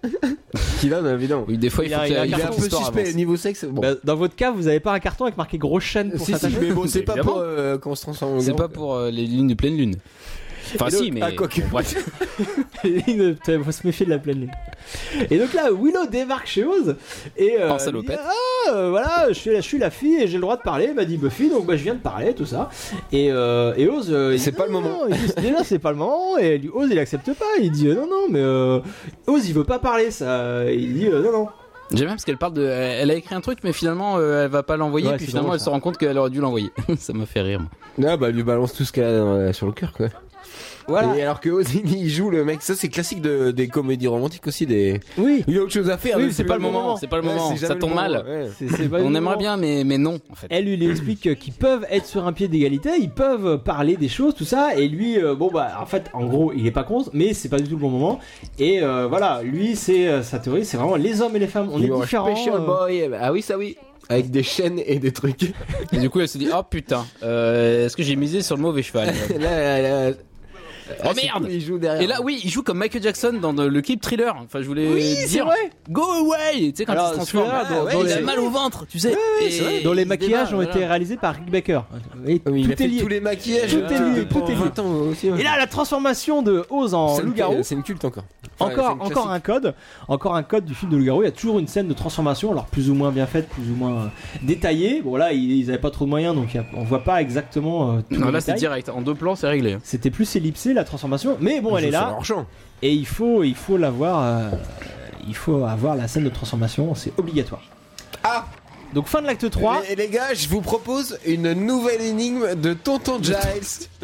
Qui là, évidemment. Oui, des fois, il Il faut a- qu'il y il a ait Il est un carton peu suspect niveau sexe. Bon. Bah, dans votre cas, vous avez pas un carton avec marqué grosse chaîne pour si, si, s'attacher mais bon, c'est Mais pas évidemment. pour euh, qu'on se transforme en C'est garou, pas quoi. pour euh, les lunes de pleine lune. Enfin, Et donc- si, mais. Ah, quoique. bon, bref. Il ne- putain, faut se méfier de la pleine lune. Et donc là, Willow débarque chez Oz et euh, En salopette. dit, ah, euh, voilà, je suis, la, je suis la fille et j'ai le droit de parler. M'a dit Buffy, donc bah, je viens de parler, tout ça. Et, euh, et Oz, euh, il C'est dit, pas non, le non, moment. non. Il dit, Déjà, c'est pas le moment. Et lui, Oz, il accepte pas. Il dit euh, non, non, mais euh, Oz, il veut pas parler. Ça, il dit euh, non, non. J'aime bien parce qu'elle parle de. Elle a écrit un truc, mais finalement, euh, elle va pas l'envoyer. Ouais, puis c'est hein. finalement, drôle, elle ça. se rend compte qu'elle aurait dû l'envoyer. ça me fait rire. moi. Ah bah lui balance tout ce qu'elle a dans- sur le cœur quoi. Voilà. Et alors que Oz il joue le mec, ça c'est classique de- des comédies romantiques aussi. Des... Oui. Il a autre chose à faire. Oui, mais c'est pas le moment. C'est pas le moment. c'est Ça jamais tombe le moment, mal. ouais. C'est- c'est pas On le aimerait moment. bien, mais, mais non, en fait. Elle lui lui explique qu'ils peuvent être sur un pied d'égalité, ils peuvent parler des choses, tout ça, et lui, euh, bon bah en fait, en gros, il est pas contre, mais c'est pas du tout le bon moment. Et euh, voilà, lui, c'est euh, sa théorie, c'est vraiment les hommes et les femmes, on Il est aurait différents. pêché un euh, boy. Ah oui, ça oui. Avec des chaînes et des trucs. Et du coup, elle se dit Oh putain, euh, est-ce que j'ai misé sur le mauvais cheval Et là, là, là, Oh ah, c'est merde cool, il joue derrière. Et là, oui, il joue comme Michael Jackson dans le clip thriller. Enfin, je voulais c'est dire vrai. Go away Tu sais, quand Alors, il se transforme. celui-là, dans- ouais, dans il a les- mal au ventre, tu sais. Et- dont les il se maquillages débat, ont voilà. été réalisés par Rick Baker. Et Ah Oui, il tout a fait est lié. tous les maquillages. Tout est lié, euh, tout est pour lié. 20 ans aussi. ouais. Et là, la transformation de Oz en C'est une- loup-garou. C'est une culte encore. Enfin, Encore, c'est une encore un code, encore un code du film de Loup-Garou. Il y a toujours une scène de transformation, alors plus ou moins bien faite, plus ou moins euh, détaillée. Bon là, ils n'avaient pas trop de moyens, donc il y a- on voit pas exactement. euh, tout Non, le là, c'est détail. direct. En deux plans, c'est réglé. C'était plus ellipsé la transformation, mais bon, elle est Je suis là sur leur champ. et il faut, il faut l'avoir, euh, il faut avoir la scène de transformation, c'est obligatoire. Ah Donc fin de l'acte 3, Et les gars, je vous propose une nouvelle énigme de Tonton Giles.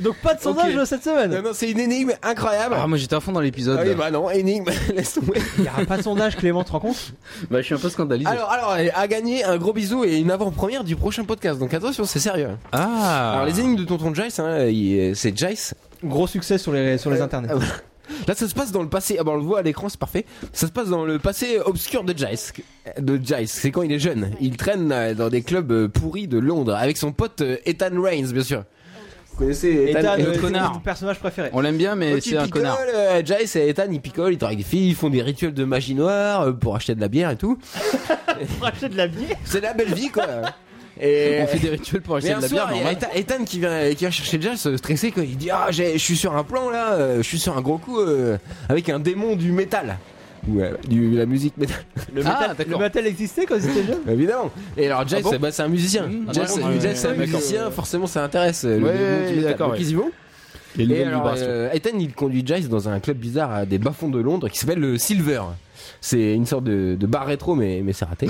donc pas de sondage Ok. Euh, cette semaine. non, non, c'est une énigme incroyable. Ah, moi j'étais à fond dans l'épisode. Ah oui, là. bah non, énigme, laisse tomber. Il n'y aura pas de sondage, Clément, tu te rends compte Bah, je suis un peu scandalisé. Alors, alors, à gagner un gros bisou et une avant-première du prochain podcast. Donc attention, c'est sérieux. ah Alors, les énigmes de Tonton Giles, hein, il- c'est Giles. Gros succès sur les sur les internets. ah, Là, ça se passe dans le passé. Ah, bah, on le voit à l'écran, c'est parfait. Ça se passe dans le passé obscur de Giles. De Giles, c'est quand il est jeune. Il traîne euh, dans des clubs euh, pourris de Londres avec son pote euh, Ethan Rains, bien sûr. Vous connaissez Ethan, le euh, c'est connard. mon personnage préféré. On l'aime bien, mais Donc, c'est il un picole, connard. Oh, euh, Jace et Ethan, ils picolent, ils draguent des filles, ils font des rituels de magie noire euh, pour acheter de la bière et tout. Pour acheter de la bière. C'est la belle vie, quoi. Et... On fait des rituels pour Mais acheter un de la bière, soir, il y a normal. Ethan, Ethan qui vient, qui vient chercher Giles euh, stressé, quoi. il dit Ah, j'ai- je suis sur un plan là, euh, je suis sur un gros coup euh, avec un démon du métal. Ou euh, du- la musique métal, Le Ah, Mattel- d'accord. le Mattel existait quand ils étaient jeunes évidemment. Et alors, Jace, Ah bon bah, c'est un musicien. Mmh, d'accord, Jace, c'est- ouais, Jace, ouais, c'est un d'accord. musicien, forcément, ça intéresse. euh, le Ouais, démon du ouais, métal. d'accord, Donc, ouais. ils y vont. Les Et nouvelles alors, vibrations. euh, Ethan, il conduit Giles dans un club bizarre à des bas-fonds de Londres qui s'appelle le Silver. C'est une sorte de, de bar rétro, mais, mais c'est raté.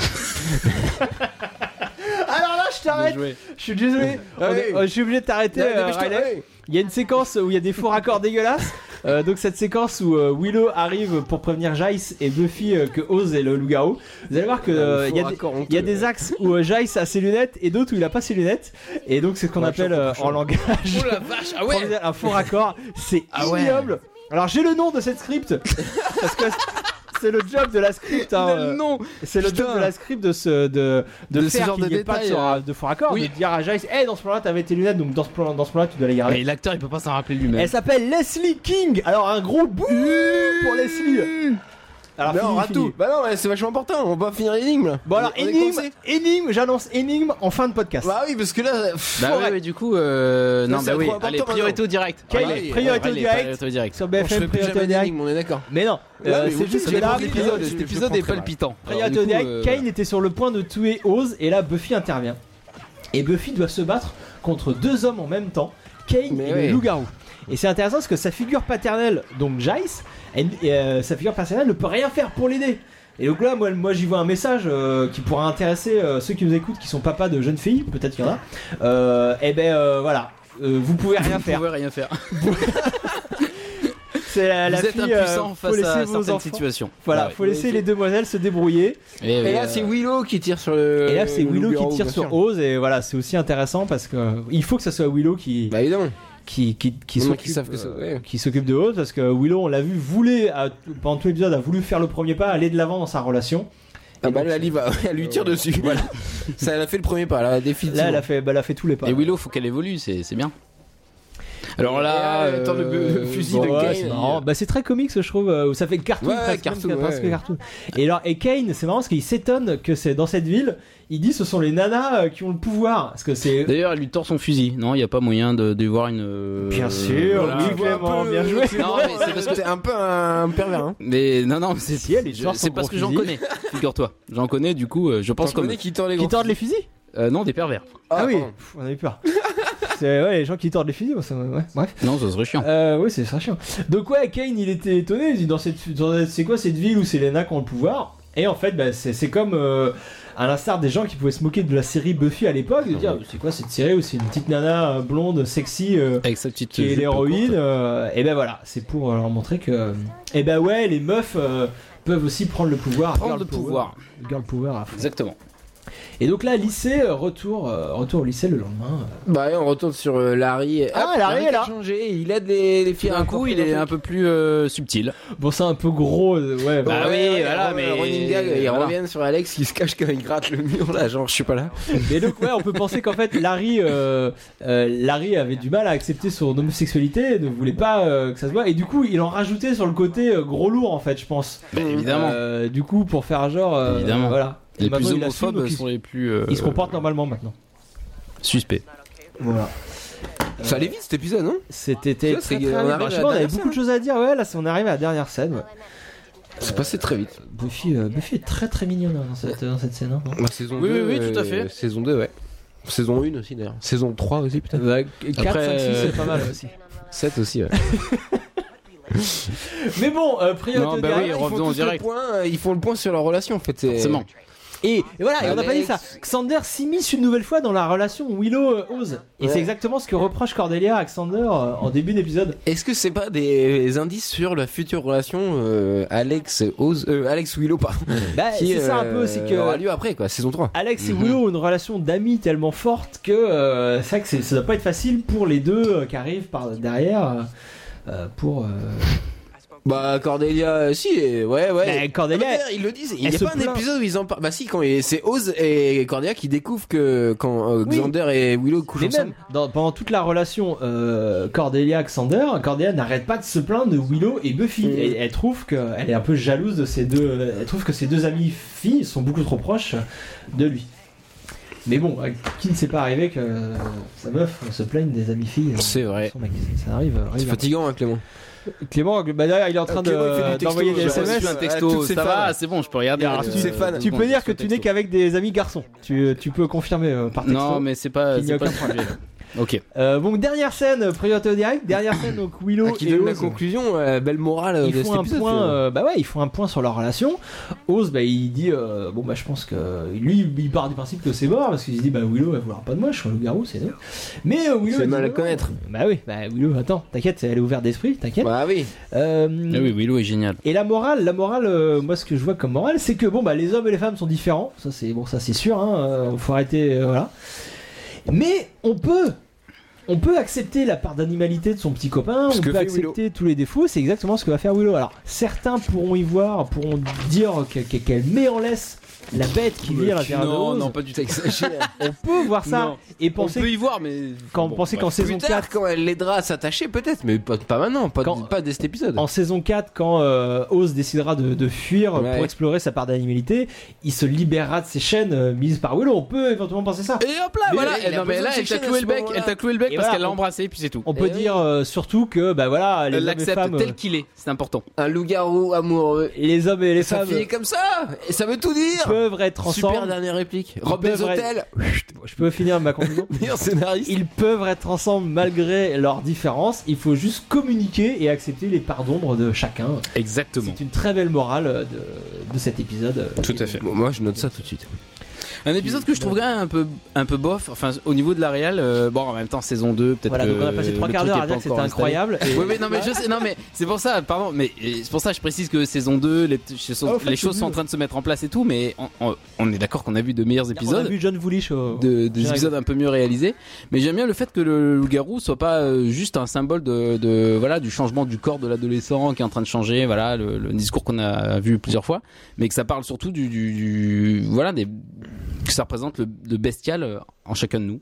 Alors là, je t'arrête. Je suis désolé. On Ah oui. est- euh, Je suis obligé de t'arrêter. Non, mais euh, je te- Riley. ouais. Il y a une séquence où il y a des faux raccords dégueulasses. Euh, donc cette séquence où euh, Willow arrive pour prévenir Jace et Buffy euh, que Oz est le loup-garou. Vous allez voir que euh, Ah, Le il y a faux des- raccord honteux. il y a des axes où euh, Jace a ses lunettes et d'autres où il a pas ses lunettes. Et donc c'est ce qu'on Ouais, appelle je comprends, euh, je en comprends. langage Oh la vache, ah ouais provisoire un faux raccord. C'est Ah ouais. ignoble. Alors j'ai le nom de cette script parce que c'est le job de la script. hein, euh. Non C'est le Putain. job de la script de ce de de, De ce faire genre qu'il de n'y ait pas détail, de, euh. de faux raccords, de Oui. dire à Jace, hey, dans ce plan-là t'avais tes lunettes, donc dans ce plan, dans ce plan-là tu dois les garder. Mais l'acteur il peut pas s'en rappeler lui-même. Elle s'appelle Leslie King. Alors un gros bouh pour Leslie. Alors Ah, Bah, on fini, rate fini. tout. Bah non, mais c'est vachement important, on va finir l'énigme là. Bon alors On est énigme, coincé. énigme, j'annonce énigme en fin de podcast. Bah oui, parce que là. pff, Bah ouais, forêt. ouais, du coup, euh, non, bah Ça, c'est oui, trop important allez, priorité maintenant. au direct. Quelle Allez, est priorité au allez, direct priorité au direct. Sur Bon, je BFM fais plus priorité jamais au direct. d'énigme, on est d'accord. Mais non, Ouais, euh, mais c'est oui, juste c'est que là, bon, l'épisode- l'épisode- Cet épisode est palpitant. Alors, priorité du au coup, direct, euh, Kane était sur le point de tuer Oz et là Buffy intervient. Et Buffy doit se battre contre deux hommes en même temps, Kane Mais et ouais. le loup-garou. Et c'est intéressant parce que sa figure paternelle, donc Jace, elle- et, euh, sa figure paternelle ne peut rien faire pour l'aider. Et donc là, moi, moi j'y vois un message euh, qui pourra intéresser euh, ceux qui nous écoutent, qui sont papas de jeunes filles, peut-être qu'il y en a. Euh, et ben euh, voilà, Euh, vous pouvez rien Vous faire. pouvez rien faire. C'est la, la Vous êtes fille. euh, impuissant faut face laisser vos à certaines enfants- situations. Voilà, Ah ouais. faut laisser les demoiselles se débrouiller. Et Et oui, là, euh, c'est Willow qui tire sur le. Et là, c'est le Willow qui loup-garou, tire Euh, bien sur sûr. Oz, et voilà, c'est aussi intéressant parce que il faut que ça soit Willow qui, Bah évidemment. qui, qui, qui Maintenant s'occupe euh, qu'ils savent que ça- ouais. qui s'occupe de Rose parce que Willow, on l'a vu, voulait, à- pendant tout l'épisode, a voulu faire le premier pas, aller de l'avant dans sa relation. Ah bah là, elle, y va, elle lui tire dessus. Voilà. Ça, elle a fait le premier pas, là, définitivement. Là, elle a fait, bah, elle a fait tous les pas. Et Willow, faut qu'elle évolue, c'est c'est bien. Alors là, Et là, le temps de bu- euh, fusil bon, de Ouais, Kane, c'est il- marrant. Bah, c'est très comique, ça, je trouve. euh, où ça fait cartoon, Ouais, presque, cartoon, même, ouais. presque cartoon. Et alors, et Kane, c'est marrant parce qu'il s'étonne que c'est dans cette ville. Il dit, ce sont les nanas euh, qui ont le pouvoir, parce que c'est. D'ailleurs, elle lui tord son fusil. Non, il n'y a pas moyen de, de voir une. euh, Bien sûr, voilà. oui, Tu vois un Clément, peu- bien joué. tu Non, vois, mais c'est parce que- T'es un peu un pervers, hein. Mais non, non, c'est Si elle est je- genre son C'est parce gros que j'en fusil. connais. Figure-toi, j'en connais. Du coup, euh, je pense T'en comme connais qui tord les Qui gros. tordent les fusils Euh, non des pervers. Ah, oui, pardon. Pff, on a eu peur. c'est ouais, les gens qui tordent les fusils, moi, ça me- ouais, bref. Non, ça serait chiant. Euh, oui, c'est très chiant. Donc, ouais, Kane, il était étonné. Il dit dans cette, dans cette- c'est quoi cette ville où c'est les nains qui ont le pouvoir Et en fait, bah, c'est c'est comme euh, à l'instar des gens qui pouvaient se moquer de la série Buffy à l'époque, de dire c'est quoi cette série où c'est une petite nana euh, blonde, sexy. euh, Avec sa petite. qui est jupe l'héroïne, courte. euh, et ben voilà, c'est pour leur montrer que, et ben ouais, les meufs euh, peuvent aussi prendre le pouvoir, Prendre girl le pouvoir. girl power. à fond. Exactement. Et donc là, lycée, euh, retour, euh, retour au lycée le lendemain. Bah, et on retourne sur euh, Larry. Ah, Hop, Larry est a là. changé. Il aide les, les filles Puis à un coup, il est un peu plus euh, subtil. Bon, c'est un peu gros, euh, ouais. Bah, voilà. oui, voilà, mais- Running gag, ils voilà. reviennent sur Alex qui se cache quand il gratte le mur là, genre je suis pas là. Mais donc ouais, on peut penser qu'en fait, Larry, euh, euh, Larry avait du mal à accepter son homosexualité, ne voulait pas euh, que ça se voit, et du coup, il en rajoutait sur le côté euh, gros lourd en fait, je pense. Bah, évidemment. Euh, du coup, pour faire genre, euh, Évidemment. voilà. les Et maintenant, plus il assume, homophobes donc il- sont les plus. euh, il se comporte normalement maintenant. Suspects. Voilà. Ça allait vite cet épisode, non C'était Ça, très, c'est- très on arrive à la rapide. Franchement, on avait dernière beaucoup de choses à dire. Ouais, là, c'est- on arrive à la dernière scène. ouais. C'est passé très vite. Buffy, euh, Buffy est très très mignonne hein, dans cette, dans cette scène. hein. La Bah, saison Oui, 2, oui, oui, tout à fait. Saison 2, ouais. Saison 1 aussi d'ailleurs. Saison 3 aussi, peut-être. Bah, 4, Après, 5, 6, euh, c'est pas mal aussi. 7 aussi, ouais. Mais bon, euh, priorité Non, au bah dernier. oui, ils, revenons font tous en le direct. point, euh, ils font le point sur leur relation en fait. c'est- Forcément. Et, et voilà, et on n'a pas dit Alex. ça. Xander s'immisce une nouvelle fois dans la relation Willow-Oz. Et Ouais. c'est exactement ce que reproche Cordelia à Xander euh, en début d'épisode. Est-ce que c'est pas des indices sur la future relation euh, Alex Oz, euh, Alex Willow pardon, Bah, qui, c'est ça un euh, peu, c'est que. aura lieu après quoi, saison 3. Alex et Mhm. Willow ont une relation d'amis tellement forte que euh, c'est vrai que c'est- ça doit pas être facile pour les deux euh, qui arrivent par derrière euh, euh, pour. euh, Bah Cordelia, euh, si, euh, ouais, ouais. Bah, Cordelia, Ah, mais d'ailleurs, ils le disent. Il elle n'y a se pas un plaint. épisode où ils en parlent. Bah si, quand ils- c'est Oz et Cordelia qui découvrent que quand euh, Oui. Xander et Willow couchent Mais ensemble. même dans- pendant toute la relation euh, Cordelia-Xander, Cordelia n'arrête pas de se plaindre de Willow et Buffy. Mhm. Elle, elle trouve qu'elle est un peu jalouse de ces deux. Elle trouve que ses deux amies filles sont beaucoup trop proches de lui. Mais bon, euh, qui ne s'est pas arrivé que euh, sa meuf se plaigne des amies filles euh, C'est vrai. son mec. Ça arrive. euh, arrive C'est un peu. fatigant, hein, Clément. Clément, bah derrière, il est en train Euh, Clément, il fait de- des d'envoyer des, textos, j'ai SMS. reçu un à texto. toutes ses Ça fans. va, c'est bon, je peux regarder. euh, à toutes ses fans. Tu peux dire que tu n'es qu'à qu'avec des amis garçons. Tu, tu peux confirmer euh, par texto. Non, mais c'est pas. qu'il n'y a c'est pas aucun le sujet. Ok. Euh, bon, dernière scène, priorité au direct. Dernière scène, donc Willow Ah, qui et donne la Oz. conclusion, euh, belle morale Ils de font cet un épisode. point, finalement. euh, bah ouais, ils font un point sur leur relation. Oz, bah il dit, euh, bon bah je pense que lui, il part du principe que c'est mort parce qu'il se dit, bah Willow, elle voudra pas de moi, je suis un loup-garou, c'est nul. Mais euh, Willow, C'est elle mal dit, à non. connaître. Bah oui, bah Willow, attends, t'inquiète, elle est ouverte d'esprit, t'inquiète. Bah oui. Euh, Ah oui, Willow est génial. Et la morale, la morale, euh, moi ce que je vois comme morale, c'est que bon bah les hommes et les femmes sont différents, ça c'est bon ça c'est sûr, hein, euh, faut arrêter euh, voilà. Mais on peut, on peut accepter la part d'animalité de son petit copain, Ce on que peut fait accepter tous les défauts, c'est exactement ce que va faire Willow. Alors certains pourront y voir, pourront dire que- que- qu'elle met en laisse la bête qui vit à l'intérieur de Non, Ah, Rose. non, pas du tout. T'exagères. On peut voir ça Non. et On penser peut y voir, mais. quand Bon, penser bref. qu'en Plus saison 4 tard, quand elle l'aidera à s'attacher, peut-être, mais pas, pas maintenant, pas, Quand- pas dès cet épisode. En saison 4, quand euh, Oz décidera de, de fuir Ouais. pour explorer sa part d'animalité, il se libérera de ses chaînes euh, mises par Willow. On peut éventuellement penser ça. Et hop là, Mais voilà. là, il Eh a non, mais besoin là, de elle t'a sécher à cloué ce le bec. moment-là. Elle t'a cloué le bec Et parce voilà, qu'elle l'a on- embrassé, puis c'est tout. On peut Eh oui. dire euh, surtout que bah voilà, les Elle hommes et femmes, l'accepte tel qu'il est. C'est important. Un loup-garou amoureux. euh, les hommes et les Sa femmes fille est comme ça Et ça veut tout dire peuvent être Super ensemble. dernière réplique. Ils Robe peuvent des être- hôtels. Je peux finir ma conclusion. Meilleur scénariste. Ils peuvent être ensemble malgré leurs différences. Il faut juste communiquer et accepter les parts d'ombre de chacun. Exactement. C'est une très belle morale euh, de, de cet épisode. Tout à fait. Bon, moi, je note ça tout de suite. Un épisode que je trouve quand même un peu, un peu bof. Enfin, au niveau de la réal, euh, bon, en même temps, saison 2, peut-être Voilà, que donc on a passé trois le quarts truc d'heure est à pas dire que c'était encore installé. incroyable. et- Oui, mais non, mais je sais, non, mais c'est pour ça, pardon, mais euh, c'est pour ça que je précise que saison 2, les, Oh, petites choses- Ah, au fait, les c'est choses sont nul. en train de se mettre en place et tout, mais on, on- on est d'accord qu'on a vu de meilleurs On a épisodes, vu John Voulish au. de- des Génial. épisodes un peu mieux réalisés, mais j'aime bien le fait que le loup-garou soit pas euh, juste un symbole de, de- voilà, du changement du corps de l'adolescent qui est en train de changer, voilà, le, le discours qu'on a vu plusieurs fois, mais que ça parle surtout du, du- du- voilà, des, que ça représente le, le bestial euh, en chacun de nous.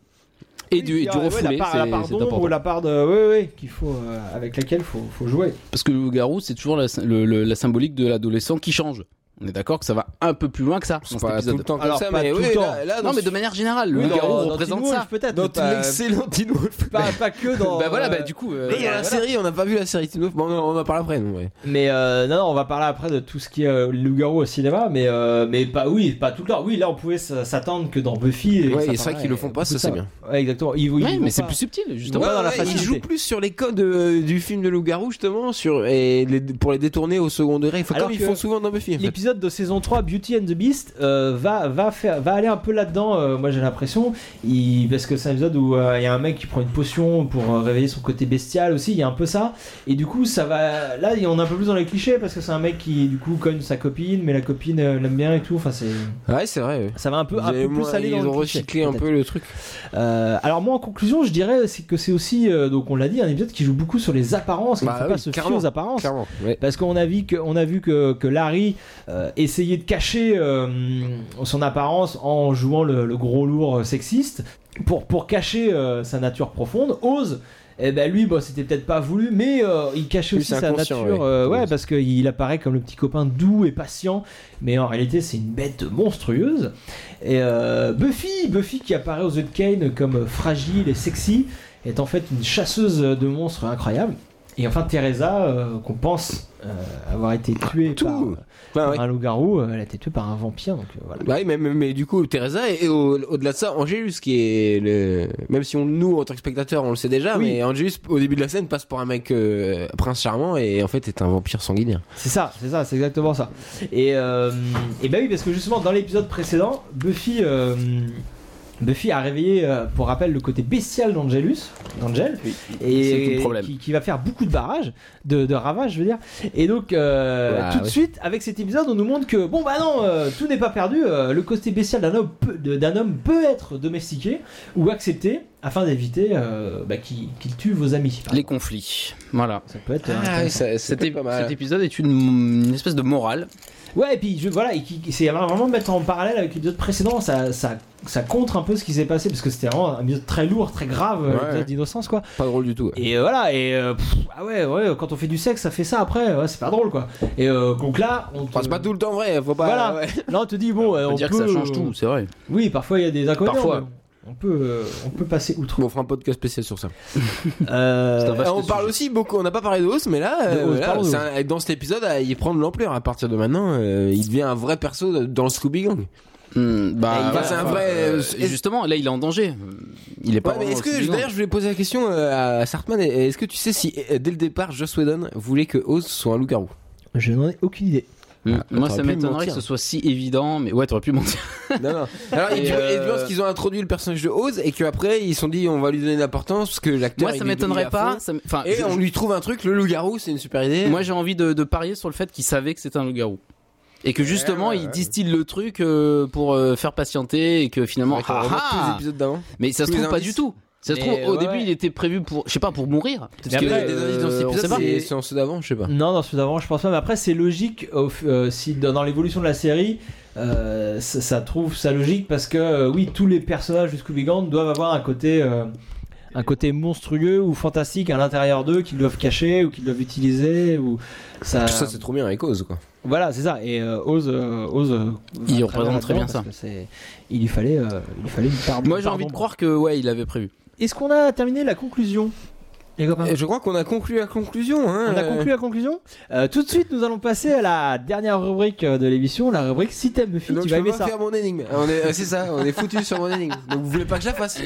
Et du, et du Ah Ouais, refoulé, la part, la c'est- part c'est d'ombre important. ou la part de. Ouais, ouais, qu'il faut, euh, avec laquelle faut, faut jouer. Parce que le loup-garou, c'est toujours la, le- le- la symbolique de l'adolescent qui change. On est d'accord que ça va un peu plus loin que ça dans C'est cet pas tout le épisode. temps comme Alors, ça, pas mais tout le oui, temps. là, là, dans Non, mais de manière générale, le Oui, dans- loup-garou dans représente Teen Wolf, ça. peut-être. dans mais pas- l'excellent Teen Wolf. pas, pas que dans. Bah voilà, bah euh, du coup. euh, Mais dans la série, on n'a pas vu la série Teen Wolf. Bon, on en- on en parle après, non ouais. Mais euh, non, non, on va parler après de tout ce qui est euh, loup-garou au cinéma, mais, euh, mais pas, oui, pas tout le temps. Oui, là, on pouvait s- s'attendre que dans Buffy. et ça Ouais, et c'est vrai parlerait qu'ils le font pas, de ça, ça. c'est bien. Ouais, exactement. Ils, ils Ouais, vont mais c'est pas- plus subtil, justement. Ouais, dans la il facilité. joue plus sur les codes euh, du film de loup-garou justement sur, et les- pour les détourner au second degré. Il faut- Alors comme ils que font souvent dans Buffy. en fait. L'épisode de saison 3, Beauty and the Beast, euh, va, va, faire, va aller un peu là-dedans, euh, moi j'ai l'impression. Il- Parce que c'est un épisode où euh, il y a un mec qui prend une potion pour euh, réveiller son côté bestial aussi, il y a un peu ça. Et du coup, ça va. Là, on est un peu plus dans les clichés parce que c'est un mec qui, du coup, cogne sa copine, mais la copine euh, l'aime bien et tout. Enfin, c'est. Ouais, c'est vrai. ouais. Ça va un peu, Vous un avez peu plus moins- aller ils dans le ont cliché, recyclé un peut-être. peu le truc. Euh, alors moi en conclusion je dirais c'est que c'est aussi euh, donc on l'a dit un épisode qui joue beaucoup sur les apparences il ne Bah faut oui, pas se fier clairement, aux apparences Clairement. ouais. parce qu'on a vu que on a vu que, que Larry euh, essayait de cacher euh, son apparence en jouant le, le gros lourd euh, sexiste pour pour cacher euh, sa nature profonde ose et ben lui bon c'était peut-être pas voulu mais euh, il cachait Oui, aussi c'est sa inconscient, nature ouais. euh, ouais parce qu'il apparaît comme le petit copain doux et patient mais en réalité c'est une bête monstrueuse et euh, Buffy, Buffy qui apparaît aux yeux de Kane comme fragile et sexy, est en fait une chasseuse de monstres incroyable. Et enfin Teresa, euh, qu'on pense euh, avoir été tuée Tout. par, euh, Bah, par ouais. un loup-garou, euh, elle a été tuée par un vampire, donc euh, voilà. Bah oui, mais, mais- mais du coup, Teresa et, et au- au-delà de ça, Angelus qui est le. Même si on, nous, en tant que spectateurs, on le sait déjà, Oui. mais Angelus, au début de la scène, passe pour un mec euh, prince charmant et en fait est un vampire sanguinaire. C'est ça, c'est ça, c'est exactement ça. Et, euh, et bah oui, parce que justement dans l'épisode précédent, Buffy, euh, Buffy a réveillé, euh, pour rappel, le côté bestial d'Angelus, d'Angel, c'est tout et le problème. qui, qui va faire beaucoup de barrages, de, de ravages, je veux dire. Et donc euh, Bah, tout de oui. suite, avec cet épisode, on nous montre que bon bah non, euh, tout n'est pas perdu. euh, le côté bestial d'un homme, peut- de- d'un homme peut être domestiqué ou accepté afin d'éviter euh, bah, qu'il qu'il tue vos amis. par Les exemple. conflits. Voilà. Ça peut être. euh, Ah, ça- Cet, c'était ép- cet épisode est une, une espèce de morale. Ouais, et puis je, voilà, et qui, qui- c'est vraiment mettre en parallèle avec l'épisode précédent, ça, ça, ça contre un peu ce qui s'est passé, parce que c'était vraiment un épisode très lourd, très grave, euh, Ouais. l'épisode d'innocence, quoi. Pas drôle du tout. ouais. Et euh, voilà, et euh, pff, ah ouais, ouais, quand on fait du sexe, ça fait ça après, ouais, c'est pas drôle, quoi. Et euh, donc là, on te, Enfin, c'est pas tout le temps vrai, faut pas. euh, Voilà. ouais. là, on te dit, bon, euh, On on, peut dire que peut- ça change tout, c'est vrai. Oui, parfois il y a des inconvénients. Parfois. mais On peut, euh, on peut passer outre. Bon, on fera un podcast spécial sur ça. Euh, C'est un vaste Euh, on sujet. parle aussi beaucoup, on n'a pas parlé de Oz, mais là, De euh, Oz, là, parlons de c'est Oz. un- dans cet épisode, euh, il prend de l'ampleur. À partir de maintenant, euh, il devient un vrai perso dans le Scooby Gang. Hmm, bah, Et il va- ouais, c'est un enfin, vrai, euh, euh, et justement, là, il est en danger. Il est pas. Ouais, mais vraiment est-ce aussi que vivant. d'ailleurs je voulais poser la question euh, à Sartman et- est-ce que tu sais si euh, dès le départ Joss Whedon voulait que Oz soit un loup-garou Je n'en ai aucune idée. Hmm, Ah, Moi, t'aurais ça pu m'étonnerait que mentir. ce soit si évident, mais ouais, t'aurais pu mentir. Non non. Alors Et et, tu- euh, et tu penses qu'ils ont introduit le personnage de Oz et qu'après ils se sont dit on va lui donner de l'importance parce que l'acteur Moi, il ça est m'étonnerait devenu à pas. fond. ça m- Enfin, Et je- on lui trouve un truc le loup-garou c'est une super idée. Moi, j'ai envie de, de parier sur le fait qu'il savait que c'était un loup-garou. Et que justement, ouais, il ouais. distille le truc euh, pour euh, faire patienter et que finalement. Ouais, qu'on ah, revoit tous les ah épisodes d'avant. mais ça se tous les trouve pas indices. du tout. Ça se Mais, trouve, au ouais, début, ouais. il était prévu pour, je sais pas, pour mourir. Peut-être Mais que, après, des indices dans euh, cet on sait épisode pas. Euh, c'est- c'est en ceux d'avant je sais pas. Non, dans celui d'avant, je pense pas. Mais après, c'est logique. au f- euh, si dans dans l'évolution de la série, euh, ça, ça trouve sa logique parce que euh, oui, tous les personnages du Scooby Gang doivent avoir un côté, euh, un côté monstrueux ou fantastique à l'intérieur d'eux qu'ils doivent cacher ou qu'ils doivent utiliser ou ça. Tout ça c'est trop bien avec Oz quoi. Voilà, c'est ça. Et euh, Oz, euh, Oz, euh, va Il très représente bien très bien là-dedans ça. parce que c'est- Il lui fallait, euh, il lui fallait une part. Moi, j'ai part envie de d'ombre. croire que, ouais, il avait prévu. Est-ce qu'on a terminé la conclusion les copains Et je crois qu'on a conclu la conclusion. Hein, Hein. On a euh, conclu la conclusion. Euh, tout de suite, nous allons passer à la dernière rubrique euh, de l'émission, la rubrique si t'aimes Buffy, Donc tu je vas peux aimer pas ça. faire mon énigme. On est, euh, c'est ça, on est foutu sur mon énigme. Donc vous voulez pas que je la fasse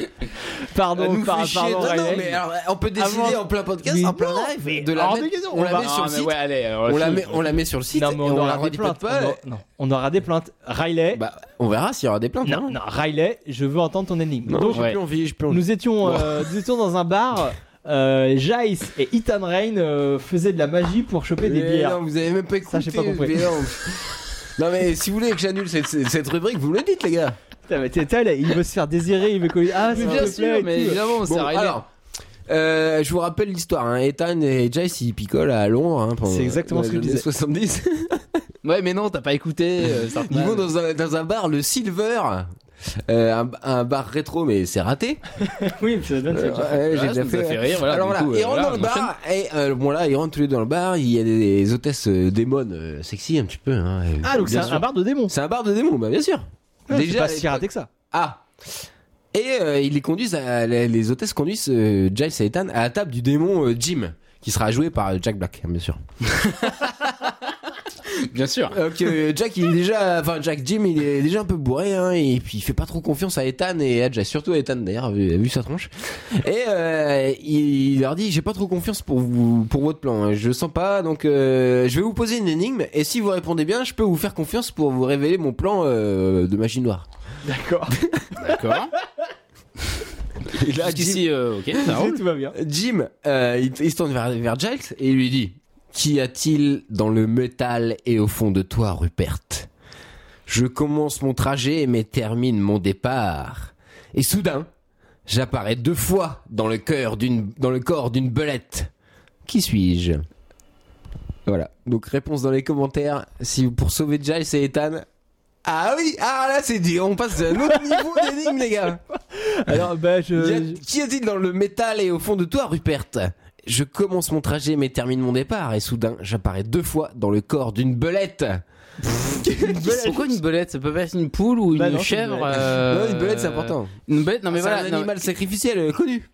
Pardon, nous par- fait chier. pardon, Non, non, Riley. mais alors, on peut décider Avant- en plein podcast, Mais en plein non, mais live, de la hors de mettre, question. on la Bah, met sur le Ah, mais site, ouais, allez, alors, on la je- met, on la met sur le site, Non, mais et on, on la aura des plaintes. redipote pas. On aura- non, on aura des plaintes. Riley, Bah, on verra s'il y aura des plaintes. non, non, Riley, je veux entendre ton énigme. Non, Donc, j'ai ouais. plus envie, j'ai plus envie. nous étions, euh, nous étions dans un bar. Euh, Jace et Ethan Rain euh, faisaient de la magie pour choper des Mais bières. Eh Non, vous avez même pas écouté. Ça, j'ai pas compris. mais non. Non, mais si vous voulez que j'annule cette, cette rubrique, vous le dites les gars. Putain, mais t'es- t'es là, il veut se faire désirer, il veut qu'on Ah, s'il bien te plaît, sûr, et mais tout. évidemment, Bon, c'est Riley. alors, euh, je vous rappelle l'histoire. Hein. Ethan et Jace ils picolent à Londres. hein, pendant- C'est exactement dans ce les que je années disais. 70. Ouais, mais non, t'as pas écouté. euh, Sartman. Ils vont dans un, dans un bar, le Silver. Euh, un, un bar rétro, mais c'est raté. Euh, Oui, ça donne ça. Ouais, Voilà, ça nous a fait rire, voilà, Alors du voilà, coup, ils euh, rentrent voilà, dans le on enchaîne. bar. Et euh, bon là, ils rentrent tous les deux dans le bar. Il y a des, des hôtesses euh, démones euh, sexy un petit peu. hein, euh, Ah, donc c'est bien un, sûr. un bar de démons. C'est un bar de démons, bah bien sûr. Ah, C'est Déjà, pas à si l'époque- raté que ça. Ah. Et euh, ils les conduisent, à- les, les hôtesses conduisent euh, Giles et Ethan à la table du démon euh, Jim, qui sera joué par euh, Jack Black, bien sûr. Bien sûr. Donc euh, Jack, il est déjà, enfin Jack Jim, il est déjà un peu bourré, hein, et puis il fait pas trop confiance à Ethan et à Jack, surtout à Ethan d'ailleurs, vu, vu sa tronche. Et euh, il leur dit, j'ai pas trop confiance pour vous, pour votre plan. hein, Je le sens pas, donc euh, je vais vous poser une énigme, et si vous répondez bien, je peux vous faire confiance pour vous révéler mon plan euh, de magie noire. D'accord. D'accord. Jusqu'ici, euh, ok, ça roule. Tout va bien. Jim, euh, il, il se tourne vers, vers Giles et il lui dit Qu'y a-t-il dans le métal et au fond de toi, Rupert Je commence mon trajet mais termine mon départ. Et soudain, j'apparais deux fois dans le, cœur d'une- dans le corps d'une belette. Qui suis-je Voilà. Donc, réponse dans les commentaires. Si vous- pour sauver Giles et Ethan. Ah oui, ah là c'est dur, on passe à un autre niveau d'énigme les gars. Alors, bah, Y a- je. Qu'y a-t-il dans le métal et au fond de toi, Rupert Je commence mon trajet mais termine mon départ et soudain j'apparais deux fois dans le corps d'une belette. Pourquoi une belette Ça peut pas être une poule ou une Bah non, c'est une chèvre belette. euh, Non, une belette c'est important. Ah, Une belette, non mais C'est voilà. un non, animal sacrificiel euh, connu.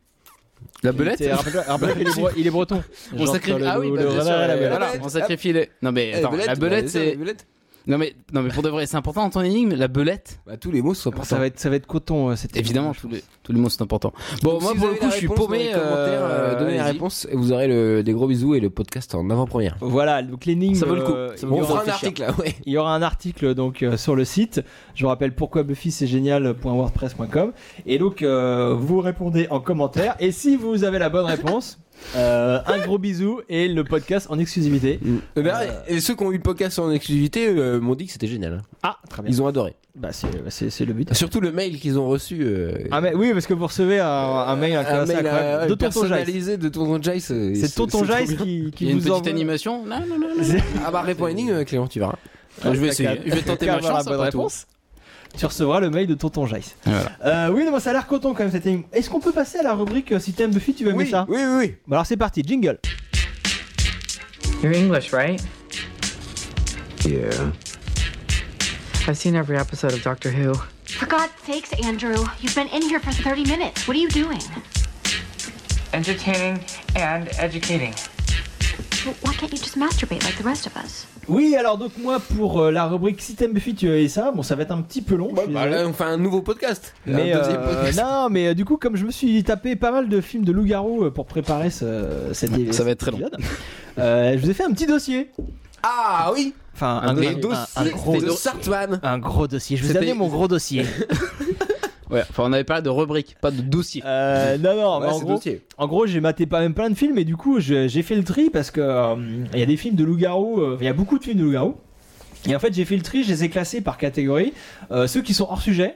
La T'es- belette rappelle-toi- rappelle-toi qu'il est bre- il est breton. on Genre, sacrifie. le- Ah oui, le- bah, le bien sûr, renard et la euh, belette. voilà, belette, on sacrifie les. Non mais Eh, attends, la belette bah, c'est. les belettes. Non mais non mais pour de vrai, c'est important dans ton énigme. La belette, Bah, tous les mots sont importants. Ça va être, ça va être coton euh, cette évidemment, tous les tous les mots sont importants. Bon, Donc, moi si pour vous le avez coup, la je suis réponse dans les paumé. commentaires, euh, donnez la allez-y. réponse et vous aurez le- des gros bisous et le podcast en avant-première. Voilà, donc l'énigme. Ça vaut le coup. euh, Ça vaut il y le On coup. aura- fera un article là, ouais. Il y aura un article donc euh, sur le site. Je vous rappelle pourquoi Buffy c'est euh, génial.wordpress.com. Et donc euh, vous répondez en commentaire. Et si vous avez la bonne réponse, euh, un gros bisou et le podcast en exclusivité. Euh, d'ailleurs, Et ceux qui ont eu le podcast en exclusivité euh, m'ont dit que c'était génial. hein. Ah très bien. Ils ont adoré. Bah, c'est- bah, c'est c'est le but. Surtout le mail qu'ils ont reçu. euh, Ah mais oui parce que vous recevez un, un mail, un incroyable, mail, Ah, incroyable, euh, de tonton Jace. personnalisé de Tonton Jace. euh, C'est Tonton trop Jace bien. qui, qui Il y a une vous petite envoie- animation. Non, non, non, non. C'est- Ah bah réponds à euh, l'énigme, Clément, tu verras. je vais essayer. Je vais tenter ma avoir chance. la bonne après tout. réponse. Tu recevras le mail de tonton Jace. Voilà. Euh, oui, non, mais ça a l'air coton quand même cette énigme. Est-ce qu'on peut passer à la rubrique euh, si t'aimes Buffy, tu vas aimer oui, ça oui, oui, oui. Bon, alors c'est parti, jingle. You're English, right? Yeah. I've seen every episode of Doctor Who. For God's sakes, Andrew, you've been in here for 30 minutes. What are you doing? Entertaining and educating. Well, why can't you just masturbate like the rest of us? Oui, alors donc moi pour euh, la rubrique si t'aimes Buffy, tu vas aimer ça. Bon, ça va être un petit peu long. je suis bah, désolé. là, bah, euh, on fait un nouveau podcast. euh, mais un deuxième euh, podcast. non, mais euh, du coup, comme je me suis tapé pas mal de films de loup-garou euh, pour préparer ce, cet é- Ça va cet être très long. épisode, euh, je vous ai fait un petit dossier. Ah oui, Enfin, un, Un les oui, dossiers Ah, un gros de dossier. Sartman. un gros dossier. Je vous ai C'était- amené mon gros dossier. Ouais. Enfin, on avait parlé de rubrique, pas de dossier. Euh, non, non, mais Ouais, en c'est gros, dossier. En gros, j'ai maté pas même plein de films et du coup, je- j'ai fait le tri parce que euh, il y a des films de loup-garou, euh, il y a beaucoup de films de loup-garou. Et en fait, j'ai fait le tri, je les ai classés par catégorie. Euh, ceux qui sont hors sujet,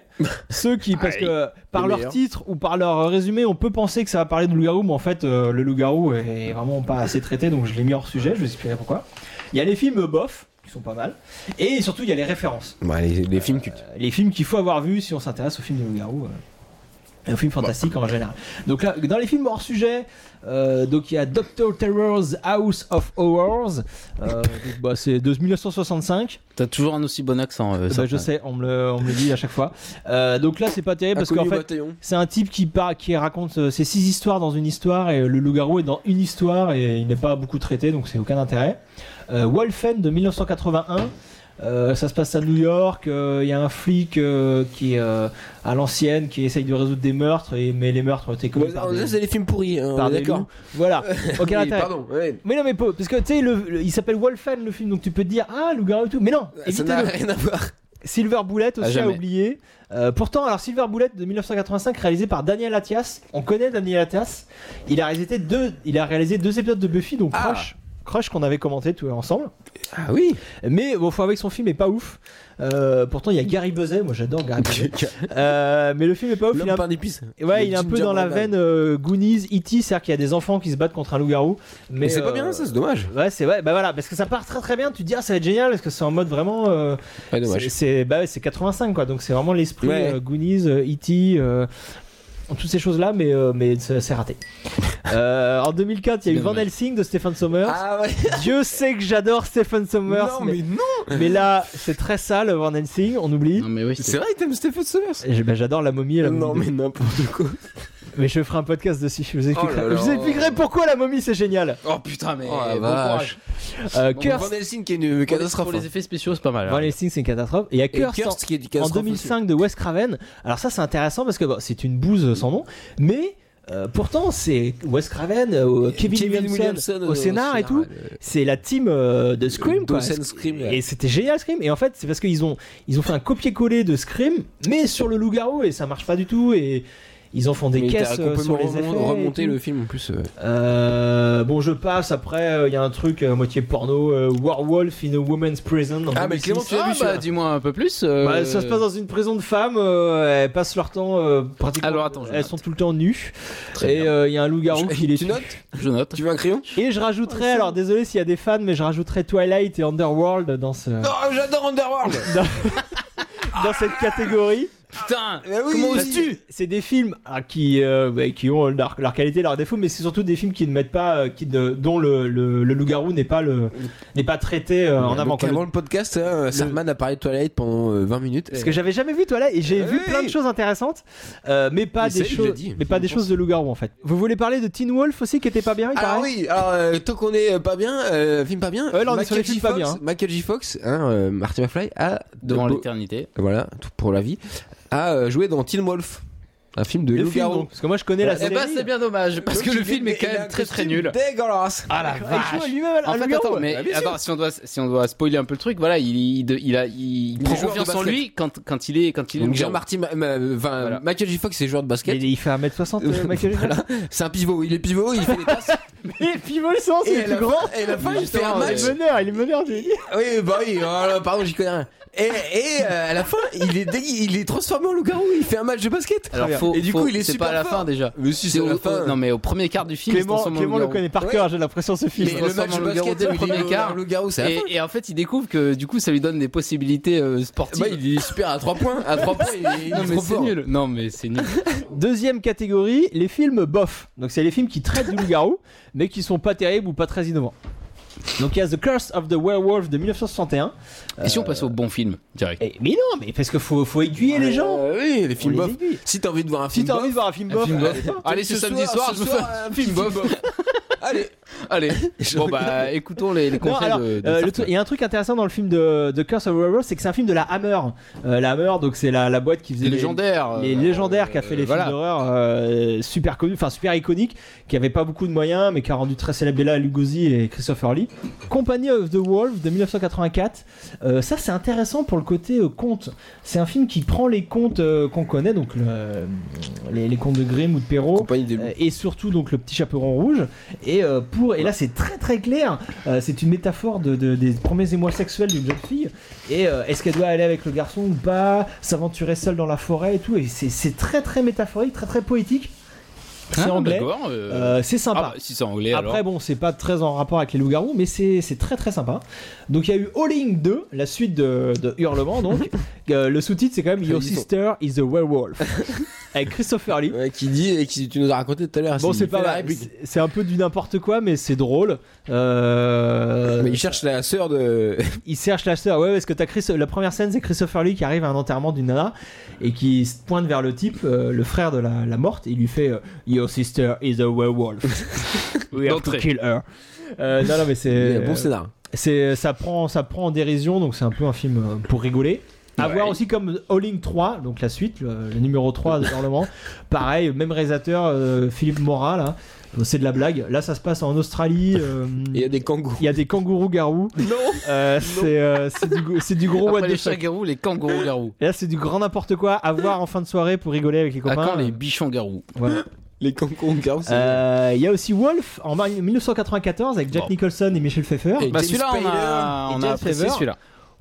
ceux qui, parce que par les leur meilleurs. titre ou par leur résumé, on peut penser que ça va parler de loup-garou, mais en fait, euh, le loup-garou est vraiment pas assez traité, donc je l'ai mis hors sujet, je vous expliquerai pourquoi. Il y a les films euh, bof, qui sont pas mal, et surtout, il y a les références Bah, les, les films cultes. les films qu'il faut avoir vus si on s'intéresse aux films de loup-garou. euh. Un film fantastique en général. Donc là, dans les films hors sujet, euh, donc il y a Doctor Terror's House of Horrors. Euh, donc, bah, c'est de 1965. T'as toujours un aussi bon accent. euh, Bah, ça. je sais, on me, le, on me le dit à chaque fois. Euh, donc là, c'est pas terrible parce qu'en Inconnu au fait, bataillon. c'est un type qui, par- qui raconte euh, ses six histoires dans une histoire et le loup-garou est dans une histoire et il n'est pas beaucoup traité donc c'est aucun intérêt. Euh, Wolfen de 1981. euh, ça se passe à New York. euh, Il y a un flic euh, qui est euh, à l'ancienne qui essaye de résoudre des meurtres, et, mais les meurtres ont été commis Ouais, par alors, des, Là, c'est les films pourris. hein, par on est des D'accord. loups. Voilà, aucun Oui, intérêt. pardon. ouais. Mais non, mais pas- parce que tu sais, le- le- il s'appelle Wolfen le film, donc tu peux te dire ah loup-garou et tout. Mais non, Ça évitez-le. n'a rien à voir. Silver Ah, Bullet À aussi à jamais. oublier. Euh, pourtant, alors Silver Bullet de 1985 réalisé par Daniel Atias. On connaît Daniel Atias. Il a réalisé deux, il a réalisé deux épisodes de Buffy, donc Ah. Crush. Crush qu'on avait commenté tous ensemble. Ah oui. Mais bon, faut avouer que son film est pas ouf. Euh, pourtant, il y a Gary Buzet. Moi, j'adore Gary Buzet. Euh, mais le film est pas ouf. Il est L'homme un- pain d'épices. Ouais, Le il est un peu Ginger dans la Brown. veine euh, Goonies, E.T., c'est-à-dire qu'il y a des enfants qui se battent contre un loup-garou. Mais, Mais c'est euh, pas bien, ça, c'est dommage. Ouais, c'est ouais, bah voilà, parce que ça part très très bien. Tu te dis, ah, ça va être génial, parce que c'est en mode vraiment. euh, Ouais, c'est- C'est bah ouais, c'est 85 quoi, donc c'est vraiment l'esprit Ouais. euh, Goonies, euh, E.T., euh, toutes ces choses là, mais, euh, mais c'est c'est raté. Euh, en 2004, il y a eu Bien Van dommage. Helsing de Stephen Sommers. Ah ouais. Dieu sait que j'adore Stephen Sommers, Non, mais, mais non. mais là c'est très sale Van Helsing, on oublie. Non mais oui, C'est c'est vrai, t'aimes Stephen Sommers. Et je- bah, J'adore la momie et la momie Non, deux. mais n'importe quoi. Mais je ferai un podcast dessus, je vous expliquerai, là là. je vous expliquerai pourquoi la momie c'est génial. Oh putain mais Oh, la bon courage. vache. Euh, Bon, Curse, Van Helsing qui est une Pour les, catastrophe. pour les effets spéciaux, c'est pas mal. hein. Van Helsing c'est une catastrophe. Et il y a Ah. Et Curse, en- Curse qui est une en catastrophe. 2005 de Wes Craven. Alors ça c'est intéressant parce que bon, c'est une bouse sans nom, mais euh, pourtant c'est Wes Craven, euh, aussi. Kevin, Williamson, euh, au scénar et tout. C'est la team euh, de Scream quoi. Dawson Scream. Et c'était génial Scream. Et en fait c'est parce qu'ils ont ils ont fait un copier-coller de Scream, mais sur le loup-garou et ça marche pas du tout et ils en font des Mais t'as caisses euh, sur complètement les effets. remon- et remonté tout. le film en plus. euh. Euh, bon, je passe. Après, euh, il y a un truc à moitié porno. euh, Werewolf in a Woman's Prison. en Ah, mais 2006. Clément, tu l'as Ah vu bah celui-là dis-moi un peu plus. euh, Bah, ça se passe dans une prison de femmes. euh, elles passent leur temps euh, pratiquement. Alors, attends, je elles note. sont tout le temps nues. Très et bien. euh, il y a un loup-garou qui les Tu tue. notes Je note. Tu veux un crayon Et je rajouterai, alors désolé s'il y a des fans, mais je rajouterai Twilight et Underworld dans, ce, Ah. Non, j'adore Underworld dans cette catégorie. Putain Mais oui. Comment Parce oses-tu C'est des films ah, qui, euh, bah, qui ont leur, leur qualité, leur défaut, mais c'est surtout des films qui ne mettent pas, euh, qui ne- dont le, le- le loup-garou n'est pas, le- n'est pas traité euh, en avant. Donc, quoi. Le- avant le podcast, hein, Sarman a parlé de Twilight pendant euh, 20 minutes. Parce que j'avais jamais vu toi là et j'ai Oui. vu plein de choses intéressantes, euh, mais pas Mais des ça, il l'a choses, dit. mais pas Je des pense. choses de loup-garou en fait. Vous voulez parler de Teen Wolf aussi qui était pas bien, il Alors paraît Ah oui, alors euh, tant qu'on est euh, pas bien, euh, film pas bien. Ouais, là, on est Michael sur les J. films pas Fox- bien. Michael J. Fox, hein, euh, Marty McFly a Devant de- l'éternité. voilà tout pour la vie, a euh, joué dans Teen Wolf, un film de Le Lou film, Garou. donc, parce que moi je connais la Eh série. bah c'est bien dommage parce que le film est quand même très très nul. Dégueulasse. Ah la Ah, il joue à lui-même En un fait, loup-garou. attends, mais Bah, bien attends, si on doit, si on doit spoiler un peu le truc, voilà, il, il, il a, il, Il est prend joueur de confiance en basket. lui quand, quand il est, quand il est. Donc loup-garou. Jean-Marty, Ma- Ma- enfin, Voilà. Michael J. Fox, c'est joueur de Mais basket. il fait 1m60 euh, Michael Jordan. Voilà. C'est un pivot, il est pivot, il fait les passes. Et pivot le sens, il est à la plus grand. fin- Et la fin, il fait un Il est match. meneur, il est meneur, j'ai dit. Oui, bah oui, voilà, pardon, j'y connais rien. Et, et euh, à la fin, il est, dé- il est transformé en loup-garou, il fait un match de basket. Alors Très faut, bien. Et du faut- coup, il est c'est super pas à la fort. fin déjà. Mais si, C'est c'est au, la au- fin. non mais au premier quart du film, il se Clément, transforme en Clément le loup-garou. connaît par cœur, j'ai l'impression ce Mais film. se le transforme match en de loup-garou basket dès le le premier premier quart. Le loup-garou, c'est la Et, fin. et en fait, il découvre que du coup, ça lui donne des possibilités euh, sportives. Bah, il est super à 3 points. À 3 points, il est, il non est mais trop c'est fort. nul. Non mais c'est nul. Deuxième catégorie, les films bof. Donc c'est les films qui traitent du loup-garou, mais qui sont pas terribles ou pas très innovants. Donc il y a The Curse of the Werewolf de 1961. Et si on passe au bon film direct Et- Eh, mais non, mais parce que faut, faut aiguiller les gens. Euh, oui, les films On bof. les aiguille. Si t'as envie de voir un Si film t'as bof, envie de voir un film bof, allez, Allez, c'est ce samedi soir, je ce me soir, fais un un film bof. Allez, Allez. Bon bah écoutons les, les Non, conseils alors, de, de euh, le Sartre. truc- il y a un truc intéressant dans le film de, de Curse of Werewolf, c'est que c'est un film de la Hammer. Euh, la Hammer, donc c'est la, la boîte qui faisait Les les- légendaires. les euh, légendaires qui a fait les films voilà. d'horreur euh, super connus, enfin super iconiques, qui avait pas beaucoup de moyens, mais qui a rendu très célèbre Bela Lugosi et Christopher Lee. Company of the Wolf de 1984. Euh, ça, c'est intéressant pour le côté euh, conte. C'est un film qui prend les contes euh, qu'on connaît, donc le- euh, les, les contes de Grimm ou de Perrault. compagnie des Euh, et surtout donc le petit chaperon rouge et euh, pour et là c'est très très clair Euh, c'est une métaphore de, de- des premiers émois sexuels d'une jeune fille et euh, est-ce qu'elle doit aller avec le garçon ou pas s'aventurer seule dans la forêt et tout et c'est c'est très très métaphorique très très poétique c'est Ah, anglais d'accord, euh, Euh, c'est ah, sympa bah, si c'est anglais alors. après, bon, c'est pas très en rapport avec les loups-garous, mais c'est c'est très très sympa. Donc il y a eu Howling 2, la suite de, de Hurlement, donc. Euh, le sous-titre, c'est quand même Your Ils sont- Sister is a Werewolf. avec Christopher Lee. Ouais, qui dit et qui tu nous as raconté tout à l'heure. Bon, c'est il pas fait la mal. réplique. C'est- C'est un peu du n'importe quoi, mais c'est drôle. Euh, Mais il cherche la sœur de. il cherche la sœur. Ouais, parce que t'as Chris. La première scène, c'est Christopher Lee qui arrive à un enterrement d'une nana et qui se pointe vers le type, euh, le frère de la, la morte, et il lui fait euh, Your sister is a werewolf. We have to D'entrée. kill her. Euh, non, non, mais c'est. Bon scénar. c'est euh, ça prend ça prend en dérision, donc c'est un peu un film euh, pour rigoler. À voir aussi comme Howling 3, donc la suite, le, le numéro 3 de Parlement. Pareil, même réalisateur, euh, Philippe Morat, là. Euh, C'est de la blague. Là, ça se passe en Australie. euh, Il y a des kangourous. il y a des kangourous-garous. Non. Euh, c'est euh, c'est du, go- c'est du gros what Après the les fuck. chats garous, les kangourous garous. Et Là, c'est du grand n'importe quoi à voir en fin de soirée pour rigoler avec les À copains. Ah, quand les bichons garous Voilà. Les kangourous. c'est- Euh, Il y a aussi Wolf en mar- 1994 avec Jack Bon. Nicholson et Michel Pfeiffer. Et Bah James celui-là, on a, Spader et on a James apprécié Favre. celui-là.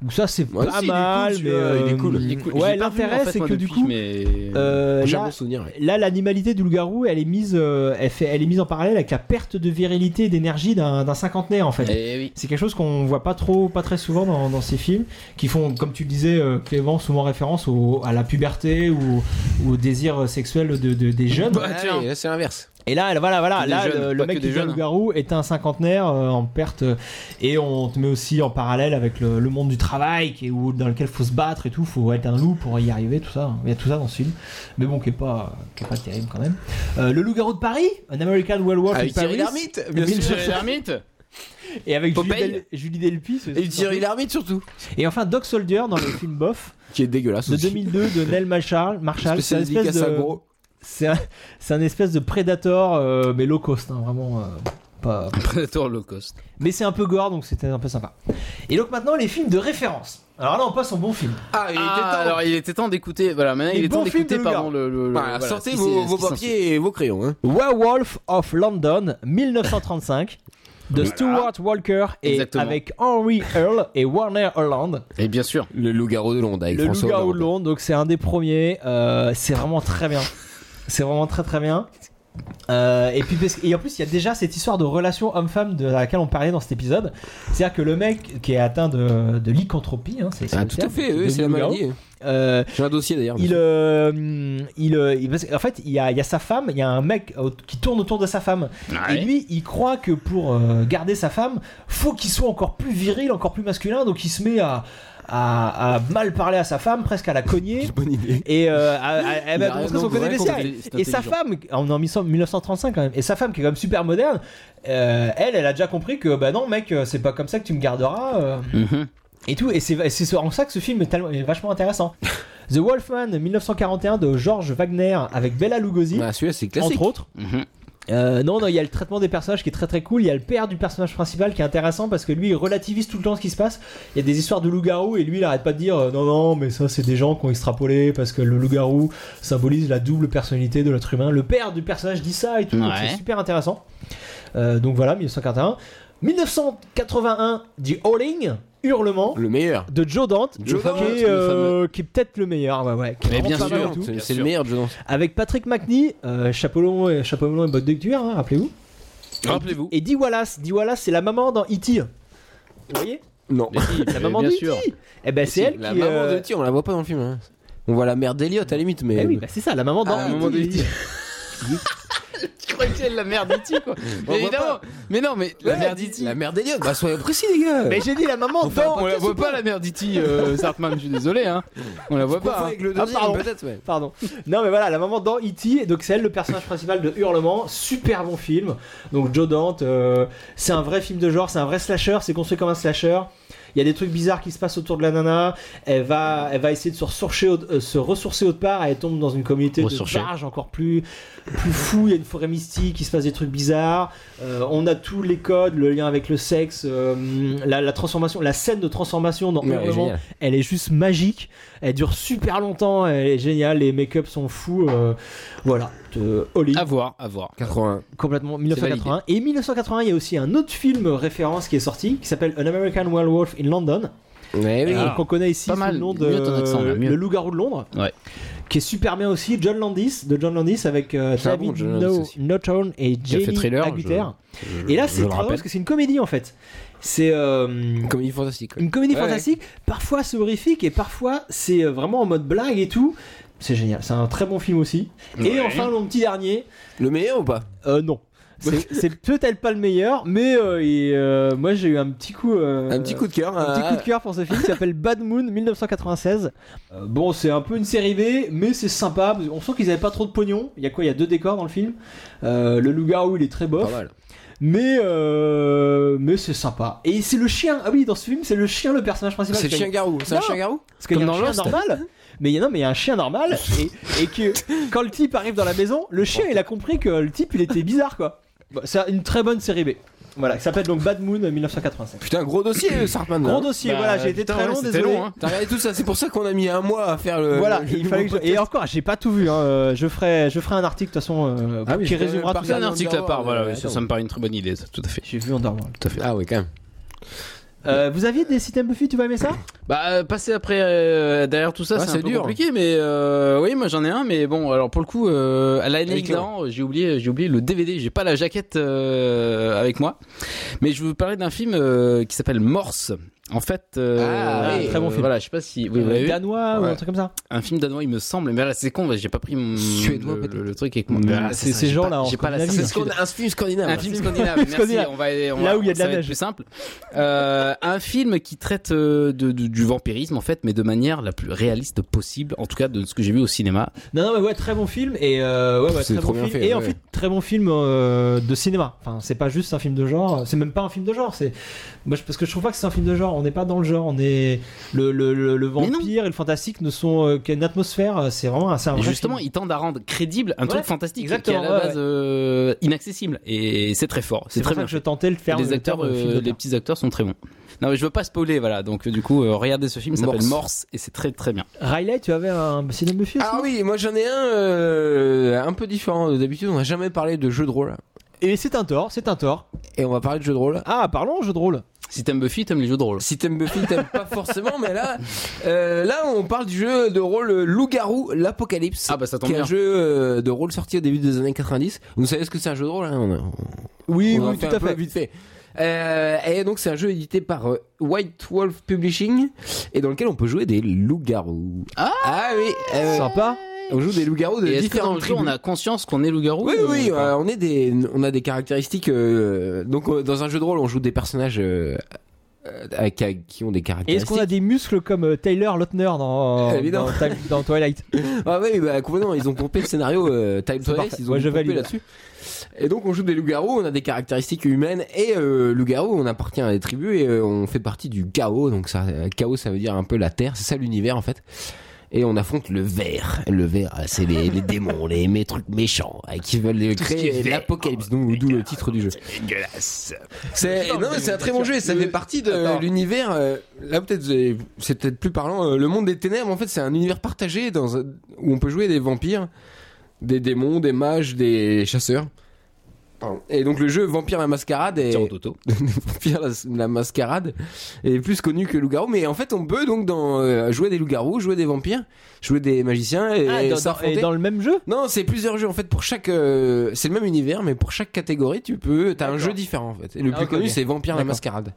Où ça, c'est Ouais, pas si, il est mal. cool, mais, celui-là, il est cool. euh, Il est Cool. Ouais, J'ai pas vu, en l'intérêt, fait, c'est moi, que du depuis, coup. mais- euh, J'ai un là, bon souvenir. ouais. là, l'animalité du loup-garou, elle est mise, euh, elle, fait, elle est mise en parallèle avec la perte de virilité et d'énergie d'un d'un cinquantenaire en fait. Eh oui. C'est quelque chose qu'on voit pas trop, pas très souvent dans, dans ces films, qui font, comme tu le disais, euh, Clément, souvent référence au- à la puberté ou ou au désir sexuel de, de- des jeunes. Bah, tiens. Allez, là, c'est l'inverse. Et là, là, voilà, voilà, Des là, jeunes, le, le pas mec que des qui vient jeunes, le hein. garou est un cinquantenaire euh, en perte, euh, et on te met aussi en parallèle avec le, le monde du travail, qui est où, dans lequel faut se battre et tout, faut être un loup pour y arriver, tout ça. Il y a tout ça dans ce film, mais bon, qui est pas, qui est pas terrible quand même. Euh, le loup-garou de Paris, An American Werewolf in Avec Thierry Paris, Lhermitte, bien Bill sûr. Thierry Lhermitte Jefferson, et avec Julie, Popeye. Del- Julie Delpy, c'est- Et Thierry Lhermitte surtout. Et enfin, Dog Soldier dans le film Boff Qui est dégueulasse. de aussi. 2002 de Neil Marshall. Marshall. C'est un Spécial espèce dédicace à de, gros. c'est un, c'est un espèce de Predator, euh, mais low cost, hein, vraiment. euh, pas... Predator low cost. Mais c'est un peu gore, donc c'était un peu sympa. Et donc maintenant, les films de référence. Alors là, on passe au bon film. Ah, il était Ah, temps. alors il était temps d'écouter. Voilà, maintenant Les il est temps bons films d'écouter de pardon le. Bah, le- le- Voilà, voilà, sortez ce qui vos, s'est- vos ce qui s'en suit. papiers et vos crayons. Hein. Werewolf of London, 1935. De Stuart Walker et Exactement. avec Henry Earl et Warner Holland. Et Eh, bien sûr. Le loup-garou de Londres avec Le François Loup-garou de Hollande. Londres, donc c'est un des premiers. euh, c'est vraiment très bien. C'est vraiment très très bien. Euh, et puis parce que- et en plus il y a déjà cette histoire de relation homme-femme de laquelle on parlait dans cet épisode. C'est-à-dire que le mec qui est atteint de, de lycanthropie, hein, c'est c'est Ah, le tout à terme, fait, de oui, c'est la loup-garou, maladie. euh, J'ai un dossier d'ailleurs. il, euh, hum, il, euh, il- parce que, en fait, il y, a, il y a sa femme, il y a un mec au- qui tourne autour de sa femme. Ah Ouais. Et lui, il croit que pour euh, garder sa femme, faut qu'il soit encore plus viril, encore plus masculin. Donc il se met à, à, à mal parler à sa femme, presque à la cogner. Bonne idée. Et euh, à- à- elle Il va a montrer raison, son vous côté voyez bestial. qu'on est- c'est Et sa intelligent. femme, on est en 1900 1935 quand même, et sa femme qui est quand même super moderne, euh, elle, elle a déjà compris que bah non, mec, euh, c'est pas comme ça que tu me garderas. euh, Mhm. et tout, et c'est et c'est en ça que ce film est, tellement- est vachement intéressant. The Wolfman 1941 de George Wagner avec Bella Lugosi, Bah, celui-là, c'est classique. euh, entre autres. Mhm. Euh, non, non, il y a le traitement des personnages qui est très très cool. Il y a le père du personnage principal qui est intéressant parce que lui il relativise tout le temps ce qui se passe. Il y a des histoires de loup-garou et lui il arrête pas de dire euh, non, non, mais ça c'est des gens qui ont extrapolé parce que le loup-garou symbolise la double personnalité de l'être humain. Le père du personnage dit ça et tout, donc Ouais. c'est super intéressant. Euh, donc voilà, 1941. 1981, dit Howling, Hurlement Le meilleur. de Joe Dante, Joe qui, Dante, est, le euh, qui est peut-être le meilleur, ouais, ouais, qui est Mais vraiment bien pas mal sûr. et tout. C'est- bien C'est le sûr. meilleur, je pense. avec Patrick McNee, euh, chapeau long et chapeau melon et bottes de cuir, hein, rappelez-vous. Rappelez-vous. Et Dee Wallace, Dee Wallace, c'est la maman dans E.T. Vous voyez Non. Mais si, La mais maman bien de sûr. E.T. Eh ben c'est elle la qui. maman euh, de tir, on la voit pas dans le film. hein. On voit la mère d'Eliott à la limite, mais. eh oui, bah, c'est ça, la maman dans Ah, la E.T. maman de E.T.. Je crois que c'est la merde d'Iti quoi. voit Mais évidemment. pas. Mais non, mais la mère d'Iti. La mère d'Eliott, bah soyez précis, les gars. Mais j'ai dit la maman dans. E On la voit pas la mère d'Iti, euh, Sartman, je suis désolé. Hein. On la voit Confond pas. hein. avec le Ah, deuxième, pardon. peut-être, ouais. Pardon. Non mais voilà, la maman dans E.T. Donc c'est elle le personnage principal de Hurlement. Super bon film. Donc Joe Dante, euh, c'est un vrai film de genre, c'est un vrai slasher, c'est construit comme un slasher. Il y a des trucs bizarres qui se passent autour de la nana. Elle va, elle va essayer de se, ressourcer au- euh, se ressourcer autre part. Elle tombe dans une communauté Ressourcer. de barges encore plus, plus fou. Il y a une forêt mystique, il se passe des trucs bizarres. Euh, on a tous les codes, le lien avec le sexe, euh, la, la transformation, la scène de transformation dans Ouais, Hurlement génial. elle est juste magique, elle dure super longtemps, elle est géniale, les make-up sont fous, euh, voilà, de Holly, À voir, à voir. 81. complètement 1980. Et 1980, il y a aussi un autre film référence qui est sorti, qui s'appelle An American Werewolf in London, Ouais, oui. euh, qu'on connaît ici Ah, pas sous mal. le nom de Mieux ton accent, là, mieux. Le Loup-garou de Londres, Ouais. qui est super bien aussi, John Landis, de John Landis avec euh, C'est un bon David John Landis No- aussi. Norton et a fait Jamie Thriller, je- Agutter. Et là, Ah, je c'est le très rappelle. drôle parce que c'est une comédie en fait. C'est euh, Une comédie fantastique. ouais. une comédie Ouais. fantastique, parfois c'est horrifique et parfois c'est euh, vraiment en mode blague et tout. C'est génial. C'est un très bon film aussi. Et enfin, mon petit dernier. Le meilleur ou pas Euh, non. C'est c'est peut-être pas le meilleur, mais euh, et, euh, moi j'ai eu un petit coup. euh, Un petit coup de cœur. euh. un petit coup de cœur pour ce film qui s'appelle Bad Moon 1996. Euh, bon, c'est un peu une série B, mais c'est sympa. On sent qu'ils avaient pas trop de pognon. Il y a quoi Il y a deux décors dans le film. Euh, le loup-garou, il est très Pas bof. mal. Mais, euh, mais c'est sympa. Et c'est le chien. Ah oui, dans ce film, c'est le chien le personnage principal. C'est le chien garou. C'est un Non. chien garou Parce qu'il y a Comme un dans chien Lost. normal. Mais il y a- non, mais il y a un chien normal et, et que quand le type arrive dans la maison, le chien il a compris que le type il était bizarre quoi. Bah, c'est une très bonne série B. Voilà, qui s'appelle donc Bad Moon euh, 1987. Putain, gros dossier, Sartman. Gros hein. dossier, Bah, voilà, j'ai été putain, très ouais, long, c'était désolé. long, hein. T'as regardé tout ça, c'est pour ça qu'on a mis un mois à faire le. Voilà, le- il le fallait que nouveau je- et podcast. encore, j'ai pas tout vu. hein, euh, Je ferai, je ferai un article de toute façon euh, Ah oui, qui j'ai quand même résumera tout parlé C'est ça. un Regarde article à part, Underworld, voilà, euh, ça, ça attends. me paraît une très bonne idée, ça, tout à fait. J'ai vu Underworld. Tout à fait. Ah oui, quand même. Euh, vous aviez des systèmes Buffy, tu vas aimer ça Bah, euh, passer après euh, derrière tout ça, Ouais, c'est c'est un peu dur. compliqué, mais euh, oui, moi j'en ai un, mais bon, alors pour le coup, euh, à l'année Avec d'avant, j'ai oublié, j'ai oublié le DVD, j'ai pas la jaquette euh, avec moi, mais je vais vous parler d'un film euh, qui s'appelle Morse. En fait, euh, Ah, oui. Très bon film. Voilà, je sais pas si Ah, oui, vous l'avez vu. Euh, Danois ou Ouais. un truc comme ça. un film danois, il me semble, mais là c'est con, j'ai pas pris mon Suédois, le, peut-être. le- le truc avec mon. Mais Voilà, c'est c'est ça, ces j'ai gens-là pas- en j'ai pas la Scandinavie, certitude. c'est Scanda- Un film scandinave. Un film scandinave, merci. Scandinave. On va, on Là va- où il y a de ça la va être neige. plus simple. Euh, un film qui traite euh, de, de- du vampirisme en fait, mais de manière la plus réaliste possible, en tout cas de ce que j'ai vu au cinéma. Non, non, mais ouais, très bon film et euh, ouais, ouais, C'est très trop bon bien film. fait, et en ouais. fait, très bon film euh, de cinéma. Enfin, c'est pas juste un film de genre. C'est même pas un film de genre. C'est moi je- parce que je trouve pas que c'est un film de genre. On n'est pas dans le genre. On est le le, le, le Mais non. vampire et le fantastique ne sont euh, qu'une atmosphère. euh, C'est vraiment un- c'est un Et vrai justement, film. ils tendent à rendre crédible un Ouais, truc fantastique exactement, qui est à la ouais, base euh, inaccessible. Et c'est très fort. C'est c'est très pour ça bien. que je tentais le faire. les le acteurs, terme de euh, film de les genre. petits acteurs sont très bons. Non mais je veux pas spoiler, voilà. Donc euh, du coup, euh, regardez ce film, il s'appelle Morse. Morse et c'est très très bien. Riley, tu avais un cinéma Buffy aussi Ah oui, moi j'en ai un euh, un peu différent de d'habitude. On n'a jamais parlé de jeu de rôle. Et c'est un tort, c'est un tort. Et on va parler de jeu de rôle. Ah, parlons jeu de rôle. Si t'aimes Buffy, t'aimes les jeux de rôle. Si t'aimes Buffy, t'aimes pas forcément, mais là, euh, là on parle du jeu de rôle euh, Loup-garou, l'Apocalypse. Ah bah ça tombe qui est un bien. jeu euh, de rôle sorti au début des années 90. Vous savez ce que c'est un jeu de rôle hein On a- Oui, on en oui, fait tout un à peu fait. vite fait. Euh, et donc c'est un jeu édité par euh, White Wolf Publishing et dans lequel on peut jouer des loups-garous. Ah, oui, euh, Sympa. on joue des loups-garous de Et est-ce que dans différentes le jeu, tribus. on a conscience qu'on est loup-garou Oui, ou oui, pas euh, on est des, on a des caractéristiques. euh, donc euh, dans un jeu de rôle, on joue des personnages euh, euh, avec- avec qui ont des Et Bah, caractéristiques. est-ce qu'on a des muscles comme euh, Taylor Lautner dans, Évidemment. dans, dans Twilight Ah oui, bah complètement, ils ont pompé le scénario euh, Time C'est Twice, parfait. ils ont Ouais, je tout pompé valide. là-dessus. Et donc on joue des loups-garous, on a des caractéristiques humaines et euh, loup-garou, on appartient à des tribus et euh, on fait partie du chaos. Donc ça, euh, chaos, ça veut dire un peu la terre, c'est ça l'univers en fait. Et on affronte le vert. Le vert, euh, c'est les, les démons, les mes trucs méchants euh, qui veulent euh, créer l'apocalypse, donc d'où le titre du jeu. C'est non, mais c'est un très bon jeu et ça Euh, fait partie de l'univers. euh, Là, peut-être, vous avez- c'est peut-être plus parlant. euh, Le monde des ténèbres, en fait, c'est un univers partagé dans un- où on peut jouer des vampires, des démons, des mages, des chasseurs. Pardon. Et donc le jeu Vampire la Mascarade est Tire au toto. Vampire la, la Mascarade est plus connu que loup-garou, mais en fait on peut donc dans, euh, jouer des loups-garous, jouer des vampires, jouer des magiciens et, Ah, dans, dans- s'affronter. et dans le même jeu Non, c'est plusieurs jeux en fait pour chaque. euh, c'est le même univers, mais pour chaque catégorie, tu peux. T'as un jeu différent en fait. Et le Ah, plus ok, connu, ok. c'est Vampire la D'accord. Mascarade.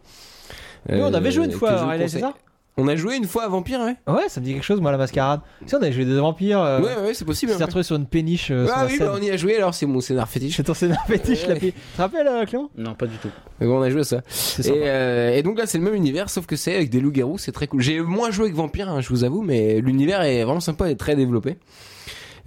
Mais on avait Euh, joué une que fois je vous à Riley, c'est conseille. ça On a joué une fois à Vampire, ouais. Ouais, ça me dit quelque chose, moi, la mascarade. Si on avait joué des vampires, euh, Ouais, ouais, c'est possible. on s'est hein. retrouvé sur une péniche. euh, sur Ah la oui, scène. bah, on y a joué alors, c'est mon scénar fétiche. C'est ton scénar fétiche, la péniche. Tu te rappelles, euh, Clément Non, pas du tout. Mais bon, on a joué à ça. C'est Et, euh, et donc là, c'est le même univers, sauf que c'est avec des loups-garous, c'est très cool. J'ai moins joué que Vampire, hein, je vous avoue, mais l'univers est vraiment sympa et très développé.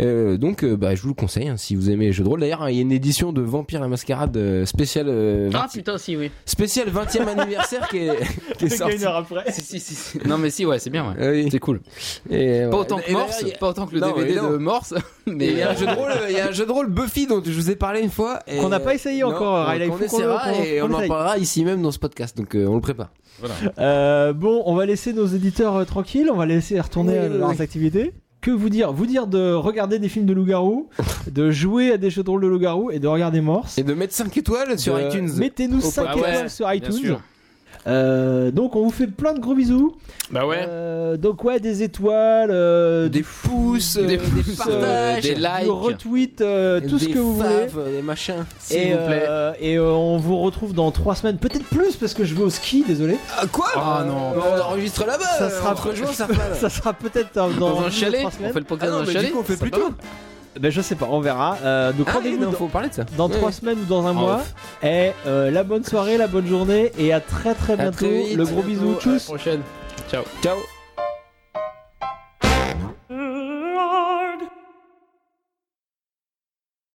Euh, donc, euh, bah, je vous le conseille hein, si vous aimez les jeux de rôle. D'ailleurs, hein, il y a une édition de Vampire la Mascarade euh, spéciale euh, 20 Ah putain, si, oui. spéciale 20e anniversaire qui est, qui est sorti. une heure après. Si, si, si, si. Non, mais si, ouais, c'est bien, ouais. Ah oui. C'est cool. Et, euh, Pas autant que et Morse, d'ailleurs, il y a- pas autant que le Non, DVD mais non. de Morse, mais euh, Il y, a un jeu de rôle, il y a un jeu de rôle Buffy dont je vous ai parlé une fois. et- Qu'on n'a pas essayé Non, encore, Riley, qu'on faut qu'on le- essaiera qu'on- et qu'on on en l'essaye. parlera ici même dans ce podcast, donc euh, on le prépare. Euh, bon, on va laisser nos éditeurs euh, tranquilles, on va laisser retourner Oui, à oui, leurs oui. activités. Que vous dire Vous dire de regarder des films de loup-garou, de jouer à des jeux de rôle de loup-garou et de regarder Morse. Et de mettre 5 étoiles sur De- iTunes. Mettez-nous Au 5 podcast. étoiles sur Bien iTunes. sûr. Euh, donc on vous fait plein de gros bisous. Bah ouais. Euh, donc ouais, des étoiles, euh, Des pouces, euh, des pouces, des euh, partages, des du likes. retweet, euh, tout ce des que vous voulez. faves, Des machins. S'il Et, vous plaît. euh, et euh, on vous retrouve dans trois semaines, peut-être plus parce que je vais au ski, désolé. Ah, quoi Ah, non. On enregistre là-bas. ça sera rejoint, ça ça sera peut-être dans, Dans, deux un ou chalet, trois on semaines. fait le podcast Ah dans non, un mais chalet. du coup, on fait Ça plus va tôt. Ben, je sais pas, on verra. Euh, donc Ah oui, rendez-vous non, dans- faut parler de ça. dans Ouais. Ah, trois semaines ou dans un En mois. off. Et euh, la bonne soirée, la bonne journée et à très très À bientôt. très vite. le gros À bisou, À la tchuss. prochaine. Ciao. Ciao.